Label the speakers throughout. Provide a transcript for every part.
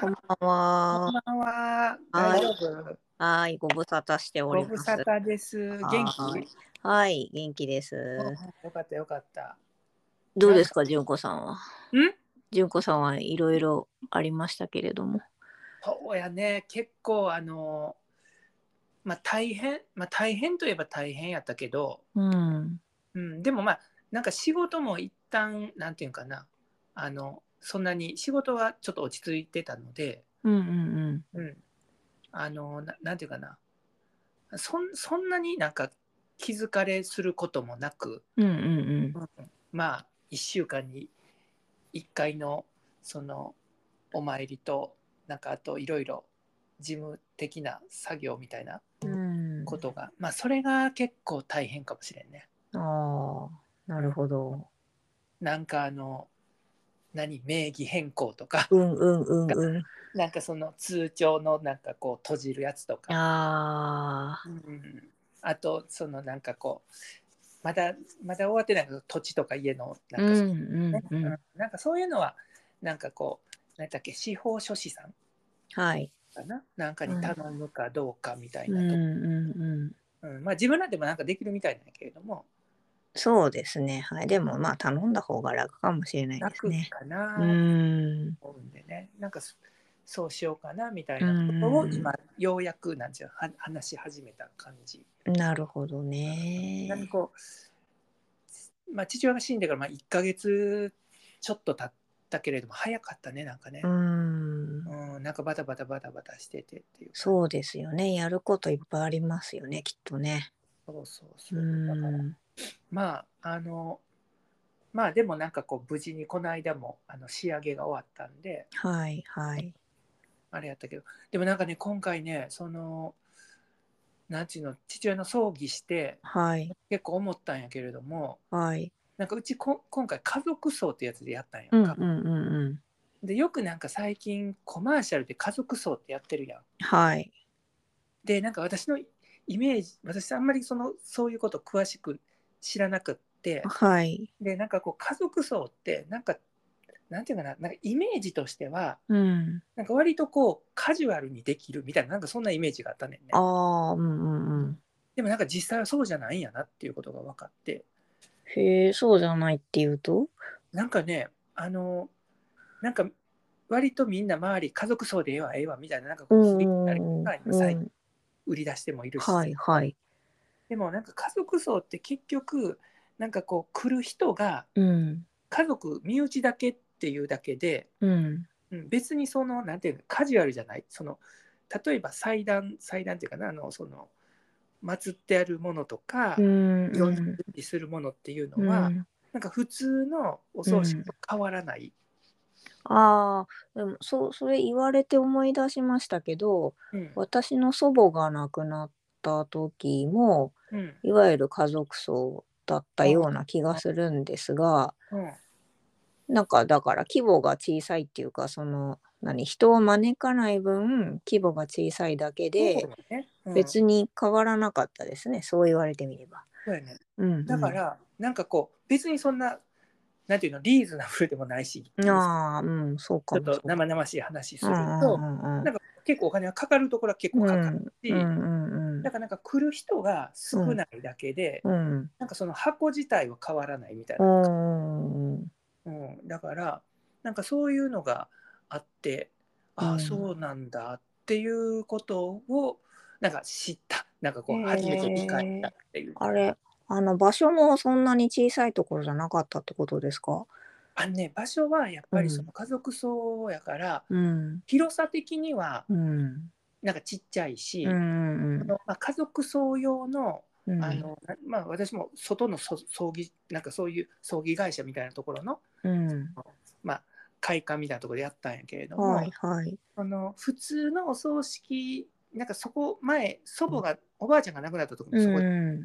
Speaker 1: こん
Speaker 2: は。
Speaker 1: ばんは
Speaker 2: こん。ばんは。
Speaker 1: は
Speaker 2: 大
Speaker 1: い
Speaker 2: 丈夫。
Speaker 1: はい、ご無沙汰してお
Speaker 2: ご
Speaker 1: り
Speaker 2: 無
Speaker 1: ます
Speaker 2: 沙。汰です。元
Speaker 1: はい
Speaker 2: 気。
Speaker 1: はい、元気です。
Speaker 2: よかったよかった。
Speaker 1: どうですか、純子さんは。
Speaker 2: うん。
Speaker 1: 純子さんはいろいろありましたけれども。
Speaker 2: そうやね。結構あの。まあ、大変、まあ、大変といえば大変やったけど。
Speaker 1: うん。
Speaker 2: うん、でもまあ、なんか仕事も一旦、なんていうんかな。あの、そんなに仕事はちょっと落ち着いてたので。
Speaker 1: うんうん
Speaker 2: うん、あのななんていうかなそんそんなになんか気づかれすることもなく、
Speaker 1: うん。うんうん
Speaker 2: まあ1週間に1回のそのお参りとなんかあといろいろ事務的な作業みたいな
Speaker 1: うん。うん。
Speaker 2: ことが、まあそれが結構大変かもしれんね。
Speaker 1: ああ、なるほど。
Speaker 2: なんかあの何名義変更とか
Speaker 1: うんうんうんう
Speaker 2: なんかその通帳のなんかこう閉じるやつと
Speaker 1: ん。
Speaker 2: か
Speaker 1: ああ。
Speaker 2: うんあとそのなんかこうまだまだ終わってないけど土地とか家のな
Speaker 1: うん
Speaker 2: んか,、
Speaker 1: うんうん。
Speaker 2: なんかそういうのはなんかこう何だっけ司法書士さん
Speaker 1: はい。
Speaker 2: かななんかに頼むかどうかみたい
Speaker 1: うん
Speaker 2: な
Speaker 1: う
Speaker 2: と、
Speaker 1: んうん。
Speaker 2: うんまあ自分らでもなんかできるみたいなんやけれども
Speaker 1: そうですね。はい。でもまあ頼んだ方が楽かもしれないです
Speaker 2: 楽
Speaker 1: ね。
Speaker 2: かな
Speaker 1: う
Speaker 2: と
Speaker 1: ん。
Speaker 2: 思うんでね、なんかそそうしようかなみたいなことを
Speaker 1: うん
Speaker 2: 今ようやくなんちゅうは話し始めた感じ。
Speaker 1: なるほど
Speaker 2: なんか
Speaker 1: ね。
Speaker 2: こう、まあ、父親が死んでからまあ1ヶ月ちょっと経ったけれども早かったねなんかね
Speaker 1: う、ん。
Speaker 2: うんなんかバタバタバタバタしててっていう
Speaker 1: そうですよね。やることいっぱいありますよね、きっとね。
Speaker 2: そうそうそううだから
Speaker 1: ん。
Speaker 2: まああのまあでもなんかこう無事にこの間もあの仕上げが終わったんで
Speaker 1: はいはい。
Speaker 2: あれやったけどでもなんかね今回ねそのなんちゅうの父親の葬儀して
Speaker 1: はい
Speaker 2: 結構思ったんやけれども
Speaker 1: はい。
Speaker 2: なんかうちこ今回家族葬ってやつでやったんやん
Speaker 1: う
Speaker 2: か、
Speaker 1: んうんうんうん。
Speaker 2: でよくなんか最近コマーシャルで家族葬ってやってるやん。
Speaker 1: はい。
Speaker 2: でなんか私のイメージ私あんまりそのそういうこと詳しく知らなくって
Speaker 1: はい。
Speaker 2: でなんかこう家族葬ってなんかなんていうかななんかイメージとしては
Speaker 1: うん。
Speaker 2: なんか割とこうカジュアルにできるみたいななんかそんなイメージがあったねんね
Speaker 1: ああ、うんうんうん。
Speaker 2: でもなんか実際はそうじゃないんやなっていうことが分かって
Speaker 1: へえ、そうじゃないっていうと
Speaker 2: なんかねあのなんか割とみんな周り家族葬でええわええわみたいななんかこ
Speaker 1: う
Speaker 2: うん振
Speaker 1: う
Speaker 2: り
Speaker 1: ん
Speaker 2: たり
Speaker 1: う
Speaker 2: と
Speaker 1: ん。
Speaker 2: か
Speaker 1: う
Speaker 2: 再
Speaker 1: ん
Speaker 2: 売り出してもいるし、
Speaker 1: はいはい。
Speaker 2: でもなんか家族葬って結局なんかこう来る人が
Speaker 1: うん。
Speaker 2: 家族身内だけっていうだけで、
Speaker 1: うん。
Speaker 2: うん、別にそのなんていうのカジュアルじゃないその例えば祭壇祭壇っていうかなあのその祀ってあるものとか、
Speaker 1: うん。
Speaker 2: 用
Speaker 1: う
Speaker 2: 意
Speaker 1: ん
Speaker 2: するものっていう
Speaker 1: う
Speaker 2: のは、
Speaker 1: ん
Speaker 2: なんか普通のお葬式と変わらない。
Speaker 1: ああ、でもそう、それ言われて思い出しましたけど、
Speaker 2: うん
Speaker 1: 私の祖母が亡くなった時も、
Speaker 2: うん
Speaker 1: いわゆる家族葬だったような気がするんですが、
Speaker 2: うん
Speaker 1: なんかだから規模が小さいっていうか、その、何、人を招かない分、規模が小さいだけ
Speaker 2: そ
Speaker 1: で
Speaker 2: う、だねうん
Speaker 1: 別に変わらなかったですね。そう言われてみれば。
Speaker 2: そうやね
Speaker 1: うんうん、
Speaker 2: だから、なんかこう別にそんななんていうのリーズナブルでもないし
Speaker 1: ああ、うん、そう
Speaker 2: ち
Speaker 1: か
Speaker 2: ょっ
Speaker 1: も。
Speaker 2: と
Speaker 1: そうかも
Speaker 2: 生々しい話す
Speaker 1: う
Speaker 2: る
Speaker 1: ん
Speaker 2: と、
Speaker 1: うんうん
Speaker 2: なんか結構お金はかかるところは結構かかるし、
Speaker 1: うんうんうん
Speaker 2: だからなんか来る人が少ないだけで、
Speaker 1: うん。うん
Speaker 2: なんかその箱自体は変わらないみたいな、
Speaker 1: うん
Speaker 2: うんだからなんかそういうのがあって、あ
Speaker 1: うん
Speaker 2: あそうなんだっていうことをなんか知ったなんかこ
Speaker 1: へ
Speaker 2: う
Speaker 1: ー
Speaker 2: 初めて理解したっていう、
Speaker 1: あれ、あの場所もそんなに小さいところじゃなかったってことですか
Speaker 2: あのね場所はやっぱりそうの家族葬やから、
Speaker 1: うん。
Speaker 2: 広さ的には
Speaker 1: うん。
Speaker 2: なんかちっちゃいし、
Speaker 1: うんうん
Speaker 2: あのまあ、家族葬用の
Speaker 1: うん。
Speaker 2: あのなまあ、私も外のそ葬儀なんかそういう葬儀会社みたいなところの、
Speaker 1: うん。
Speaker 2: まあ、会館みたいなところでやったんやけれども、
Speaker 1: はいはい。
Speaker 2: その普通のお葬式なんかそこ前祖母が、おばあちゃんが亡くなった時もそこ、
Speaker 1: うん。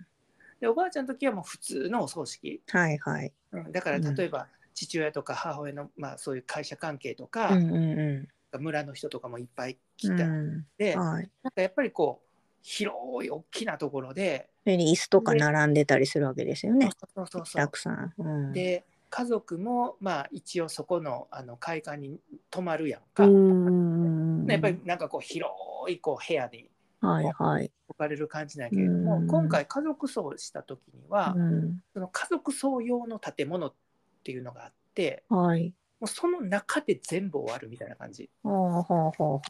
Speaker 2: でおばあちゃんの時はもう普通のお葬式、
Speaker 1: はいはい。
Speaker 2: うんだから
Speaker 1: うん
Speaker 2: 例えば、父親とか母親の、まあ、そういう会社関係と
Speaker 1: う
Speaker 2: か、
Speaker 1: んうんうん。
Speaker 2: 村の人とかもいっぱい来
Speaker 1: う
Speaker 2: たん
Speaker 1: ん。
Speaker 2: で、なん
Speaker 1: はい。
Speaker 2: かやっぱりこう広い大きなところで、
Speaker 1: それに椅子とか並んでたりするわけですよね。
Speaker 2: そうそうそう
Speaker 1: たくさん。うん。
Speaker 2: で家族もまあ一応そこのあの会館に泊まるやん
Speaker 1: う
Speaker 2: か、
Speaker 1: んうん
Speaker 2: やっぱりなんかこう広いこう部屋に
Speaker 1: はいはい。
Speaker 2: 置かれる感じなんやけれども、
Speaker 1: うん
Speaker 2: 今回家族葬した時には、
Speaker 1: うん、
Speaker 2: その家族葬用の建物っていうのがあって
Speaker 1: はい。
Speaker 2: もうその中で全部終わるみたいな感じ、
Speaker 1: ああ、はあはあは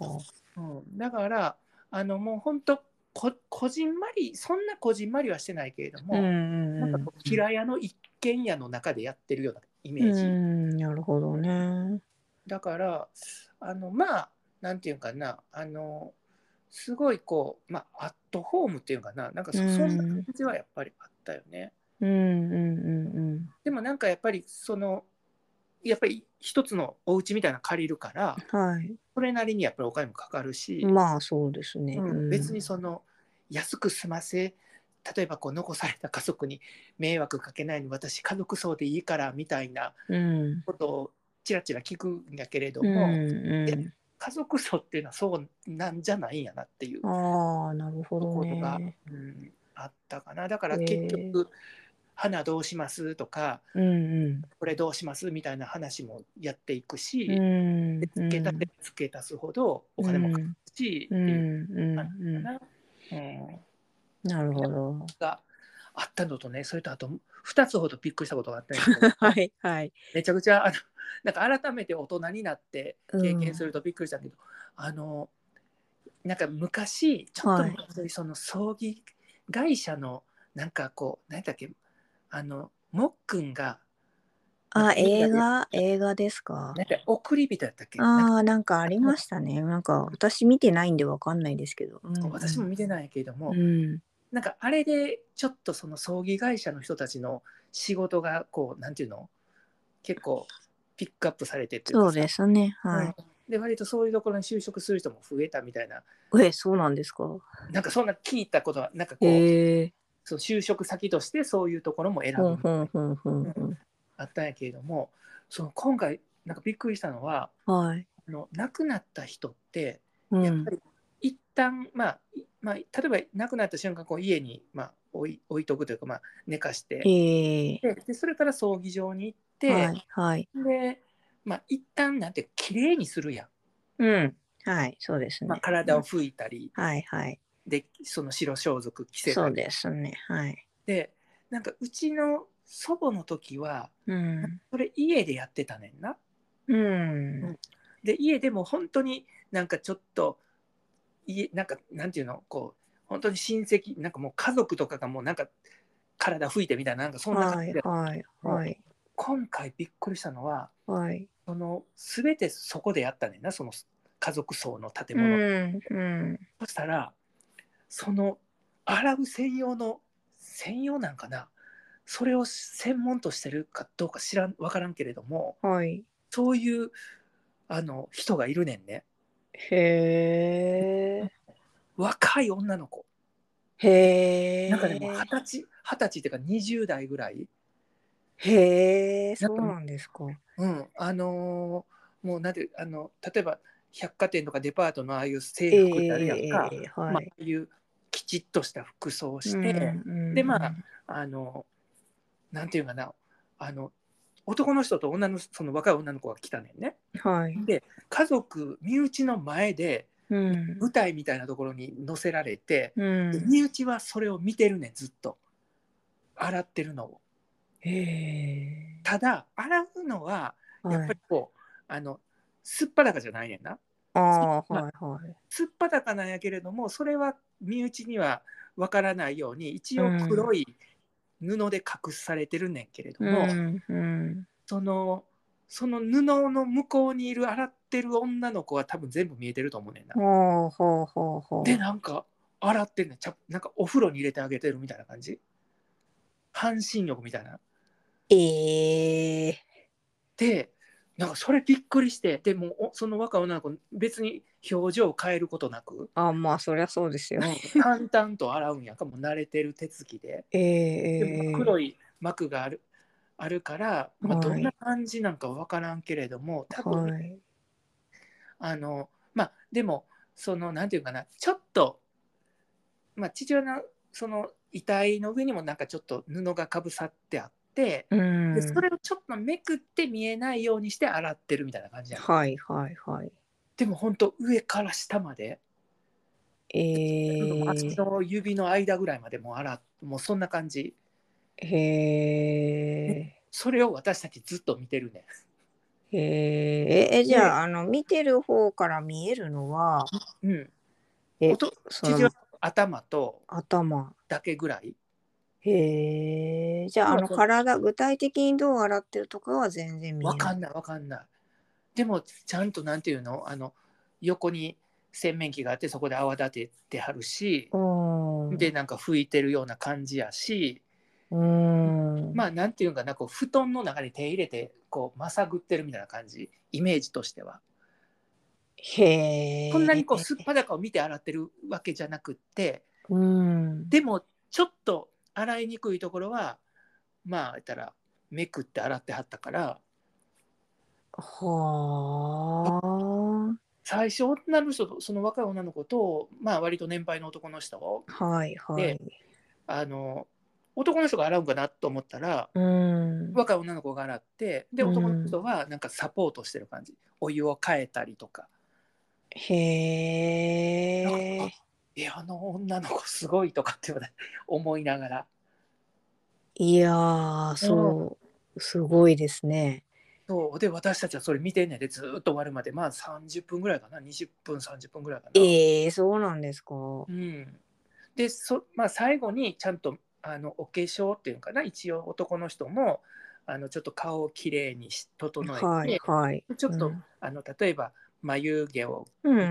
Speaker 1: あ。
Speaker 2: うん、だからあのもう本当ここじんまりそんなこじんまりはしてないけれども、
Speaker 1: うん
Speaker 2: なんかこう平屋の一軒家の中でやってるようなイメージ、
Speaker 1: うん、なるほどね。
Speaker 2: だからあのまあなんていうかなあのすごいこう、まあ、アットホームっていうかななんかそ,、
Speaker 1: うん
Speaker 2: ん、な感じはやっぱりあったよね。
Speaker 1: うんうんうん
Speaker 2: でもなんかやっぱりそのやっぱり一つのお家みたいなの借りるから
Speaker 1: うん。はい。
Speaker 2: それなりにやっぱりお金もかかるし、
Speaker 1: まあそうですね。
Speaker 2: うん
Speaker 1: うん
Speaker 2: 別にその安く済ませ例えばこう残された家族に迷惑かけないように私家族葬でいいからみたいな
Speaker 1: うん。
Speaker 2: ことをちらちら聞くんだけれど
Speaker 1: うん
Speaker 2: も、
Speaker 1: う
Speaker 2: 家族葬っていうのはそうなんじゃないんやなっていう、
Speaker 1: ん、ああなるほど
Speaker 2: ところが
Speaker 1: ね。
Speaker 2: うんあったかなだから
Speaker 1: へえ
Speaker 2: 結局花どうしますとか
Speaker 1: うん
Speaker 2: これどうしますみたいな話もやっていくし、
Speaker 1: うん。うん
Speaker 2: で付け足せば付け足すほどお金もかかるし、
Speaker 1: うん
Speaker 2: って
Speaker 1: う
Speaker 2: いう
Speaker 1: ん
Speaker 2: 感じか
Speaker 1: う
Speaker 2: な、うん
Speaker 1: ん。なるほ ど。
Speaker 2: があったのとねそれとあと2つほどびっくりしたことがあったんやけど
Speaker 1: はいはい。
Speaker 2: めちゃくちゃあのなんか改めて大人になって経験するとびっくりしたけど、あのなんか昔ちょっと
Speaker 1: はい
Speaker 2: 昔その葬儀会社のなんかこう何だっけあのもっくんが
Speaker 1: あ映画映画ですか。
Speaker 2: なんか送り人やったっけなんか
Speaker 1: ああなんかありましたね。なんか私見てないんでわかんないですけど。うんうん
Speaker 2: 私も見てないけれども、
Speaker 1: うん
Speaker 2: なんかあれでちょっとその葬儀会社の人たちの仕事がこうなんていうの結構ピックアップされてっていか
Speaker 1: そうですね
Speaker 2: さ
Speaker 1: は。
Speaker 2: うんで割とそういうところに就職する人も増えたみたいない
Speaker 1: えそうなんですか。
Speaker 2: なんかそんな聞いたことはなんかこう、
Speaker 1: へえ。
Speaker 2: その就職先としてそういうところも選ぶ
Speaker 1: ほん
Speaker 2: みたい
Speaker 1: ほ
Speaker 2: なん
Speaker 1: ほんほんほん。
Speaker 2: あったんやけれどもその今回なんかびっくりしたのは
Speaker 1: はい。
Speaker 2: あの亡くなった人って
Speaker 1: うん
Speaker 2: やっぱり一旦、まあいまあ、例えば亡くなった瞬間こう家に、まあ、置い置いとくというか、まあ、寝かして。
Speaker 1: ええ
Speaker 2: ででそれから葬儀場に行って、
Speaker 1: はいはい。
Speaker 2: でまあ一旦なんていうか綺麗にするや
Speaker 1: うん。はい、そうです
Speaker 2: ん、
Speaker 1: ね。
Speaker 2: まあ、体を拭いたり、
Speaker 1: はいはい。
Speaker 2: でその白装束着せた
Speaker 1: そう
Speaker 2: り
Speaker 1: ですね。はい。
Speaker 2: でなんかうちの祖母の時は
Speaker 1: うん。
Speaker 2: それ家でやってたねんな。
Speaker 1: うん。
Speaker 2: で家でも本当になんかちょっと家なんかなんていうのこう本当に親戚なんかもう家族とかがもうなんか体拭いてみたいななんかそんな
Speaker 1: は
Speaker 2: 感じ
Speaker 1: い
Speaker 2: で、
Speaker 1: はいはい。
Speaker 2: 今回びっくりしたのは
Speaker 1: はい。
Speaker 2: その全てそこでやったねんなその家族葬の建
Speaker 1: う
Speaker 2: 物、
Speaker 1: ん。うん。
Speaker 2: そしたらその洗う専用の専用なんかなそれを専門としてるかどうか知らん分からんけれども
Speaker 1: はい。
Speaker 2: そういうあの人がいるねんね
Speaker 1: へえ。
Speaker 2: 若い女の子
Speaker 1: へえ。
Speaker 2: なんかでもう二十歳二十歳っていうか20代ぐらい、
Speaker 1: へえ、そうなんですか。
Speaker 2: うん、あのーもうなんてあの例えば百貨店とかデパートのああいう制
Speaker 1: ええ
Speaker 2: 服ってあるやんか、まあ、
Speaker 1: は
Speaker 2: あ
Speaker 1: い。
Speaker 2: あいうきちっとした服装をして、
Speaker 1: うん
Speaker 2: でまあ、あのなんていうかなあの男の人と女のその若い女の子が来たねんね
Speaker 1: はい。
Speaker 2: で家族身内の前で
Speaker 1: うん。
Speaker 2: 舞台みたいなところに乗せられて、
Speaker 1: うん。
Speaker 2: 身内はそれを見てるねんずっと洗ってるのを
Speaker 1: へえ。
Speaker 2: ただ洗うのはや
Speaker 1: は
Speaker 2: っぱ
Speaker 1: い。
Speaker 2: りこう、あのすっぱだかじゃないねんな
Speaker 1: ああ、はいはい。
Speaker 2: すっぱだかなんやけれどもそれは身内にはわからないように一応黒い布で隠されてるねんけれども、
Speaker 1: うんうん、
Speaker 2: そのその布の向こうにいる洗ってる女の子は多分全部見えてると思うねんな。
Speaker 1: ほうほうほうほう
Speaker 2: でなんか洗ってんねんちゃなんかお風呂に入れてあげてるみたいな感じ半身浴みたいな。
Speaker 1: ええ
Speaker 2: でなんかそれびっくりしてでもおその若い女の子別に表情を変えることなく
Speaker 1: あまあそりゃそうですよ。
Speaker 2: 淡々と洗うんやんかもう慣れてる手つきで。
Speaker 1: ええ
Speaker 2: で
Speaker 1: ええ
Speaker 2: まあ黒い膜があるあるから、まあ、
Speaker 1: はい
Speaker 2: どんな感じなんか分からんけれども多分
Speaker 1: はい、
Speaker 2: あのまあでもそのなんていうかなちょっと、まあ、父親のその遺体の上にもなんかちょっと布がかぶさってあって、
Speaker 1: うん
Speaker 2: でそれをちょっとめくって見えないようにして洗ってるみたいな感じやん
Speaker 1: はいはいはい。
Speaker 2: でも本当上から下まで、
Speaker 1: え
Speaker 2: 足
Speaker 1: ー、
Speaker 2: の指の間ぐらいまでもう洗っもうそんな感じ
Speaker 1: へ
Speaker 2: それを私たちずっと見てるね
Speaker 1: ーへーええじゃああの見てる方から見えるのは
Speaker 2: うん
Speaker 1: え
Speaker 2: おと
Speaker 1: そ
Speaker 2: 父親の
Speaker 1: の
Speaker 2: 頭と
Speaker 1: 頭
Speaker 2: だけぐらい
Speaker 1: へえじゃああ
Speaker 2: そう
Speaker 1: の
Speaker 2: そう
Speaker 1: 体具体的にどう洗ってるとかは全然見え
Speaker 2: わか
Speaker 1: ない
Speaker 2: んないわかんないでもちゃんとなんていうのあの横に洗面器があってそこで泡立ててはるし
Speaker 1: うん
Speaker 2: でなんか拭いてるような感じやし
Speaker 1: うん
Speaker 2: まあなんていうんかなこう布団の中に手入れてこうまさぐってるみたいな感じイメージとしては
Speaker 1: へえ
Speaker 2: こんなにこうすっぱだかを見て洗ってるわけじゃなくって
Speaker 1: うん
Speaker 2: でもちょっと洗いにくいところはまあ言ったらめくって洗ってはったから
Speaker 1: は
Speaker 2: 最初女の人とその若い女の子とまあ割と年配の男の人を
Speaker 1: あはいはい
Speaker 2: であの男の人が洗うんかなと思ったら
Speaker 1: うん
Speaker 2: 若い女の子が洗ってで
Speaker 1: うん
Speaker 2: 男の人はなんかサポートしてる感じ、お湯を変えたりとか
Speaker 1: へ
Speaker 2: な
Speaker 1: え
Speaker 2: んかえあの女の子すごいとかって思いながら
Speaker 1: いやーそうすごいですね
Speaker 2: そうで私たちはそれ見てんねんでずーっと終わるまでまあ30分ぐらいかな20分30分ぐらいかな。
Speaker 1: えー、そうなんですか
Speaker 2: うん、でそ、まあ、最後にちゃんとあのお化粧っていうのかな一応男の人もあのちょっと顔をきれいにし整えて、
Speaker 1: はいはい
Speaker 2: ちょっと、
Speaker 1: うん
Speaker 2: あの例えば眉毛を
Speaker 1: うんうんう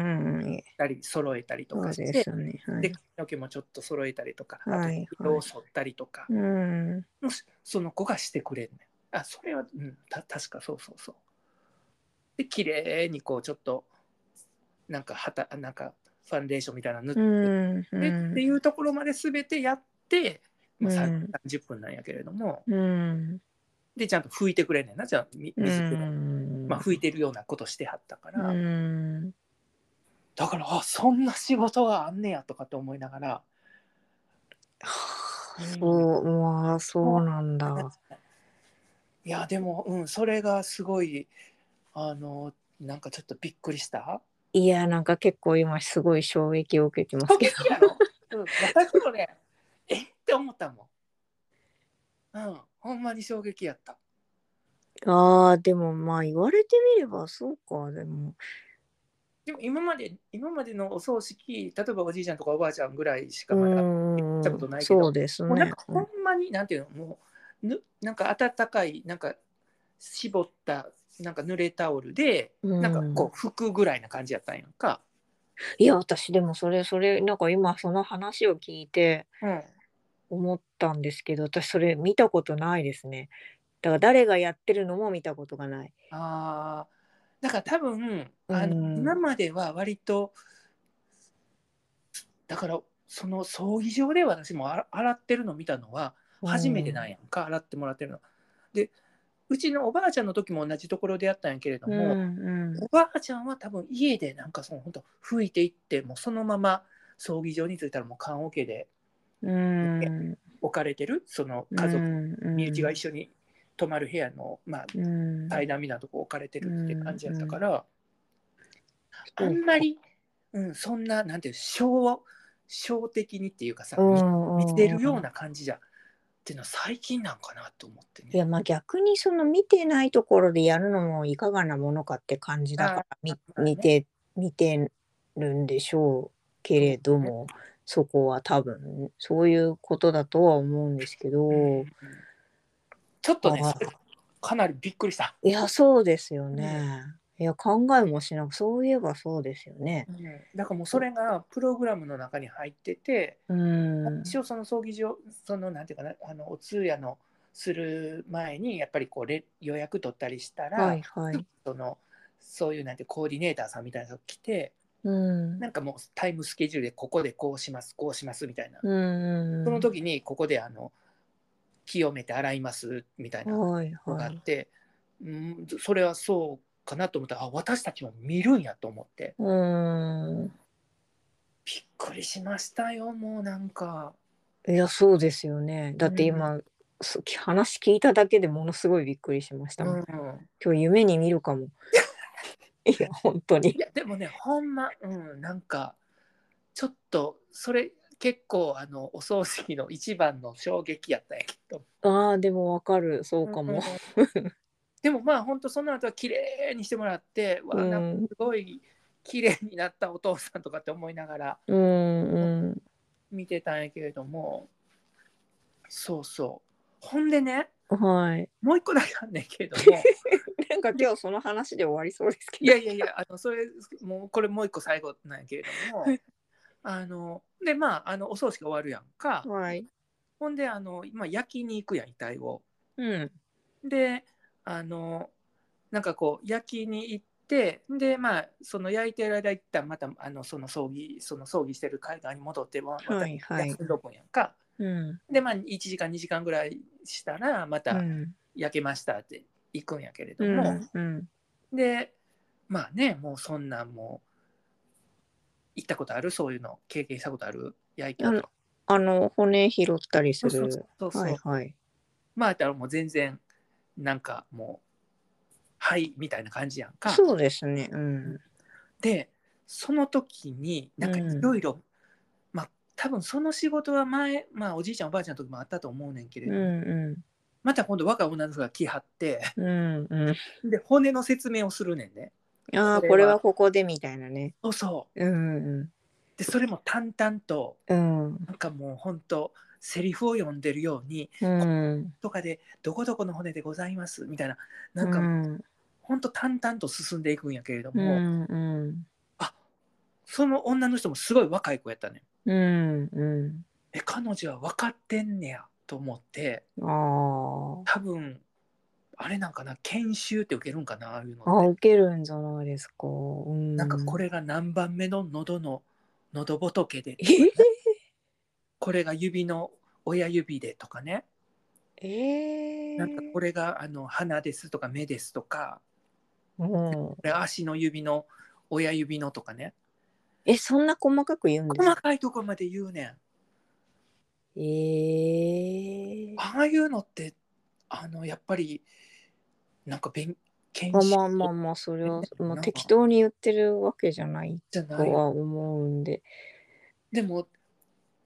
Speaker 1: ん
Speaker 2: たり揃えたりと
Speaker 1: そう
Speaker 2: かして
Speaker 1: ですよねは
Speaker 2: で
Speaker 1: い
Speaker 2: 髪の毛もちょっと揃えたりとか、
Speaker 1: はい
Speaker 2: あと色を剃ったりとか、
Speaker 1: うん
Speaker 2: もしその子がしてくれるねんあそれは、うん、た確かそうそうそう。で綺麗にこうちょっとなんかはたなんかファンデーションみたいなの塗って、
Speaker 1: うんう
Speaker 2: でって
Speaker 1: ん
Speaker 2: いうところまで全てやって、まあ、さ
Speaker 1: うん
Speaker 2: 30分なんやけれども、
Speaker 1: うん
Speaker 2: でちゃんと拭いてくれんねんなじゃあみ
Speaker 1: う
Speaker 2: 水で、
Speaker 1: ん
Speaker 2: まあ、拭いてるようなことしてはったから、
Speaker 1: うん
Speaker 2: だからあそんな仕事があんねやとかって思いながら
Speaker 1: はあ
Speaker 2: うん
Speaker 1: そうまあそうなんだ
Speaker 2: いやでも、うん、それがすごいあのなんかちょっとびっくり した。
Speaker 1: いやなんか結構今すごい衝撃を受けてますけど
Speaker 2: やろ、うん、私もねえって思ったもん。うんほんまに衝撃やった。
Speaker 1: あーでもまあ言われてみればそうかでも
Speaker 2: でも今まで今までのお葬式例えばおじいちゃんとかおばあちゃんぐらいしか
Speaker 1: う
Speaker 2: まだ
Speaker 1: ん
Speaker 2: ったことないけど
Speaker 1: そうです
Speaker 2: もうなん
Speaker 1: ね
Speaker 2: かほんまに、なんていうのもうぬなんか温かいなんか絞ったなんか濡れタオルで、
Speaker 1: うん
Speaker 2: なんかこう拭くぐらいな感じやったんやんか、
Speaker 1: いや私でもそれそれなんか今その話を聞いて
Speaker 2: うん、
Speaker 1: 思ったんですけど私それ見たことないですねだから誰がやってるのも見たことがない
Speaker 2: あーだから多分あの、
Speaker 1: うん
Speaker 2: 今までは割とだからその葬儀場で私もあ洗ってるの見たのは初めてなん
Speaker 1: い
Speaker 2: やんか、洗ってもらってるの。でうちのおばあちゃんの時も同じところでやったんやけれど
Speaker 1: う
Speaker 2: も、
Speaker 1: んうん
Speaker 2: おばあちゃんは多分家でなんかその本当吹いていってもうそのまま葬儀場に着いたらもう棺桶で
Speaker 1: うん
Speaker 2: 置かれてるその家族身内が一
Speaker 1: 緒
Speaker 2: 緒に泊まる部屋の、まあ、
Speaker 1: うん
Speaker 2: 階段みたいなとこ置かれてるって感じやったから、
Speaker 1: うんうん
Speaker 2: あんまり、うん、そんななんていう小小的にっていうかさ、
Speaker 1: うん
Speaker 2: 見見てるよう
Speaker 1: な
Speaker 2: な感じじゃっていうのは最近なんかなと思ってね。
Speaker 1: いやまあ逆にその見てないところでやるのもいかがなものかって感じだからみ
Speaker 2: まあね
Speaker 1: 見て見てるんでしょうけれどもそこは多分そういうことだとは思うんですけど、
Speaker 2: うんちょっとね
Speaker 1: あー
Speaker 2: それかなりびっくりした。
Speaker 1: いやそうですよね。いや考えもしなくそういえばそうですよね。
Speaker 2: うんだからもうそれがプログラムの中に入ってて、
Speaker 1: うん。
Speaker 2: 一応その葬儀場そのなんていうかなあのお通夜のする前にやっぱりこうれ予約取ったりしたら、
Speaker 1: はいはい。
Speaker 2: そのそういうなんてコーディネーターさんみたいなのが来て
Speaker 1: うん。
Speaker 2: なんかもうタイムスケジュールでここでこうしますこうしますみたいな、
Speaker 1: うん。
Speaker 2: その時にここであの清めて洗いますみたいなの
Speaker 1: はいは
Speaker 2: があ
Speaker 1: い
Speaker 2: っ。て、うん、それはそうかなと思ったらあ私たちも見るんやと思って。
Speaker 1: うん。
Speaker 2: びっくりしましたよもうなんか
Speaker 1: いやそうですよね。だって今、そ話聞いただけでものすごいびっくりしましたもん。
Speaker 2: うん
Speaker 1: 今日夢に見るかも。いや本当に
Speaker 2: いやでもねほんま、うん、なんかちょっとそれ結構あのお葬式の一番の衝撃やったんやけど。
Speaker 1: ああでもわかるそうかも、
Speaker 2: うんうんでもまあ本当その後は綺麗にしてもらって、わあ
Speaker 1: うん
Speaker 2: なんかすごい綺麗になったお父さんとかって思いながら
Speaker 1: うん、うん
Speaker 2: 見てたんやけれどもそうそうほんでね
Speaker 1: はい
Speaker 2: もう一個だけあんねんけれども
Speaker 1: なんか今日その話で終わりそうですけ
Speaker 2: いやいやいやあのそれもうこれもう一個最後なんやけれども
Speaker 1: はい
Speaker 2: あのでまああのお葬式終わるやんか
Speaker 1: どはい
Speaker 2: ほんであの今焼きに行くやん遺体を。
Speaker 1: うん
Speaker 2: であのなんかこう焼きに行ってでまあその焼いてる間一旦またあのその葬儀その葬儀してる海岸に戻ってままた
Speaker 1: はいはい
Speaker 2: 休んどくんやんか、
Speaker 1: うん
Speaker 2: でまあ1時間2時間ぐらいしたらま
Speaker 1: う
Speaker 2: た
Speaker 1: ん
Speaker 2: 焼けましたって行くんやけれど
Speaker 1: う
Speaker 2: も、
Speaker 1: んうん
Speaker 2: でまあねもうそんなんもう行ったことあるそういうの経験したことある焼いてると
Speaker 1: あの骨拾ったりす
Speaker 2: そうそ
Speaker 1: る
Speaker 2: うそうそう、
Speaker 1: はいはい
Speaker 2: まあだからもう全然なんかもうはいみたいな感じやんか。
Speaker 1: そうですねうん
Speaker 2: でその時になんかいろいろまあ多分その仕事は前、まあ、おじいちゃんおばあちゃんの時もあったと思うねんけれ
Speaker 1: う
Speaker 2: ど、
Speaker 1: ん
Speaker 2: また今度若い女の人が来はって
Speaker 1: うんうんう
Speaker 2: で骨の説明をするねんね。
Speaker 1: んああ
Speaker 2: これは
Speaker 1: これはここでみたいなね
Speaker 2: そうそう
Speaker 1: うん
Speaker 2: でそれも淡々と
Speaker 1: うん
Speaker 2: なんかもう本当セリフを読んでるように
Speaker 1: うん
Speaker 2: とかでどこどこの骨でございますみたいな
Speaker 1: な
Speaker 2: なんか
Speaker 1: うん
Speaker 2: 本当淡々と進んでいくんやけれど
Speaker 1: う
Speaker 2: も、
Speaker 1: んうん
Speaker 2: あその女の人もすごい若い子やったねん。
Speaker 1: うんう
Speaker 2: え彼女は分かってんねやと思って。
Speaker 1: んあ
Speaker 2: 多分あれなんかな研修って受けるんかなああいうの
Speaker 1: ああ
Speaker 2: って
Speaker 1: 受けるんじゃないですかうん
Speaker 2: なんかこ
Speaker 1: れ
Speaker 2: れが何番目の喉の喉仏でこれが指の親指でとかね
Speaker 1: ええ
Speaker 2: なんかこれがあの鼻ですとか目ですとか
Speaker 1: うん
Speaker 2: これ足の指の親指のとかね
Speaker 1: えそんな細かく言うんです
Speaker 2: 細
Speaker 1: か
Speaker 2: かいとこまで言うねん
Speaker 1: ええ
Speaker 2: ああいうのってあのやっぱりなんか勉研
Speaker 1: まあ
Speaker 2: 修
Speaker 1: まあまあまあそれは
Speaker 2: な
Speaker 1: も
Speaker 2: ん
Speaker 1: う
Speaker 2: か
Speaker 1: 適当に言ってるわけじゃない
Speaker 2: じゃな
Speaker 1: と
Speaker 2: いよ
Speaker 1: は思うんで
Speaker 2: でも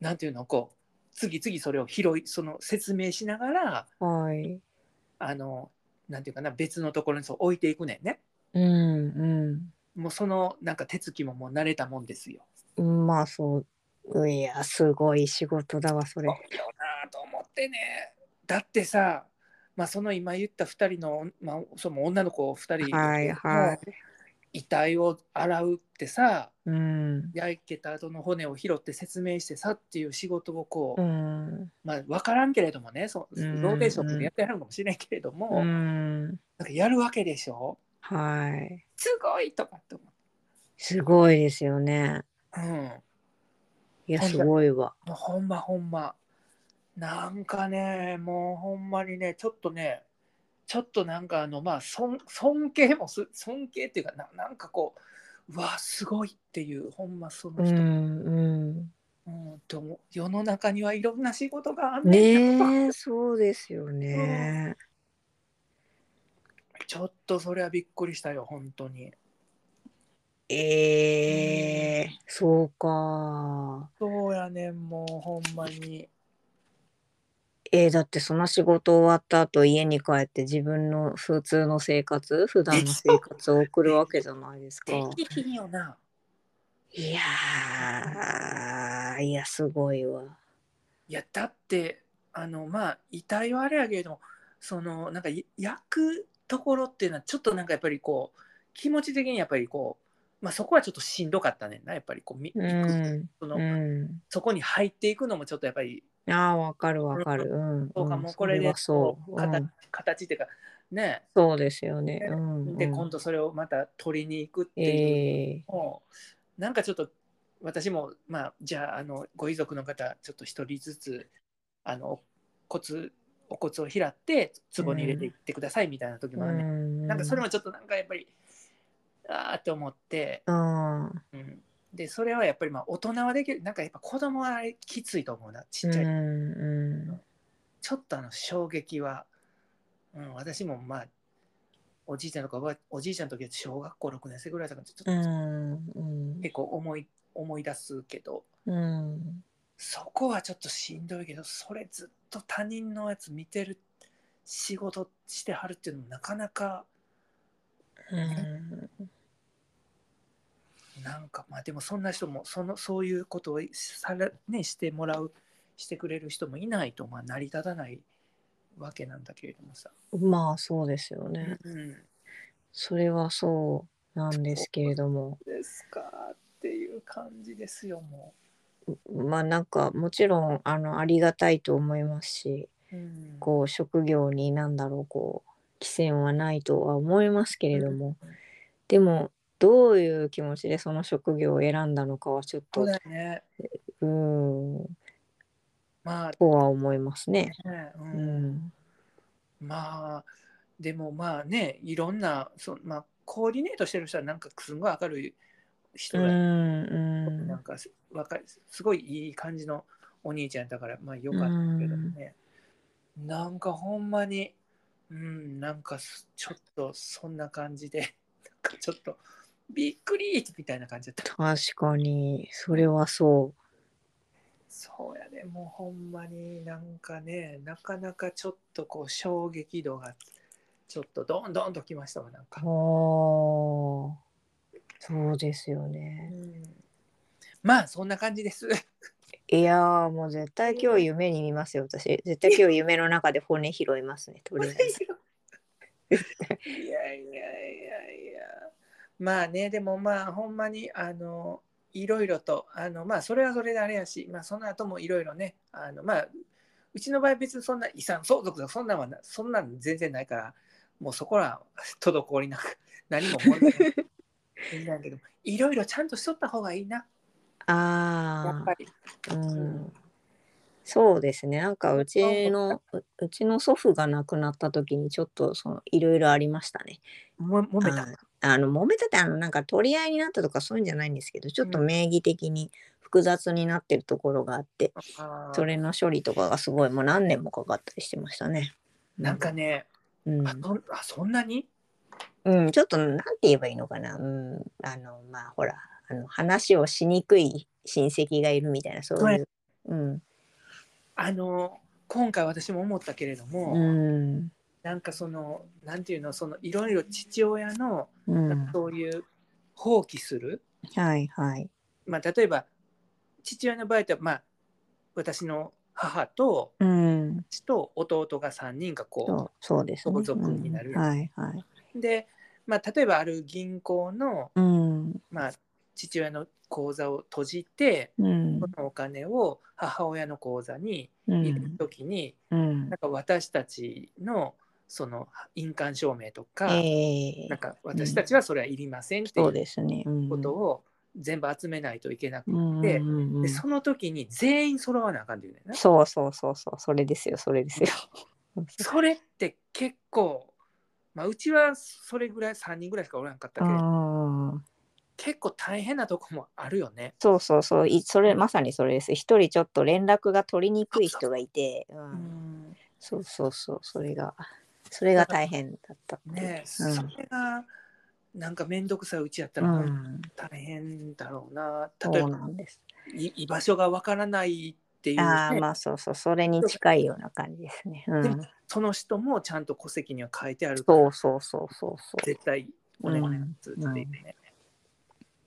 Speaker 2: なんていうのこう次々それを拾いその説明しながら
Speaker 1: はい
Speaker 2: あのなんていうかな別のところにそう置いていくねんね
Speaker 1: うん
Speaker 2: もうそのなんか手つきももう慣れたもんですよ。
Speaker 1: うんまあそういやすごい仕事だわそれ
Speaker 2: よなあと思ってねだってさ、まあ、その今言った2人の、まあ、その女の子2人
Speaker 1: はいは
Speaker 2: 遺体を洗うってさ
Speaker 1: うん
Speaker 2: 焼けた後の骨を拾って説明してさっていう仕事をこう、
Speaker 1: うん
Speaker 2: まあ、分からんけれどもねそ
Speaker 1: うん
Speaker 2: ローテーションでやってはるかもしれんけれども、
Speaker 1: うん
Speaker 2: なんかやるわけでしょ
Speaker 1: はい
Speaker 2: すごいとかって思
Speaker 1: すごいですよね
Speaker 2: う。うん
Speaker 1: いや
Speaker 2: ほん
Speaker 1: す
Speaker 2: と
Speaker 1: ごいわ
Speaker 2: もうほんまほんま。なんかね、もうほんまにね、ちょっとね、ちょっとなんかあの、まあ、尊尊敬もす、尊敬っていうかな、なんかこう、うわ、すごいっていう、ほんまその
Speaker 1: う
Speaker 2: 人、
Speaker 1: ん
Speaker 2: うんと思う世の中にはいろんな仕事があん
Speaker 1: うん
Speaker 2: ねんな
Speaker 1: ねえそうですよね
Speaker 2: ちょっとそれはびっくりしたよ、本当に。
Speaker 1: ええそうか
Speaker 2: そうやねん、もうほんまに。
Speaker 1: えー、だってその仕事終わった後家に帰って自分の普通の生活普段の生活を送るわけじゃないです か。
Speaker 2: できひんよな。
Speaker 1: いやーいやすごいわ。
Speaker 2: いやだってあのまあ遺体はあれやけれどもそのなんかい焼くところっていうのはちょっとなんかやっぱりこう気持ち的にやっぱりこう、まあ、そこはちょっとしんどかったねんなやっぱりこうみ、
Speaker 1: う
Speaker 2: 行く
Speaker 1: ん、
Speaker 2: そうの
Speaker 1: ん、
Speaker 2: そこに入っていくのもちょっとやっぱり
Speaker 1: あーわかるわかる。うん、
Speaker 2: そうか
Speaker 1: ん
Speaker 2: もうこれ
Speaker 1: そ
Speaker 2: で
Speaker 1: はそ
Speaker 2: こ
Speaker 1: う、
Speaker 2: う形,、
Speaker 1: うん
Speaker 2: 形っていうかね
Speaker 1: そうですよね。うん、
Speaker 2: で
Speaker 1: うん
Speaker 2: 今度それをまた取りに行くっていう、
Speaker 1: え
Speaker 2: もうなんかちょっと私もまあじゃああのご遺族の方ちょっと一人ずつあの骨お骨を拾って壺に入れていってくださいみたいな時
Speaker 1: ー、
Speaker 2: もあるね、
Speaker 1: う
Speaker 2: なんかそれもちょっとなんかやっぱりああって思って、
Speaker 1: あー
Speaker 2: うん、でそれはやっぱりまあ大人はできるなんかやっぱ子供はあれきついと思うなちっちゃい、
Speaker 1: うんうん
Speaker 2: ちょっとあの衝撃は、うん、私もまあおおじいちゃんとかおばおじいちゃんの時は小学校6年生ぐらいだからちょっ
Speaker 1: う
Speaker 2: と
Speaker 1: んうん
Speaker 2: 結構思い思い出すけど
Speaker 1: うん
Speaker 2: そこはちょっとしんどいけどそれずっと他人のやつ見てる仕事してはるっていうのもなかなか
Speaker 1: うん
Speaker 2: なんかまあでもそんな人もそのそういうことをさら、ね、してもらうしてくれる人もいないとまあ成り立たないわけなんだけれどもさ、
Speaker 1: まあそうですよね。
Speaker 2: うん、
Speaker 1: それはそうなんですけれども
Speaker 2: ですかっていう感じですよも
Speaker 1: まあなんかもちろんあのありがたいと思いますし
Speaker 2: う。うん
Speaker 1: こう職業になんだろうこう規制はないとは思いますけれども、
Speaker 2: うん
Speaker 1: でもどういう気持ちでその職業を選んだのかはちょっ
Speaker 2: そう
Speaker 1: と
Speaker 2: だよね。
Speaker 1: うーん
Speaker 2: まあ、ね
Speaker 1: とは思いますね。
Speaker 2: う
Speaker 1: うんん、
Speaker 2: まあでもまあねいろんなそ、まあ、コーディネートしてる人はなんかすごい明るい人
Speaker 1: う
Speaker 2: だ、
Speaker 1: んうん
Speaker 2: なんかす若いすごいいい感じのお兄ちゃんだからまあよかったけどね、なんかほんまにうんなんかすちょっとそんな感じで なんかちょっとびっくりみたいな感じだった。
Speaker 1: 確かにそれはそ
Speaker 2: そうやね、もうほんまになんかね、なかなかちょっとこう衝撃度がちょっとどんどんときましたわ、なん
Speaker 1: う。
Speaker 2: か
Speaker 1: あ。ーそうですよね。
Speaker 2: うんまあそんな感じです。
Speaker 1: いやーもう絶対今日夢に見ますよ私絶対今日夢の中で骨拾いますねと
Speaker 2: い
Speaker 1: り
Speaker 2: や
Speaker 1: あ
Speaker 2: い
Speaker 1: えず
Speaker 2: やいやいやいや。まあね、でもまあほんまにあのいろいろとあのまあそれはそれであれやし、まあその後もいろいろね、あのまあうちの場合別にそんな遺産相続とかそんなんはなそんなん全然ないから、もうそこら滞りなく何も問題ない。いいんだけど、いろいろちゃんとしとった方がいいな、 やっ
Speaker 1: あ
Speaker 2: ぱり。
Speaker 1: あうんそうですねなんかうちのううちの祖父が亡くなった時にちょっとそのいろいろありましたね
Speaker 2: も揉め
Speaker 1: あ
Speaker 2: た。
Speaker 1: ーあの揉めたってあのなんか取り合いになったとかそういうんじゃないんですけどちょっと
Speaker 2: うん
Speaker 1: 名義的に複雑になってるところがあって、
Speaker 2: あー
Speaker 1: それの処理とかがすごいもう何年もかかったりしてましたねう
Speaker 2: なんかね、
Speaker 1: うん
Speaker 2: あそんあそんなに
Speaker 1: うん、ちょっとなんて言えばいいのかな。うん、あの、まあ、ほら、あの、話をしにくい親戚がいるみたいな、そういう。うん。
Speaker 2: あの今回私も思ったけれども、
Speaker 1: うん。
Speaker 2: なんかそのなんていうのそのいろいろ父親の
Speaker 1: うん。
Speaker 2: そういう放棄する、
Speaker 1: はいはい。
Speaker 2: まあ、例えば父親の場合って、まあ、私の母と
Speaker 1: うん。
Speaker 2: 父と弟が3人がこう
Speaker 1: そう、そうですね。
Speaker 2: 相続になる
Speaker 1: うんはいはい。
Speaker 2: で、まあ、例えばある銀行の、
Speaker 1: うん。
Speaker 2: まあ、父親の口座を閉じて
Speaker 1: うん
Speaker 2: そ。のお金を母親の口座に
Speaker 1: う
Speaker 2: 入れる
Speaker 1: ん。
Speaker 2: 時に、
Speaker 1: うん
Speaker 2: なん。か私たちのその印鑑証明とか、
Speaker 1: ええ
Speaker 2: なんか私たちはそれはいりませんってい
Speaker 1: そう
Speaker 2: う
Speaker 1: ですね。うん。
Speaker 2: ことを全部集めないといけなく
Speaker 1: うんうん
Speaker 2: て、
Speaker 1: うんうん
Speaker 2: でその時に全員揃わなあかんっていうねんな。
Speaker 1: そうそうそうそう、それですよ、それですよ。
Speaker 2: それって結構、まあ、うちはそれぐらい3人ぐらいしかおらんかったけど、
Speaker 1: うん。
Speaker 2: 結構大変なとこもあるよね。
Speaker 1: そうそうそう、いそれまさにそれです。一人ちょっと連絡が取りにくい人がいて、う、
Speaker 2: うんん
Speaker 1: そうそうそう、それが、それが大変だったっていう。
Speaker 2: ねえ、
Speaker 1: うん
Speaker 2: それがなんか面倒くさいうちやった
Speaker 1: う
Speaker 2: ら
Speaker 1: ん、
Speaker 2: 大変だろうな。例え
Speaker 1: そう
Speaker 2: ば
Speaker 1: なんです。
Speaker 2: い居場所がわからないっていう、ね
Speaker 1: ああ、まあそうそう、それに近いような感じですね。う
Speaker 2: でも
Speaker 1: ん、
Speaker 2: その人もちゃんと戸籍には書いてあるから
Speaker 1: そう そうそうそうそう。
Speaker 2: 絶対お願いしますっていうね、
Speaker 1: うん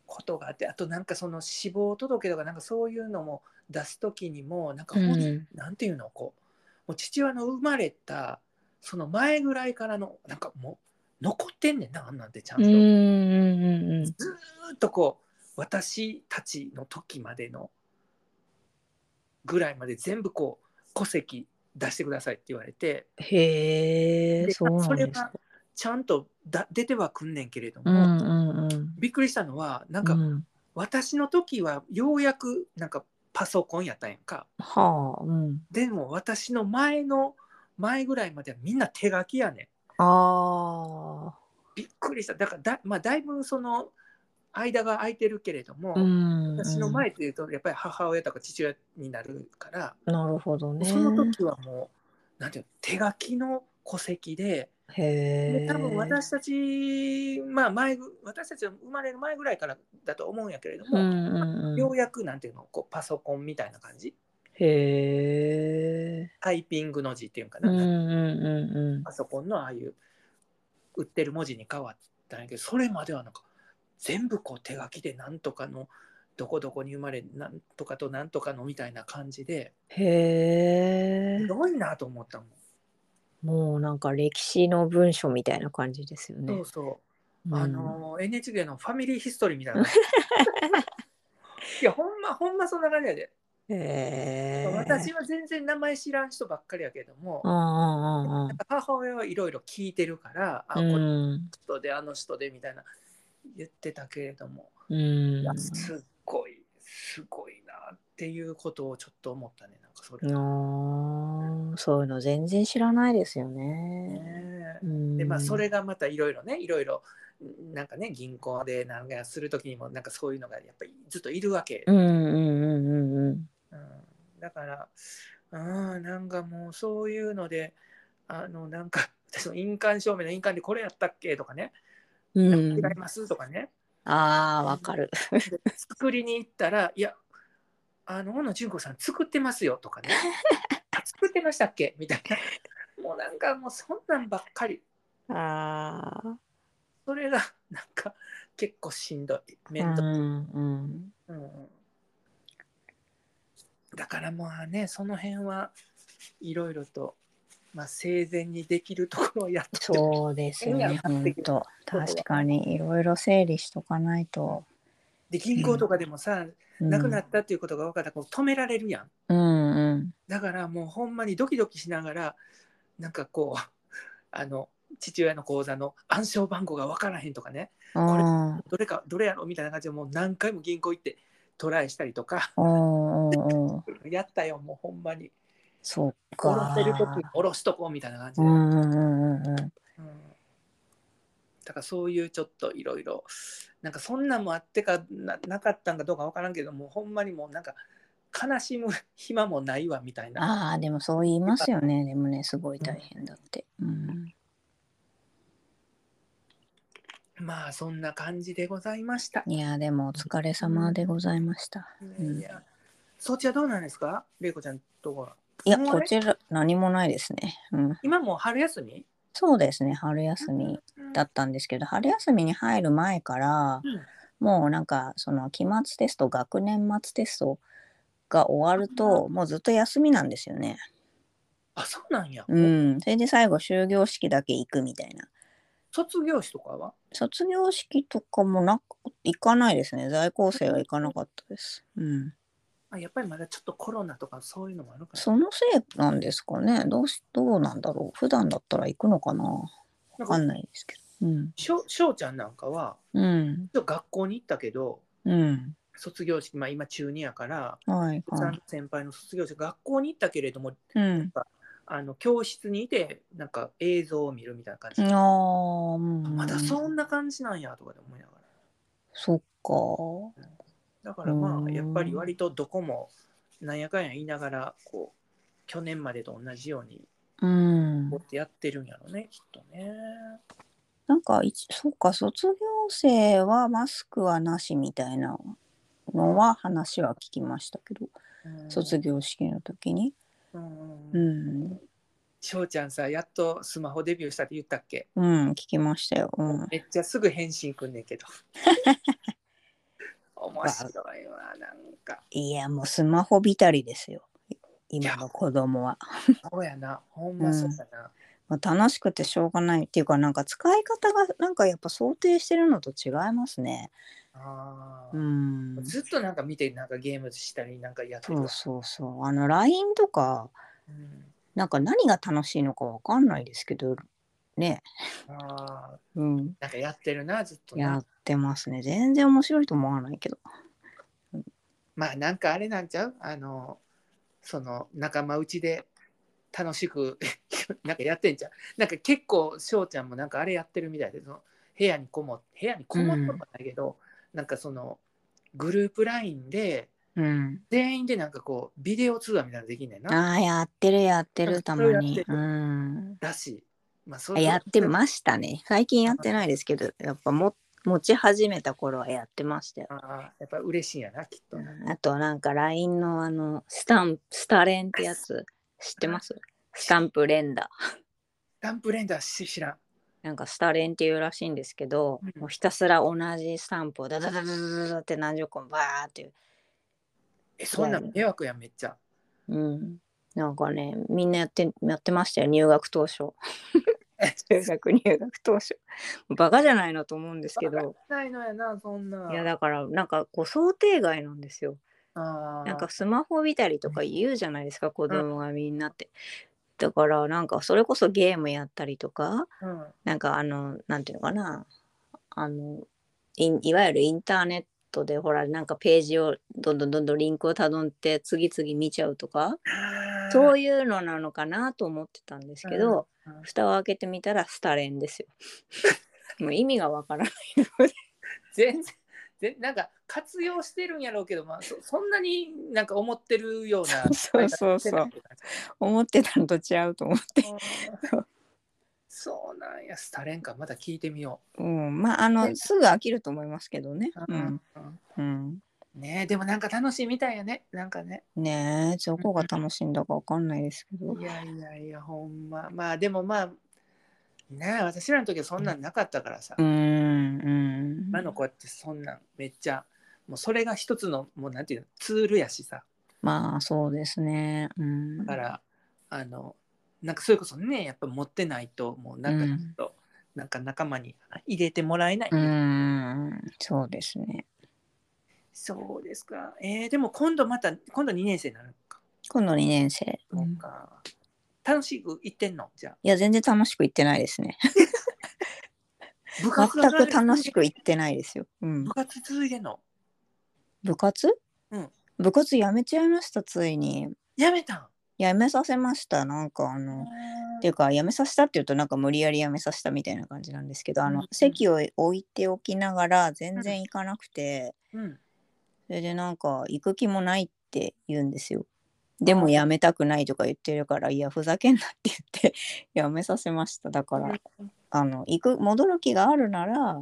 Speaker 2: ことがあってあとなんかその死亡届とかなんかそういうのも出す時にもなんか
Speaker 1: う
Speaker 2: ほん、
Speaker 1: ん、
Speaker 2: なんていうのこうもう父親の生まれたその前ぐらいからのなんかもう残ってんねんなあんなんてちゃん
Speaker 1: うん、
Speaker 2: と、
Speaker 1: うん
Speaker 2: ず
Speaker 1: うん、うん、
Speaker 2: っとこう私たちの時までのぐらいまで全部こう戸籍出してくださいって言われて
Speaker 1: へえ、
Speaker 2: で
Speaker 1: そうな
Speaker 2: そ
Speaker 1: ん
Speaker 2: れ
Speaker 1: です
Speaker 2: は
Speaker 1: か。
Speaker 2: ちゃんとだ出てはくんねんけれど
Speaker 1: う
Speaker 2: も、
Speaker 1: ん、うん、うん。
Speaker 2: びっくりしたのはなん
Speaker 1: う
Speaker 2: か、
Speaker 1: ん、
Speaker 2: 私の時はようやくなんかパソコンやったんやんか
Speaker 1: はあ、うん。
Speaker 2: でも私の前の前ぐらいまではみんな手書きやねん
Speaker 1: あ
Speaker 2: びっくりしただからだ,、まあ、だいぶその間が空いてるけれども、
Speaker 1: あ、うん。
Speaker 2: 私の前っていうとやっぱり母親とか父親になるから、
Speaker 1: うん。なるほどね。
Speaker 2: その時はもうなんていうの手書きの戸籍で
Speaker 1: へ
Speaker 2: で
Speaker 1: え。
Speaker 2: 多分私たち、まあ、前ぐ私たちが生まれる前ぐらいからだと思うんやけれど
Speaker 1: うん
Speaker 2: も、
Speaker 1: うん
Speaker 2: よ
Speaker 1: うん。
Speaker 2: うやくなんていうのこうパソコンみたいな感じ
Speaker 1: へえ。
Speaker 2: タイピングの字っていうんか
Speaker 1: う
Speaker 2: な、
Speaker 1: んうんうんうん。
Speaker 2: パソコンのああいう売ってる文字に変わったんやけどそれまではなんか全部こう手書きでなんとかのどこどこに生まれなんとかとなんとかのみたいな感じで
Speaker 1: へ
Speaker 2: す
Speaker 1: え。
Speaker 2: ごいなと思ったもん。
Speaker 1: もうなんか歴史の文書みたいな感じですよ
Speaker 2: そ
Speaker 1: ね
Speaker 2: う。そう
Speaker 1: うん
Speaker 2: あのー NHK の「ファミリーヒストリー」み たいな。いやほんま ほんまそんな感じやで。
Speaker 1: へえ。
Speaker 2: 私は全然名前知らん人ばっかりやけども
Speaker 1: うんうんうんうん。
Speaker 2: 母親はいろいろ聞いてるからあこ
Speaker 1: う
Speaker 2: の
Speaker 1: ん。
Speaker 2: 人であの人でみたいな言ってたけれども
Speaker 1: うん
Speaker 2: いやすっごいすごいなっていうことをちょっと思ったねなんかそれ。
Speaker 1: あーそういうの全然知らないですよね。
Speaker 2: ねえ
Speaker 1: で
Speaker 2: でまあそれがまたいろいろねいろいろなんかね銀行でなんかする時にもなんかそういうのがやっぱりずっといるわけ。
Speaker 1: うんうんうんうんうん。
Speaker 2: うんだから、うん、なんかもうそういうので、あの、なんか、私も印鑑証明の印鑑でこれやったっけとかね、
Speaker 1: うん
Speaker 2: 違い、ますとかね、
Speaker 1: ああわかる。
Speaker 2: 作りに行ったら、いや、あの、小野純子さん作ってますよとかね、あ作ってましたっけみたいな、もうなんかもうそんなんばっかり、
Speaker 1: ああ。
Speaker 2: それがなんか結構しんどい、
Speaker 1: う
Speaker 2: 面倒
Speaker 1: んうん。
Speaker 2: うんうんだからまあねその辺はいろいろと、まあ、生前にできるところをやっとって
Speaker 1: そうですよね。本当確かにいろいろ整理しとかないと。
Speaker 2: で銀行とかでもさ、
Speaker 1: うん
Speaker 2: 亡くなったっていうことが分かったらこう止められるや
Speaker 1: う
Speaker 2: ん
Speaker 1: んうん。
Speaker 2: だからもうほんまにドキドキしながらなんかこう あの父親の口座の暗証番号が分からへんとかね
Speaker 1: あ
Speaker 2: どれかどれやろみたいな感じでもう何回も銀行行ってトライしたりとか
Speaker 1: あ。うんうんうん。
Speaker 2: やったよもうほんまに
Speaker 1: そっ
Speaker 2: 下ろ
Speaker 1: か
Speaker 2: せ。る時に下ろしとこうみたいな感じ
Speaker 1: う
Speaker 2: で。
Speaker 1: んうんうんうん。
Speaker 2: うんだからそういうちょっといろいろなんかそんなんもあってかななかったんかどうかわからんけどもうほんまにもうなんか悲しむ暇もないわみたいな
Speaker 1: ああでもそう言いますよね。でもねすごい大変だって。うん。
Speaker 2: まあそんな感じでございました、
Speaker 1: いやでもお疲れ様でございました。ん
Speaker 2: いやそっちはどうなんですか玲子ちゃんとこはい
Speaker 1: や
Speaker 2: もうあ
Speaker 1: こ
Speaker 2: れ
Speaker 1: ちら何もないですね。うん。
Speaker 2: 今もう春休み
Speaker 1: そうですね春休みだったんですけど春休みに入る前から
Speaker 2: うん
Speaker 1: もうなんかその期末テスト学年末テストが終わるともうずっと休みなんですよね。
Speaker 2: あそうなんや、
Speaker 1: うん。それで最後終業式だけ行くみたいな。
Speaker 2: 卒業式とかは
Speaker 1: 卒業式とかもなく行かないですね。在校生は行かなかったです。うん。
Speaker 2: あやっぱりまだちょっとコロナとかそういうのもあるから
Speaker 1: そのせいなんですかね。どうしどうなんだろう。普段だったら行くのかな。
Speaker 2: な
Speaker 1: わ
Speaker 2: ん
Speaker 1: か
Speaker 2: か
Speaker 1: んないですけど。うん。
Speaker 2: しょしょうちゃんなんかは
Speaker 1: うん。
Speaker 2: ちょっと学校に行ったけど
Speaker 1: うん。
Speaker 2: 卒業式、まあ、今中2やから
Speaker 1: はい
Speaker 2: さ
Speaker 1: は
Speaker 2: ん
Speaker 1: い。
Speaker 2: 先輩の卒業生学校に行ったけれども
Speaker 1: うん。
Speaker 2: あの教室にいてなんか映像を見るみたいな感じ、
Speaker 1: ああ、うん
Speaker 2: まだそんな感じなんやとかで思いながら
Speaker 1: そっか。
Speaker 2: だからま
Speaker 1: う
Speaker 2: あ
Speaker 1: ん
Speaker 2: やっぱり割とどこもなんやかんや言いながらこう去年までと同じように
Speaker 1: うん
Speaker 2: こうや。ってやってるんやろねきっとね
Speaker 1: なんか一そうか卒業生はマスクはなしみたいなのは話は聞きましたけど、卒
Speaker 2: 業
Speaker 1: 業式の時に。うん。
Speaker 2: 翔ちゃんさやっとスマホデビューしたって言ったっけ
Speaker 1: うん、聞きましたよ。うん。
Speaker 2: めっちゃすぐ返信くんねん けど面白いわなんか
Speaker 1: いや、もうスマホびたりですよ。い今の子供は。
Speaker 2: そうやなほんまそうやな、
Speaker 1: まあ、楽しくてしょうがないっていうかなんか使い方がなんかやっぱ想定してるのと違いますね。
Speaker 2: あ
Speaker 1: う
Speaker 2: ー
Speaker 1: ん。
Speaker 2: ずっとなんか見てなんかゲームしたりなんかやってる
Speaker 1: そうそうそう。あの LINE とか
Speaker 2: うん
Speaker 1: なんか何が楽しいのかわかんないですけどね。
Speaker 2: あー
Speaker 1: うん。
Speaker 2: なんかやってるなずっと
Speaker 1: や
Speaker 2: な
Speaker 1: ってますね。全然面白いと思わないけど。
Speaker 2: まあなんかあれなんちゃうあのその仲間内で楽しく なんかやってんちゃうなんか結構翔ちゃんもなんかあれやってるみたいでその部屋にこも部屋にこもってもないけど、なんかそのグループラインで
Speaker 1: うん。
Speaker 2: 全員でなんかこうビデオ通話みたいなのできんねんな
Speaker 1: ああ、やってるやってる、たま
Speaker 2: やって
Speaker 1: に
Speaker 2: る。
Speaker 1: うん。
Speaker 2: らしいまあ、そう
Speaker 1: あ
Speaker 2: いう
Speaker 1: やってましたね。最近やってないですけど、やっぱも持ち始めた頃はやってましたよ。
Speaker 2: ああやっぱ嬉しいんやな、きっと。
Speaker 1: あとなんか LINE のあの、スタンプ、スタレンってやつ、知ってますスタンプ連打。
Speaker 2: ダンプレンダーし知らん。
Speaker 1: なんかスタレンっていうらしいんですけど、
Speaker 2: うん
Speaker 1: もうひたすら同じスタンプをダダダダダダダって何十個もバーっていう。
Speaker 2: え、そんなん迷惑やん、めっちゃ。
Speaker 1: うん。なんかね、みんなやって、やってましたよ、入学当初。中学入学当初。バカじゃないのと思うんですけど、
Speaker 2: ないのやな、そんな。
Speaker 1: いやだからなんかこう想定外なんですよ。
Speaker 2: あー
Speaker 1: なんかスマホ見たりとか言うじゃないですか、子供がみんなって。だからなんかそれこそゲームやったりとか、
Speaker 2: うん、
Speaker 1: なんかあの、なんていうのかな、あの、いいわゆるインターネットでほらなんかページをどんどんどんどんリンクをたどって次々見ちゃうとか
Speaker 2: そ
Speaker 1: そういうのなのかなと思ってたんですけど、
Speaker 2: うんうん
Speaker 1: 蓋を開けてみたらスタレンですよ もう意味がわからない
Speaker 2: 全然全なんか活用してるんやろうけど、まあ、そそんなになんか思ってるような
Speaker 1: そうそうそう
Speaker 2: あ
Speaker 1: 思ってたのと違うと思って
Speaker 2: ーそうなんやスタレンかまだ聞いてみよ
Speaker 1: うん、まああ
Speaker 2: ね
Speaker 1: のすぐ飽きると思いますけどね。
Speaker 2: う、
Speaker 1: うんうん、
Speaker 2: ねえでもなんか楽しいみたいやねなんかね
Speaker 1: ねえどこが楽しいんだかわかんないですけど
Speaker 2: い。やいやいやほんままあでもまあねえ私らの時はそんなんなかったからさ、
Speaker 1: うーんうん。
Speaker 2: 今の子ってそんなんめっちゃもうそれが一つのもうなんていうのツールやしさ
Speaker 1: まあそうですね。うん。
Speaker 2: だから、あのなんかそれこそねやっぱ持ってないともうなんかちょっと、なんか仲間に入れてもらえない、
Speaker 1: うーんそうですね。
Speaker 2: そうですかえーでも今度また今度2年生になるのか、
Speaker 1: 今度2年生。うん
Speaker 2: そうか楽しく行ってんのじゃあ
Speaker 1: いや全然楽しくいってないですね。全
Speaker 2: 部が
Speaker 1: く楽しくいってないですよ。うん
Speaker 2: 部。活続いてんの
Speaker 1: 部活？
Speaker 2: うん。
Speaker 1: 部活やめちゃいましたついに。
Speaker 2: やめたん
Speaker 1: やめさせましたなんかあの。っていうか辞めさせたっていうとなんか無理やり辞めさせたみたいな感じなんですけどあ
Speaker 2: う
Speaker 1: の
Speaker 2: ん
Speaker 1: 席を置いておきながら全
Speaker 2: う
Speaker 1: 然行かなくて
Speaker 2: うん
Speaker 1: それでなんか行く気もないって言うんですよでも辞めたくないとか言ってるからいやふざけんなって言って 辞めさせましただからあの行く戻る気があるなら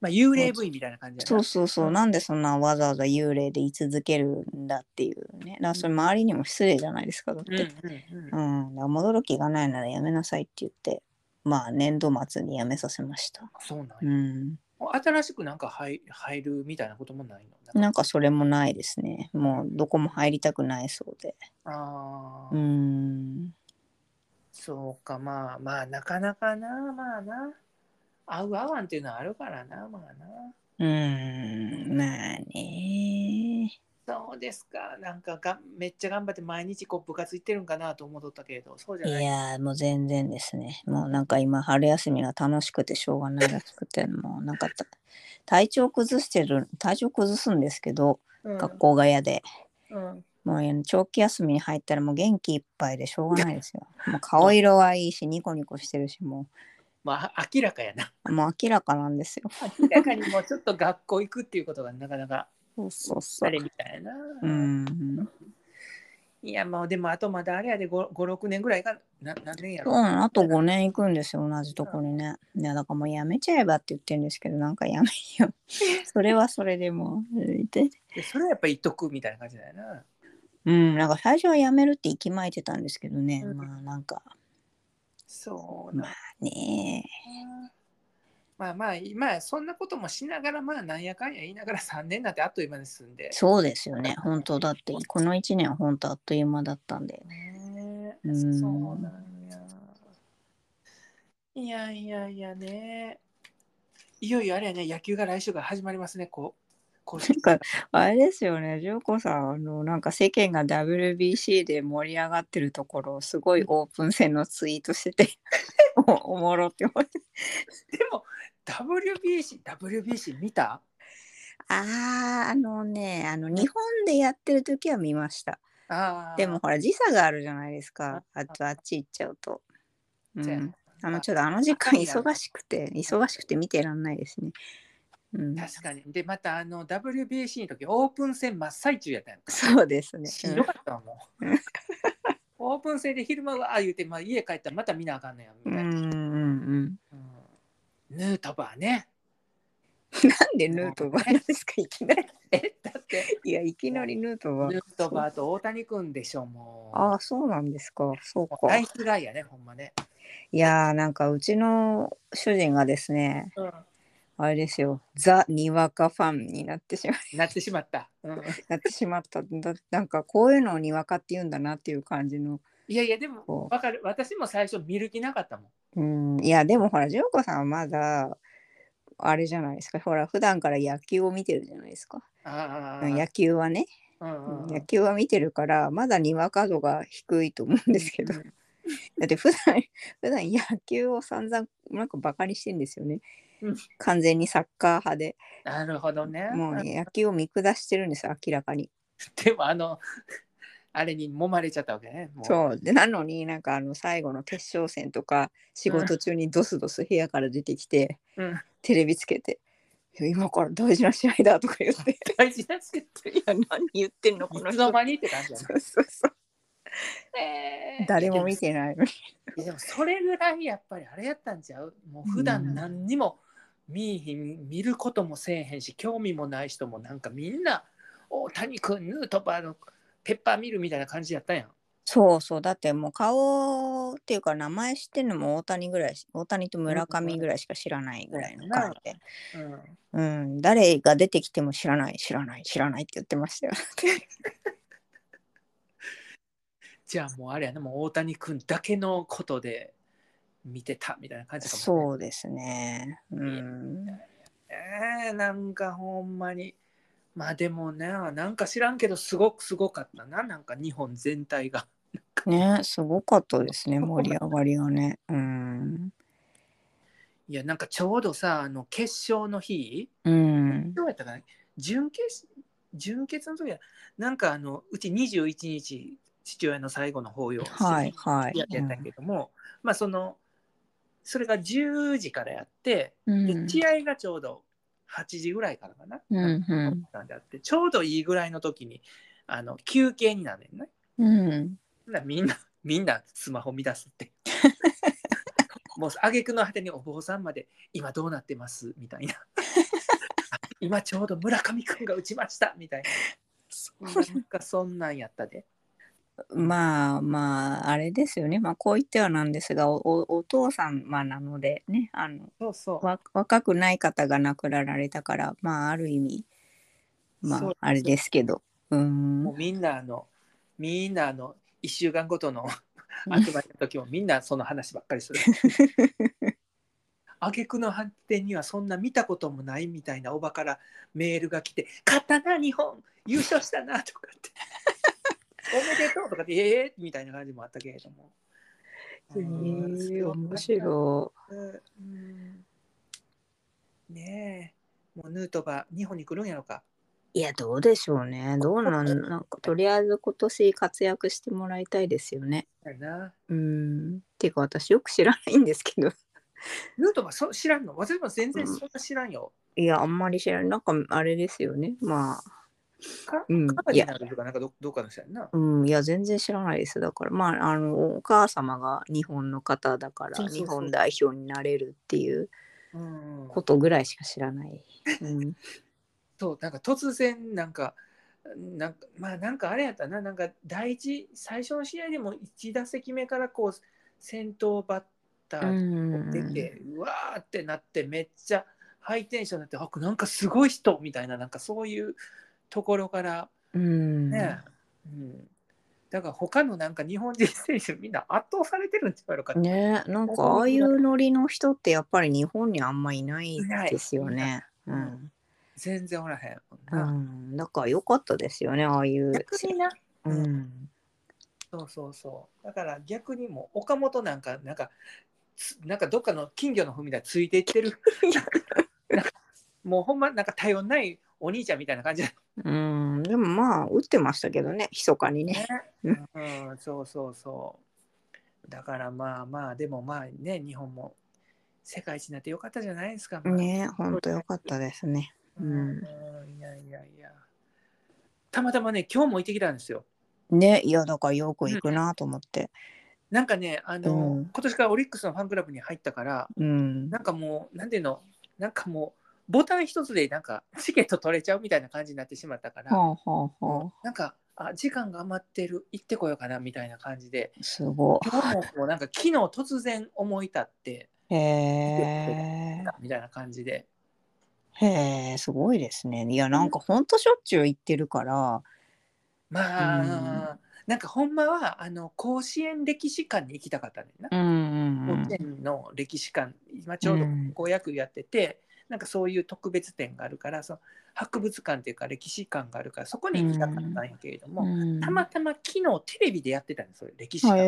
Speaker 2: まあ幽霊部員みたいな感じやな
Speaker 1: そうそうそううんなんでそんなわざわざ幽霊で居続けるんだっていうねだからそれ周りにも失礼じゃないですかだって
Speaker 2: うんうんうん
Speaker 1: うん、だから戻る気がないならやめなさいって言って、まあ年度末に辞めさせました。
Speaker 2: そうなんや
Speaker 1: うん。
Speaker 2: もう新しくなんか入入るみたいなこともないのなんか
Speaker 1: なんかそれもないですね。もうどこも入りたくないそうで。
Speaker 2: あー
Speaker 1: うん。
Speaker 2: そうか、まあまあ、なかなかな、まあな。合う合わんっていうのはあるからな、まあ
Speaker 1: うん、まあね。
Speaker 2: な。そうですか、なんかがめっちゃ頑張って毎日こう部活行ってるんかなと思っとったけれど、そうじゃ
Speaker 1: い
Speaker 2: ない。
Speaker 1: やーもう全然ですね。もうなんか今春休みが楽しくてしょうがないらしくて、もうなんかた体調崩してる、体調崩すんですけど、
Speaker 2: うん
Speaker 1: 学校が嫌で。
Speaker 2: うん
Speaker 1: もうね長期休みに入ったらもう元気いっぱいでしょうがないです よ。もう顔色はいいしニコニコしてるしも
Speaker 2: まあ、明らかやな。
Speaker 1: うもう明らかなんですよ。
Speaker 2: 明らかにもうちょっと学校行くっていうことがなかなか
Speaker 1: そうそうそ
Speaker 2: あ
Speaker 1: う
Speaker 2: れ。みたいな。
Speaker 1: うん。
Speaker 2: いや、まあ、でも、あとまだあれやで5、5 6年ぐらいかな、何年や
Speaker 1: そ
Speaker 2: ろ。
Speaker 1: うなのあと5年行くんですよ同じとこにね。いやだからもうやめちゃえばって言ってるんですけどなんかやめよ う。それはそれでもううんで
Speaker 2: でそれはやっぱり言っとくみたいな感じだよな。
Speaker 1: うんなんか最初はやめるって息巻いてたんですけどね、
Speaker 2: うん
Speaker 1: まあなんか
Speaker 2: そうなんや
Speaker 1: ね
Speaker 2: まあまあ今そんなこともしながらまあなんやかんや言いながら3年 なんてあっという間に進んで
Speaker 1: え。そうですよね本当だってこの1年は本当あっという間だったんで。
Speaker 2: ね
Speaker 1: う
Speaker 2: え
Speaker 1: ん
Speaker 2: そうなんや。いやいやいやね。いよいよあれやね野球が来週から始まりますねこう。 こう
Speaker 1: なんかあれですよね、純子さん、あの、なんか世間が WBC で盛り上がってるところをすごいオープン戦のツイートしてて、 おおもろって思って。
Speaker 2: でも WBC WBC 見た
Speaker 1: ああ、あのね、あの、日本でやってる時は見ました。
Speaker 2: あー
Speaker 1: でもほら、時差があるじゃないですか。あとあっち行っちゃうと。う
Speaker 2: そうや
Speaker 1: ん
Speaker 2: な、
Speaker 1: あの、ちょっとあの時間忙しくて、忙しくて見てらんないですね。うん。
Speaker 2: 確かにでまたあの WBC の時オープン戦真っ最中やったやん か。
Speaker 1: そうですね。
Speaker 2: しんどかったわも う。オープン戦で昼間はああ言うて、まあ、家帰ったらまた見なあかんねやみ
Speaker 1: う
Speaker 2: たいな。
Speaker 1: ん、うん、ううん。
Speaker 2: うんヌートバーね。
Speaker 1: なんでヌートバーなんですか、いきなり。
Speaker 2: えだって
Speaker 1: いや、いきなりヌートバ
Speaker 2: ヌ
Speaker 1: ー。
Speaker 2: ートバーと大谷君でしょもう。
Speaker 1: ああ、そうなんですか。そう
Speaker 2: も
Speaker 1: か
Speaker 2: う。ナイスガイやねほんまね。
Speaker 1: いやー、なんかうちの主人がですね、あれですよ、ザ・にわかファンになってしま
Speaker 2: なってしまった。うん
Speaker 1: なってしまっただなんかこういうのをにわかって言うんだなっていう感じの。
Speaker 2: いやいやでも
Speaker 1: そ
Speaker 2: わかる私も最初見る気なかったもん。
Speaker 1: うん、いや、でもほら、ジョーコさんはまだ、あれじゃないですか。ほら、普段から野球を見てるじゃないですか。
Speaker 2: ああ。
Speaker 1: 野球はね、
Speaker 2: うんうんうん
Speaker 1: 野球は見てるから、まだにわか度が低いと思うんですけど。
Speaker 2: う
Speaker 1: だ
Speaker 2: ん
Speaker 1: って普段、普段野球を散々、なんかバカにしてんですよね
Speaker 2: うん。
Speaker 1: 完全にサッカー派で。
Speaker 2: なるほどね。
Speaker 1: もう野球を見下してるんですよ明らかに。
Speaker 2: でもあの あれに揉まれちゃったわけね。もう
Speaker 1: そうでなのになんかあの最後の決勝戦とか仕事中にドスドス部屋から出てきて、
Speaker 2: うん
Speaker 1: テレビつけて「いや今から大事な試合だ」とか言って「
Speaker 2: 大事なしい
Speaker 1: いや何言ってんの この
Speaker 2: つ
Speaker 1: 人
Speaker 2: の」間にって感じだね
Speaker 1: そうそうそう
Speaker 2: えー
Speaker 1: 誰も見てないのに
Speaker 2: いやでもそれぐらいやっぱりあれやったんちゃうもう普段何にも見いひん見ることもせえへんし興味もない人もなんかみんな大谷君ヌートバーのペッパーミルみたいな感じやったやん。
Speaker 1: そうそうだってもう顔っていうか名前知ってるのも大谷ぐらいし大谷と村上ぐらいしか知らないぐらいの感じで、
Speaker 2: うん、
Speaker 1: うん、誰が出てきても知らない知らない知らないって言ってましたよ。
Speaker 2: じゃあもうあれやな、もう大谷君だけのことで見てたみたいな感じかも、
Speaker 1: そうですね。うん。
Speaker 2: えーなんかほんまに。まあでもね、なんか知らんけど、すごくすごかったな、なんか日本全体が。
Speaker 1: ね、すごかったですね、盛り上がりがね。うん。
Speaker 2: いや、なんかちょうどさ、あの決勝の日、
Speaker 1: うん。
Speaker 2: どうやったかな準決準決の時はなんかあのうち21日父親の最後の法要をして
Speaker 1: はい、はい。
Speaker 2: やってたけども、まあそのそれが10時からやって、
Speaker 1: うん。
Speaker 2: で試合がちょうど8時ぐらいからかな、
Speaker 1: うんうん
Speaker 2: なんであってちょうどいいぐらいの時にあの休憩になるねんね
Speaker 1: うん。
Speaker 2: ほんならみんなみんなスマホ見出すって もう挙句の果てにお坊さんまで今どうなってますみたい な今ちょうど村上君が打ちましたみたいななんかそんなんやったで。
Speaker 1: まあまあ、あれですよね。まあ、こう言ってはなんですが、おおお父さんまあなのでね、あの、
Speaker 2: そうそ
Speaker 1: わ若くない方が亡くなられたから、まあ、ある意味、ま
Speaker 2: そう
Speaker 1: あ、あれですけど。う
Speaker 2: も
Speaker 1: ん
Speaker 2: う。みんなあの、みんなあの、1週間ごとの集まりの時もみんなその話ばっかりする。挙句の発展にはそんな見たこともないみたいなおばからメールが来て「勝ったな日本優勝したな」とかって「おめでとう」とかって「ええみたいな感じもあったけれども。
Speaker 1: えー、面白
Speaker 2: うんねえもうヌートバー日本に来るんやろか。
Speaker 1: い。いや、どうでしょうね。どう なん、なんか、とりあえず今年活躍してもらいたいですよね。
Speaker 2: やな
Speaker 1: うん。ていうか私よく知らないんですけど。
Speaker 2: ヌートバーそ知らんの私も全然そんな知らんよ。
Speaker 1: いや、あんまり知らない。なんかあれですよね。まあ、
Speaker 2: か
Speaker 1: うん
Speaker 2: カ。ー
Speaker 1: い
Speaker 2: デ
Speaker 1: や、
Speaker 2: ィナルとかなんかどどっかの人やんな。
Speaker 1: うん、いや、全然知らないです。だから、まあ、あの、お母様が日本の方だから、
Speaker 2: そうそうそう
Speaker 1: 日本代表になれるっていう
Speaker 2: うん
Speaker 1: ことぐらいしか知ら ない。うん。
Speaker 2: そうなんか突然なんかなんかまあなんかあれやったななんか第一最初の試合でも1打席目からこう先頭バッタ
Speaker 1: う
Speaker 2: ー
Speaker 1: ん
Speaker 2: 出て、うわーってなってめっちゃハイテンションになってあなんかすごい人みたいななんかそういうところから
Speaker 1: うん。
Speaker 2: ね、うん、だから他のなんか日本人選手みんな圧倒されてるんちゃうやろかって
Speaker 1: ねなんかああいうノリの人ってやっぱり日本にあんまいないですよ
Speaker 2: いな
Speaker 1: ね。う
Speaker 2: ない
Speaker 1: ん、
Speaker 2: 全然おらへんもん
Speaker 1: う
Speaker 2: な。
Speaker 1: ん、だから良かったですよねああいう。
Speaker 2: 逆にな
Speaker 1: うん、
Speaker 2: そうそうそう。だから逆にもう岡本なんか、なんか、つなんかどっかの金魚の踏み台ついていって る。なんかなんかもうほんまなんか頼んないお兄ちゃんみたいな感じだ
Speaker 1: うん、でもまあ打ってましたけどね密かにね。
Speaker 2: ね。うん、そうそうそう。だからまあまあ、でもまあね、日本も世界一になってよかったじゃないですか。まあ
Speaker 1: ねほんとよかったですね。
Speaker 2: うん、いやいやいや。たまたまね、今日も行ってきたんですよ。
Speaker 1: ねいやだからよく行くなと思って。
Speaker 2: なんかね、あの、
Speaker 1: うん
Speaker 2: 今年からオリックスのファンクラブに入ったから、
Speaker 1: うん
Speaker 2: なんかもう、なんていうの、なんかもう、ボタン一つで、なんか、チケット取れちゃうみたいな感じになってしまったから、
Speaker 1: はあはあは
Speaker 2: なんか、あ時間が余ってる、行ってこようかなみたいな感じで、
Speaker 1: あすご
Speaker 2: 今日ももうなんか、昨日突然思い立って、
Speaker 1: いへえ
Speaker 2: みたいな感じで、
Speaker 1: へえすごいですねいやなんかほんとしょっちゅう行ってるから
Speaker 2: まあ、
Speaker 1: う
Speaker 2: なんか、ほんまは、あの、甲子園歴史館に行きたかったねんな。
Speaker 1: うんうんう
Speaker 2: 甲
Speaker 1: ん
Speaker 2: 子園の歴史館、今ちょうど
Speaker 1: うん
Speaker 2: 高野球やってて、なんかそういう特別展があるからその博物館っていうか歴史館があるからそこに行きたかったんやけれども、
Speaker 1: うん
Speaker 2: たまたま昨日テレビでやってたんですよ歴史館。
Speaker 1: へ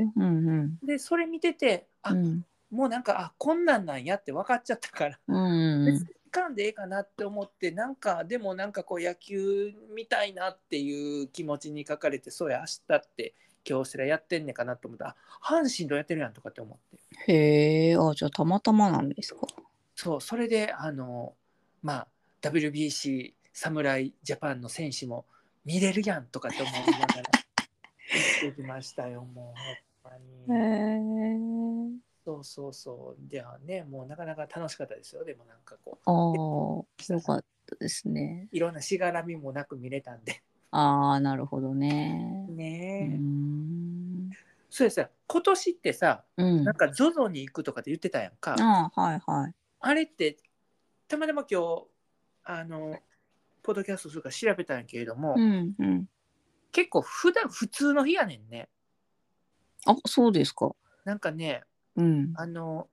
Speaker 1: えうんうん
Speaker 2: でそれ見ててあ、
Speaker 1: うん
Speaker 2: もうなんかあこんなんなんやって分かっちゃったから。
Speaker 1: うん
Speaker 2: 別に行かんでええかなって思ってなんかでもなんかこう野球みたいなっていう気持ちに書かれてそうや明日って京セラやってんねんかなと思ったらあ阪神とやってるやんとかって思って
Speaker 1: へえあじゃあたまたまなんですか
Speaker 2: そう、それで、あの、まあ、WBC 侍ジャパンの選手も見れるやんとかって思いながら行ってきましたよ、もう、ほん
Speaker 1: へ
Speaker 2: ま に。
Speaker 1: え
Speaker 2: そうそうそう。ではね、もうなかなか楽しかったですよ。でもなんかこ
Speaker 1: ああよかったですね
Speaker 2: う、いろんなしがらみもなく見れたんで。
Speaker 1: ああなるほどねう
Speaker 2: ねえ。
Speaker 1: ん
Speaker 2: そうですよ。今年ってさ、
Speaker 1: うん
Speaker 2: なんか ZOZO に行くとかって言ってたやんか。
Speaker 1: ああはいはい
Speaker 2: あれって、たまたま今日、あの、ポッドキャストするから調べたんやけれども、
Speaker 1: うんうん
Speaker 2: 結構普段普通の日やねんね。
Speaker 1: あそうですか
Speaker 2: なんかね、
Speaker 1: うん
Speaker 2: あの、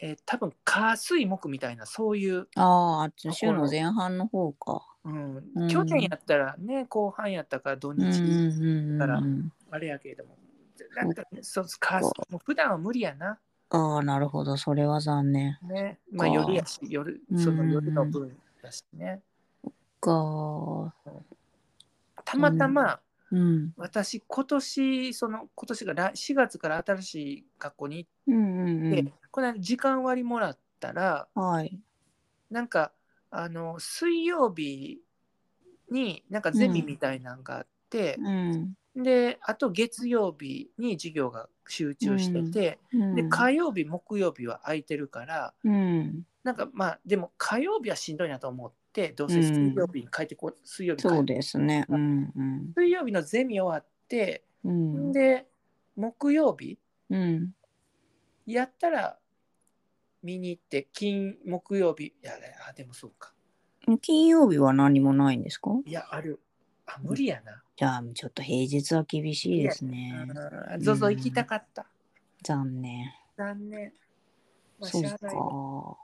Speaker 2: えー多分火水木みたいな、そういう、
Speaker 1: ああ週の前半の方か
Speaker 2: うん
Speaker 1: うん
Speaker 2: 去年やったらね、後半やったから土
Speaker 1: うんうん
Speaker 2: 日、
Speaker 1: うんうん
Speaker 2: あれやけれども、なんか、ね、そう火
Speaker 1: そ
Speaker 2: 水もう普段は無理やな、
Speaker 1: ああなるほどそれは残念
Speaker 2: ね。まあ
Speaker 1: か
Speaker 2: 夜やし、夜、その夜の分だしね。
Speaker 1: か
Speaker 2: たまたま、
Speaker 1: うん
Speaker 2: 私、今年、その、今年が来4月から新しい学校に行
Speaker 1: うんうん
Speaker 2: って、
Speaker 1: うん
Speaker 2: この間時間割もらったら、
Speaker 1: はい
Speaker 2: なんかあの水曜日になんかゼミみたいなんがあって、
Speaker 1: うん
Speaker 2: であと月曜日に授業が集中してて、
Speaker 1: うん
Speaker 2: で火曜日木曜日は空いてるから
Speaker 1: うん
Speaker 2: なんかまあでも火曜日はしんどいなと思ってどう
Speaker 1: うん
Speaker 2: せ水曜日に帰ってこ、水曜日帰
Speaker 1: そう
Speaker 2: って
Speaker 1: ですねうんうん
Speaker 2: 水曜日のゼミ終わって、
Speaker 1: うん
Speaker 2: で木曜日
Speaker 1: うん
Speaker 2: やったら見に行って金木曜日いやあでもそうか
Speaker 1: 金曜日は何もないんですか
Speaker 2: いやあるあ無理やな。
Speaker 1: じゃあちょっと平日は厳しいですね
Speaker 2: うんゾゾ行きたかった。
Speaker 1: 残念
Speaker 2: 残念。まあ
Speaker 1: そう
Speaker 2: し
Speaker 1: か
Speaker 2: ゃあないよ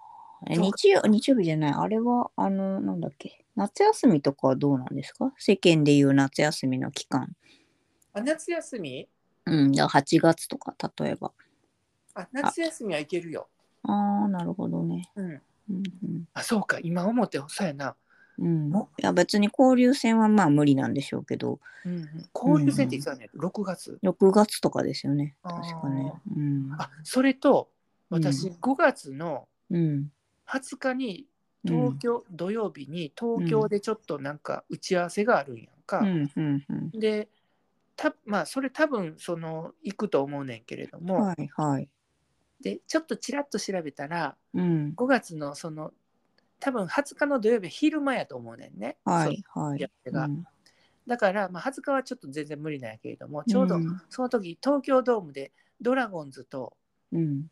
Speaker 1: え
Speaker 2: そう
Speaker 1: 日曜日曜日じゃないあれはあのなんだっけ夏休みとかはどうなんですか世間でいう夏休みの期間
Speaker 2: あ夏休み
Speaker 1: うんだから8月とか例えば
Speaker 2: あ夏休みは行けるよ。
Speaker 1: ああなるほどね
Speaker 2: うん。
Speaker 1: うん
Speaker 2: あそうか今思ってそうやな。
Speaker 1: うん、うん、い
Speaker 2: お
Speaker 1: や別に交流戦はまあ無理なんでしょうけど
Speaker 2: うんうん、交流戦っていつだね、6月。
Speaker 1: 6月とかですよね
Speaker 2: あー
Speaker 1: 確かねうん
Speaker 2: あそれと私
Speaker 1: う
Speaker 2: 5月の
Speaker 1: うん
Speaker 2: 20日に
Speaker 1: うん
Speaker 2: 東京、土曜日に東京でちょっとなんか打ち合わせがあるんやんか。
Speaker 1: うんうんうん
Speaker 2: でたまあそれ多分その行くと思うねんけれども、
Speaker 1: はいはい
Speaker 2: でちょっとちらっと調べたら
Speaker 1: うん
Speaker 2: 5月のその多分20日の土曜日は昼間やと思うねんね、
Speaker 1: はいは
Speaker 2: や
Speaker 1: い
Speaker 2: つが
Speaker 1: うん
Speaker 2: だから、まあ、20日はちょっと全然無理なんやけれどもちょうど
Speaker 1: うん
Speaker 2: その時東京ドームでドラゴンズと
Speaker 1: うん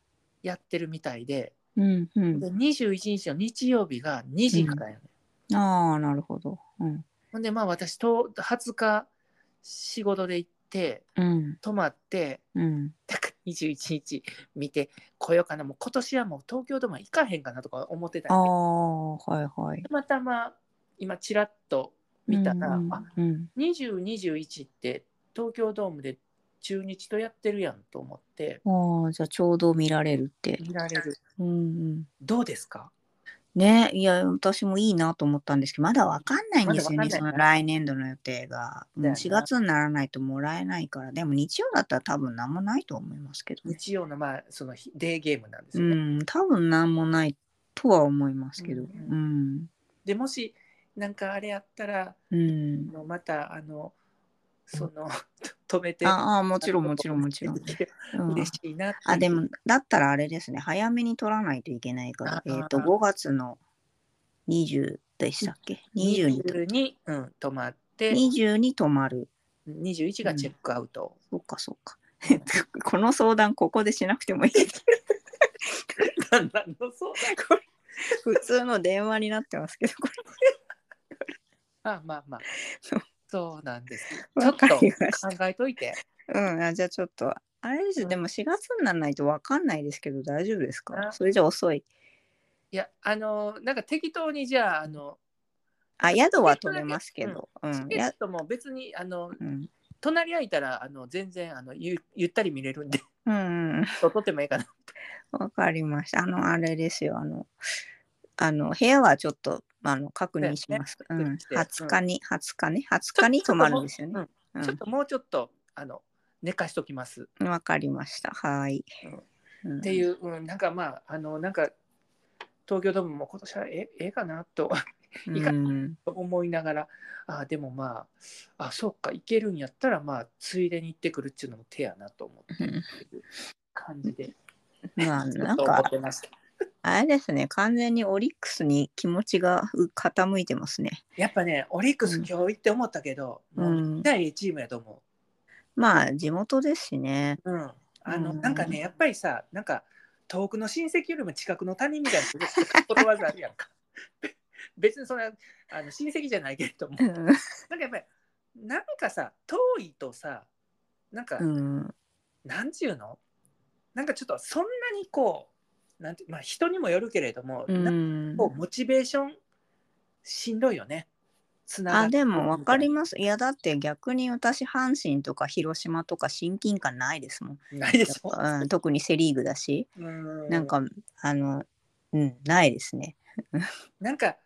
Speaker 2: やってるみたいで
Speaker 1: うんう
Speaker 2: で21日の日曜日が2時からやね、
Speaker 1: んああなるほどうん
Speaker 2: ほんでまあ私と20日仕事で行って
Speaker 1: うん
Speaker 2: 泊まって
Speaker 1: うん
Speaker 2: だから21日見てこようかなもう今年はもう東京ドームは行かへんかなとか思ってたん
Speaker 1: あ
Speaker 2: やけど
Speaker 1: あはいはい
Speaker 2: たまたま今ちらっと見たら、
Speaker 1: うん
Speaker 2: あ
Speaker 1: うん
Speaker 2: 20、21って東京ドームで中日とやってるやんと思って
Speaker 1: ああ、じゃあちょうど見られるって。
Speaker 2: 見られる。
Speaker 1: うんうん、
Speaker 2: どうですか
Speaker 1: ねいや私もいいなと思ったんですけどまだわかんないんですよ
Speaker 2: ま
Speaker 1: ね、
Speaker 2: だわ
Speaker 1: そ
Speaker 2: かんな
Speaker 1: の
Speaker 2: い
Speaker 1: 来年度の予定が。もう
Speaker 2: だよな
Speaker 1: 4月にならないともらえないからでも日曜だったら多分何もないと思いますけどね。
Speaker 2: 日曜のまあその日デーゲームなんです
Speaker 1: う
Speaker 2: よね。
Speaker 1: ん多分何もないとは思いますけど。
Speaker 2: う
Speaker 1: うんん
Speaker 2: でもしなんかあれやったら
Speaker 1: うん
Speaker 2: あのまたあのその止めて
Speaker 1: ああ、もちろんもちろんもちろん。うん
Speaker 2: 嬉しいなっていう
Speaker 1: あでもだったらあれですね早めに取らないといけないから
Speaker 2: あ、
Speaker 1: え
Speaker 2: ー
Speaker 1: っと5月の20でしたっけ22と
Speaker 2: 20に、うん、止まって
Speaker 1: 22泊まる
Speaker 2: 21がチェックアウト、
Speaker 1: そうかそうか この相談ここでしなくてもいい
Speaker 2: 何の相談
Speaker 1: 普通の電話になってますけ どこ
Speaker 2: ま あまあまあ
Speaker 1: そう
Speaker 2: そうなんですち
Speaker 1: れ
Speaker 2: ょ
Speaker 1: わ
Speaker 2: っと
Speaker 1: か
Speaker 2: 考
Speaker 1: りました
Speaker 2: えといて
Speaker 1: うんあじゃあちょっとあれです、
Speaker 2: うん
Speaker 1: でも4月にならないとわかんないですけど大丈夫です
Speaker 2: あ
Speaker 1: かそれじゃ遅い
Speaker 2: いやあのなんか適当にじゃああの
Speaker 1: あ宿は取れますけどうん、
Speaker 2: チケ
Speaker 1: や
Speaker 2: ットも別にあの
Speaker 1: うん
Speaker 2: 隣り合いたらあの全然あのゆゆったり見れるんで
Speaker 1: うんうん
Speaker 2: 取ってもいいかな
Speaker 1: わかりました。あの、あれですよ。あの、あの部屋はちょっとあの確認します。
Speaker 2: そうですね
Speaker 1: うん。20日に、20日ね、20日に
Speaker 2: ちょ
Speaker 1: 泊まるんですよね。う
Speaker 2: ちょっともうちょっとあの寝かしときます、
Speaker 1: ん。わかりました。はい。っ
Speaker 2: って
Speaker 1: う
Speaker 2: いう、うん、なんかまああのなんか東京ドームも今年はえええかなと
Speaker 1: ん。
Speaker 2: いか
Speaker 1: うん
Speaker 2: 思いながらあでもまああそうか行けるんやったらまあついでに行ってくるっていうのも手やなと思って感じで
Speaker 1: まあ、
Speaker 2: ちょ
Speaker 1: な
Speaker 2: っ
Speaker 1: ん
Speaker 2: と思っ
Speaker 1: か、
Speaker 2: てます
Speaker 1: あれですね、完全にオリックスに気持ちがう傾いてますね。
Speaker 2: やっぱねオリックス
Speaker 1: うん
Speaker 2: 今日行って思ったけど、
Speaker 1: う
Speaker 2: もうん1対1チームやと思
Speaker 1: まあ、地元ですしね。
Speaker 2: う、うん、あの、
Speaker 1: うん
Speaker 2: なんかねやっぱりさなんか遠くの親戚よりも近くの他人みたいなことわざあるやんか 別にそれはあの親戚じゃないけれども
Speaker 1: う
Speaker 2: なんか
Speaker 1: ん
Speaker 2: やっぱりなんかさ遠いとさなんか、
Speaker 1: うん。
Speaker 2: なんちゅうのなんかちょっとそんなにこうなんてまあ人にもよるけれども、
Speaker 1: う
Speaker 2: なんか
Speaker 1: ん。
Speaker 2: こうモチベーションしんどいよね。つなが
Speaker 1: あ
Speaker 2: って
Speaker 1: でも分かります。いやだって逆に私阪神とか広島とか親近感ないですもん。
Speaker 2: ないで
Speaker 1: やっ
Speaker 2: しょ。
Speaker 1: ぱうん、特にセ・リーグだし、
Speaker 2: う
Speaker 1: なんかあの、うん、ないですね。
Speaker 2: なんか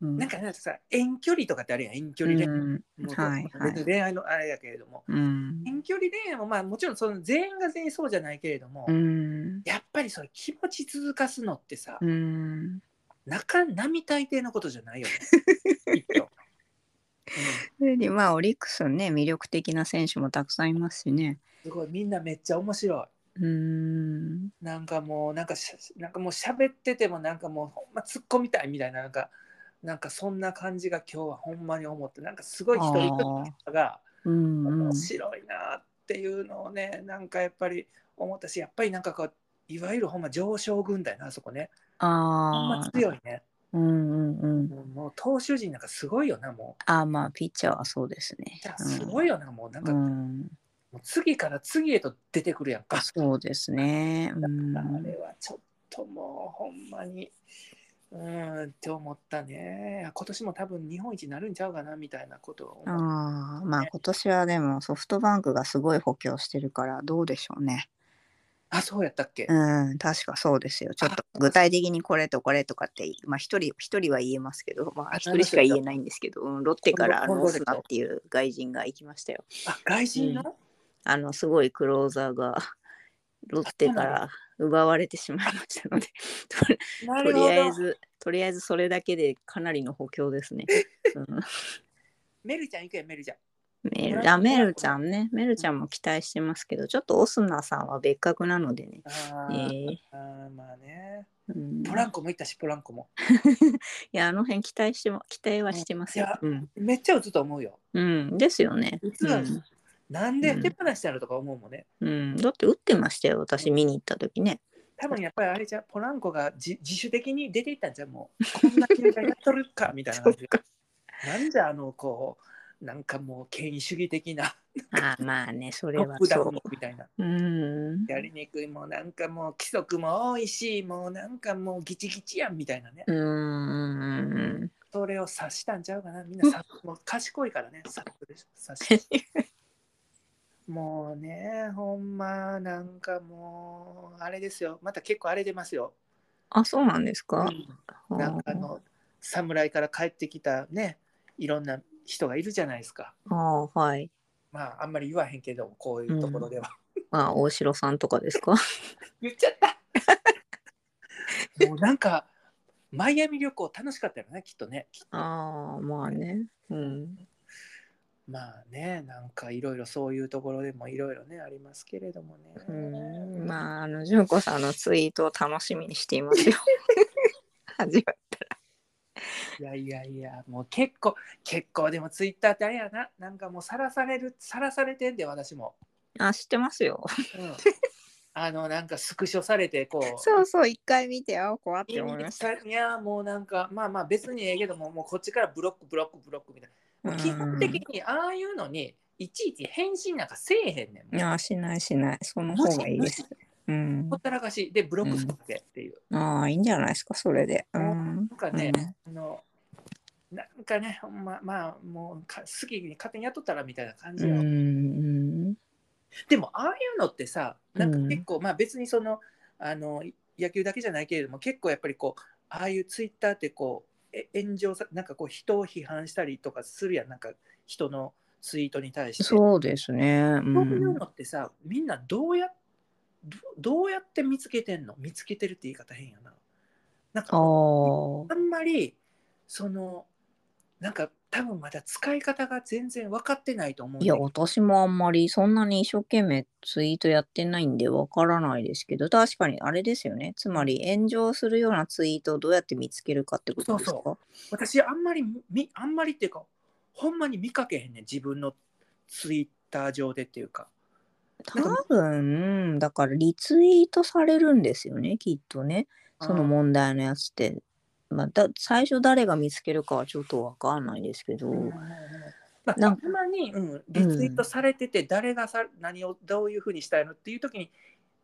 Speaker 1: うん、
Speaker 2: なんかなんかさ遠距離とかってあるやん遠距
Speaker 1: う
Speaker 2: 離恋愛。
Speaker 1: ん、
Speaker 2: もう
Speaker 1: はいはい
Speaker 2: 別に恋愛のあれやけれども
Speaker 1: うん、
Speaker 2: 遠距離恋愛もまあもちろんその全員が全員そうじゃないけれども、
Speaker 1: うん、
Speaker 2: やっぱりそれ気持ち続かすのってさ、
Speaker 1: うん、
Speaker 2: なか並大抵のことじゃないよ ね。きっとうん
Speaker 1: それでまあオリックスね魅力的な選手もたくさんいますしね。
Speaker 2: すごいみんなめっちゃ面白
Speaker 1: うん、
Speaker 2: いなんかもうなんかしゃなんかもう喋っててもなんかもうほんま突っ込みたいみたいななんかなんかそんな感じが今日はほんまに思ってなんかすごい一人一人が
Speaker 1: うん、うん
Speaker 2: 面、白いなっていうのをねなんかやっぱり思ったしやっぱりなんかこういわゆるほんま上昇軍団やなあそこねほん
Speaker 1: あ
Speaker 2: ま
Speaker 1: あ、
Speaker 2: 強いね
Speaker 1: うん、うん、うん。
Speaker 2: もうもう投手陣なんかすごいよなも
Speaker 1: あーまあピッチャーはそうですね
Speaker 2: うじゃ。あ
Speaker 1: うん
Speaker 2: すごいよなもうなんか
Speaker 1: う
Speaker 2: も
Speaker 1: ん、
Speaker 2: う次から次へと出てくるやんか
Speaker 1: そうですね。うん、
Speaker 2: あれはちょっともうほんまにうーんって思ったね今年も多分日本一になるんちゃうかなみたいなことを思っ
Speaker 1: ああまあ今年はでもソフトバンクがすごい補強してるからどうでしょうね。
Speaker 2: あそうやったっけ、
Speaker 1: うん確かそうですよ。ちょ っと具体的にこれとこれとかってまあ一人一人は言えますけどまあ一人しか言えないんですけど、うん、ロッテからあのオスナっていう外人が行きましたよ。
Speaker 2: あ外人の、
Speaker 1: うあのすごいクローザー がロッテから奪われてしまいましたので
Speaker 2: な
Speaker 1: と
Speaker 2: るほ
Speaker 1: りあえ
Speaker 2: ど
Speaker 1: ずとりあえずそれだけでかなりの補強です ね。うん
Speaker 2: メルちゃん行くやんメルちゃん
Speaker 1: メ
Speaker 2: ブラジ
Speaker 1: ル
Speaker 2: ル
Speaker 1: あメルちゃんね、メルちゃんも期待してますけど、ちょっとオスナさんは別格なのでね。
Speaker 2: あ
Speaker 1: え
Speaker 2: ー、
Speaker 1: ー
Speaker 2: あーまあね
Speaker 1: うん、い
Speaker 2: ポランコも行ったしポランコも
Speaker 1: や、あの辺期待しても、期待はしてますよ
Speaker 2: いや。
Speaker 1: うん、
Speaker 2: めっちゃ打つと思うよ
Speaker 1: うん、ですよね。
Speaker 2: 実は
Speaker 1: うん
Speaker 2: なんで
Speaker 1: うん
Speaker 2: 手放したのとか思うもんね、
Speaker 1: うん、だって打ってましたよ、私見に行った時ね。
Speaker 2: 多分やっぱりあれじゃうポランコが自自主的に出ていったんじゃうも うこんな球がやっとるかみたいな感じでなんじゃあのこうなんかもう権威主義的な
Speaker 1: ああ、まあね、それ
Speaker 2: ロ
Speaker 1: は
Speaker 2: ックダ
Speaker 1: そ
Speaker 2: ウ
Speaker 1: う
Speaker 2: ン。みたいな
Speaker 1: うん、
Speaker 2: やりにくいもうなんかもう規則も多いしもうなんかもうギチギチやんみたいなね
Speaker 1: うん、うん、
Speaker 2: それを察したんちゃうかなみんなさもう賢いからね察してもうねほんまなんかもうあれですよまた結構荒れてますよ、
Speaker 1: あ、そうなんですか。
Speaker 2: うんなんかあの侍から帰ってきたねいろんな人がいるじゃないですか
Speaker 1: ああ、はい。
Speaker 2: まああんまり言わへんけどこういうところでは、
Speaker 1: あ、大城さんとかですか。
Speaker 2: 言っちゃったもうなんかマイアミ旅行楽しかったよねきっとね
Speaker 1: ああ、まあね。うん。
Speaker 2: まあねなんかいろいろそういうところでもいろいろねありますけれどもね。
Speaker 1: うんまあ、あの、純子さんのツイートを楽しみにしていますよ。始ま
Speaker 2: いやいやいやもう結構結構でもツイッターってあれやななんかもうさらされるさらされてんで私も。
Speaker 1: あ、知ってますよ。
Speaker 2: うん、あのなんかスクショされてこう。
Speaker 1: そうそう、一回見て、あ、怖って思いました。
Speaker 2: いやもうなんかまあまあ別にええけどももうこっちからブロックブロックブロックみたいなもう基本的にああいうのにいちいち返信なんかせえへんねん
Speaker 1: い
Speaker 2: もう
Speaker 1: や、しないしない。その方がいいです。うん
Speaker 2: ほ。ったらかしでブロックするってっていう、
Speaker 1: ああ、いいんじゃないですか、それで。うん。
Speaker 2: なんかね、あのなんかねほんままあもうか好きに勝手にやっとったらみたいな感
Speaker 1: う
Speaker 2: じ
Speaker 1: ん。
Speaker 2: よ、
Speaker 1: うん。
Speaker 2: でもああいうのってさなんか結構、まあ別にそのあの野球だけじゃないけれども結構やっぱりこうああいうツイッターってこうえ炎上さなんかこう人を批判したりとかするやんなんか人のツイートに対して
Speaker 1: そうですね。う。
Speaker 2: そういうんのってさみんなどうやどどうやって見つけてんの見つけてるって言い方変やななんか
Speaker 1: ああ。
Speaker 2: あんまりそのなんか多分まだ使い方が全然分かってないと思うん
Speaker 1: い
Speaker 2: だ
Speaker 1: や、
Speaker 2: けど
Speaker 1: 私もあんまりそんなに一生懸命ツイートやってないんでわからないですけど、確かにあれですよね。つまり炎上するようなツイートをどうやって見つけるかってことですか
Speaker 2: そう私あんまりみあんまりっていうかほんまに見かけへんねん自分のツイッター上でっていうか
Speaker 1: 多分、だからリツイートされるんですよね、きっとね。その問題のやつって。まあ、だ最初誰が見つけるかはちょっとわかんないですけど。
Speaker 2: うんまあ、
Speaker 1: な
Speaker 2: た
Speaker 1: ん
Speaker 2: まに、うん、リツイートされてて、誰がさ何をどういうふうにしたいのっていう時に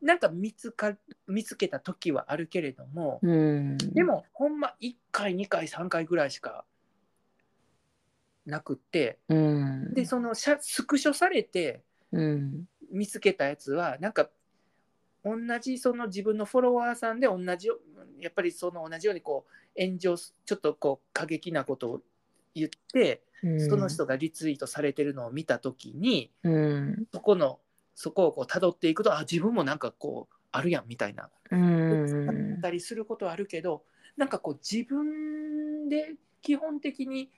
Speaker 2: なんか見つか見つけた時はあるけれども、
Speaker 1: うん。
Speaker 2: でもほんま1回2回3回ぐらいしかなくって
Speaker 1: うん。
Speaker 2: でそのシャスクショされて
Speaker 1: うん。
Speaker 2: 見つけたやつはなんか同じその自分のフォロワーさんで同じよやっぱりその同じようにこう炎上すちょっとこう過激なことを言って、
Speaker 1: うん
Speaker 2: その人がリツイートされてるのを見た時に
Speaker 1: うん。
Speaker 2: そこのそこをこう辿っていくとあ自分もなんかこうあるやんみたいな
Speaker 1: うん
Speaker 2: っ。たりすることはあるけどなんかこう自分で基本的に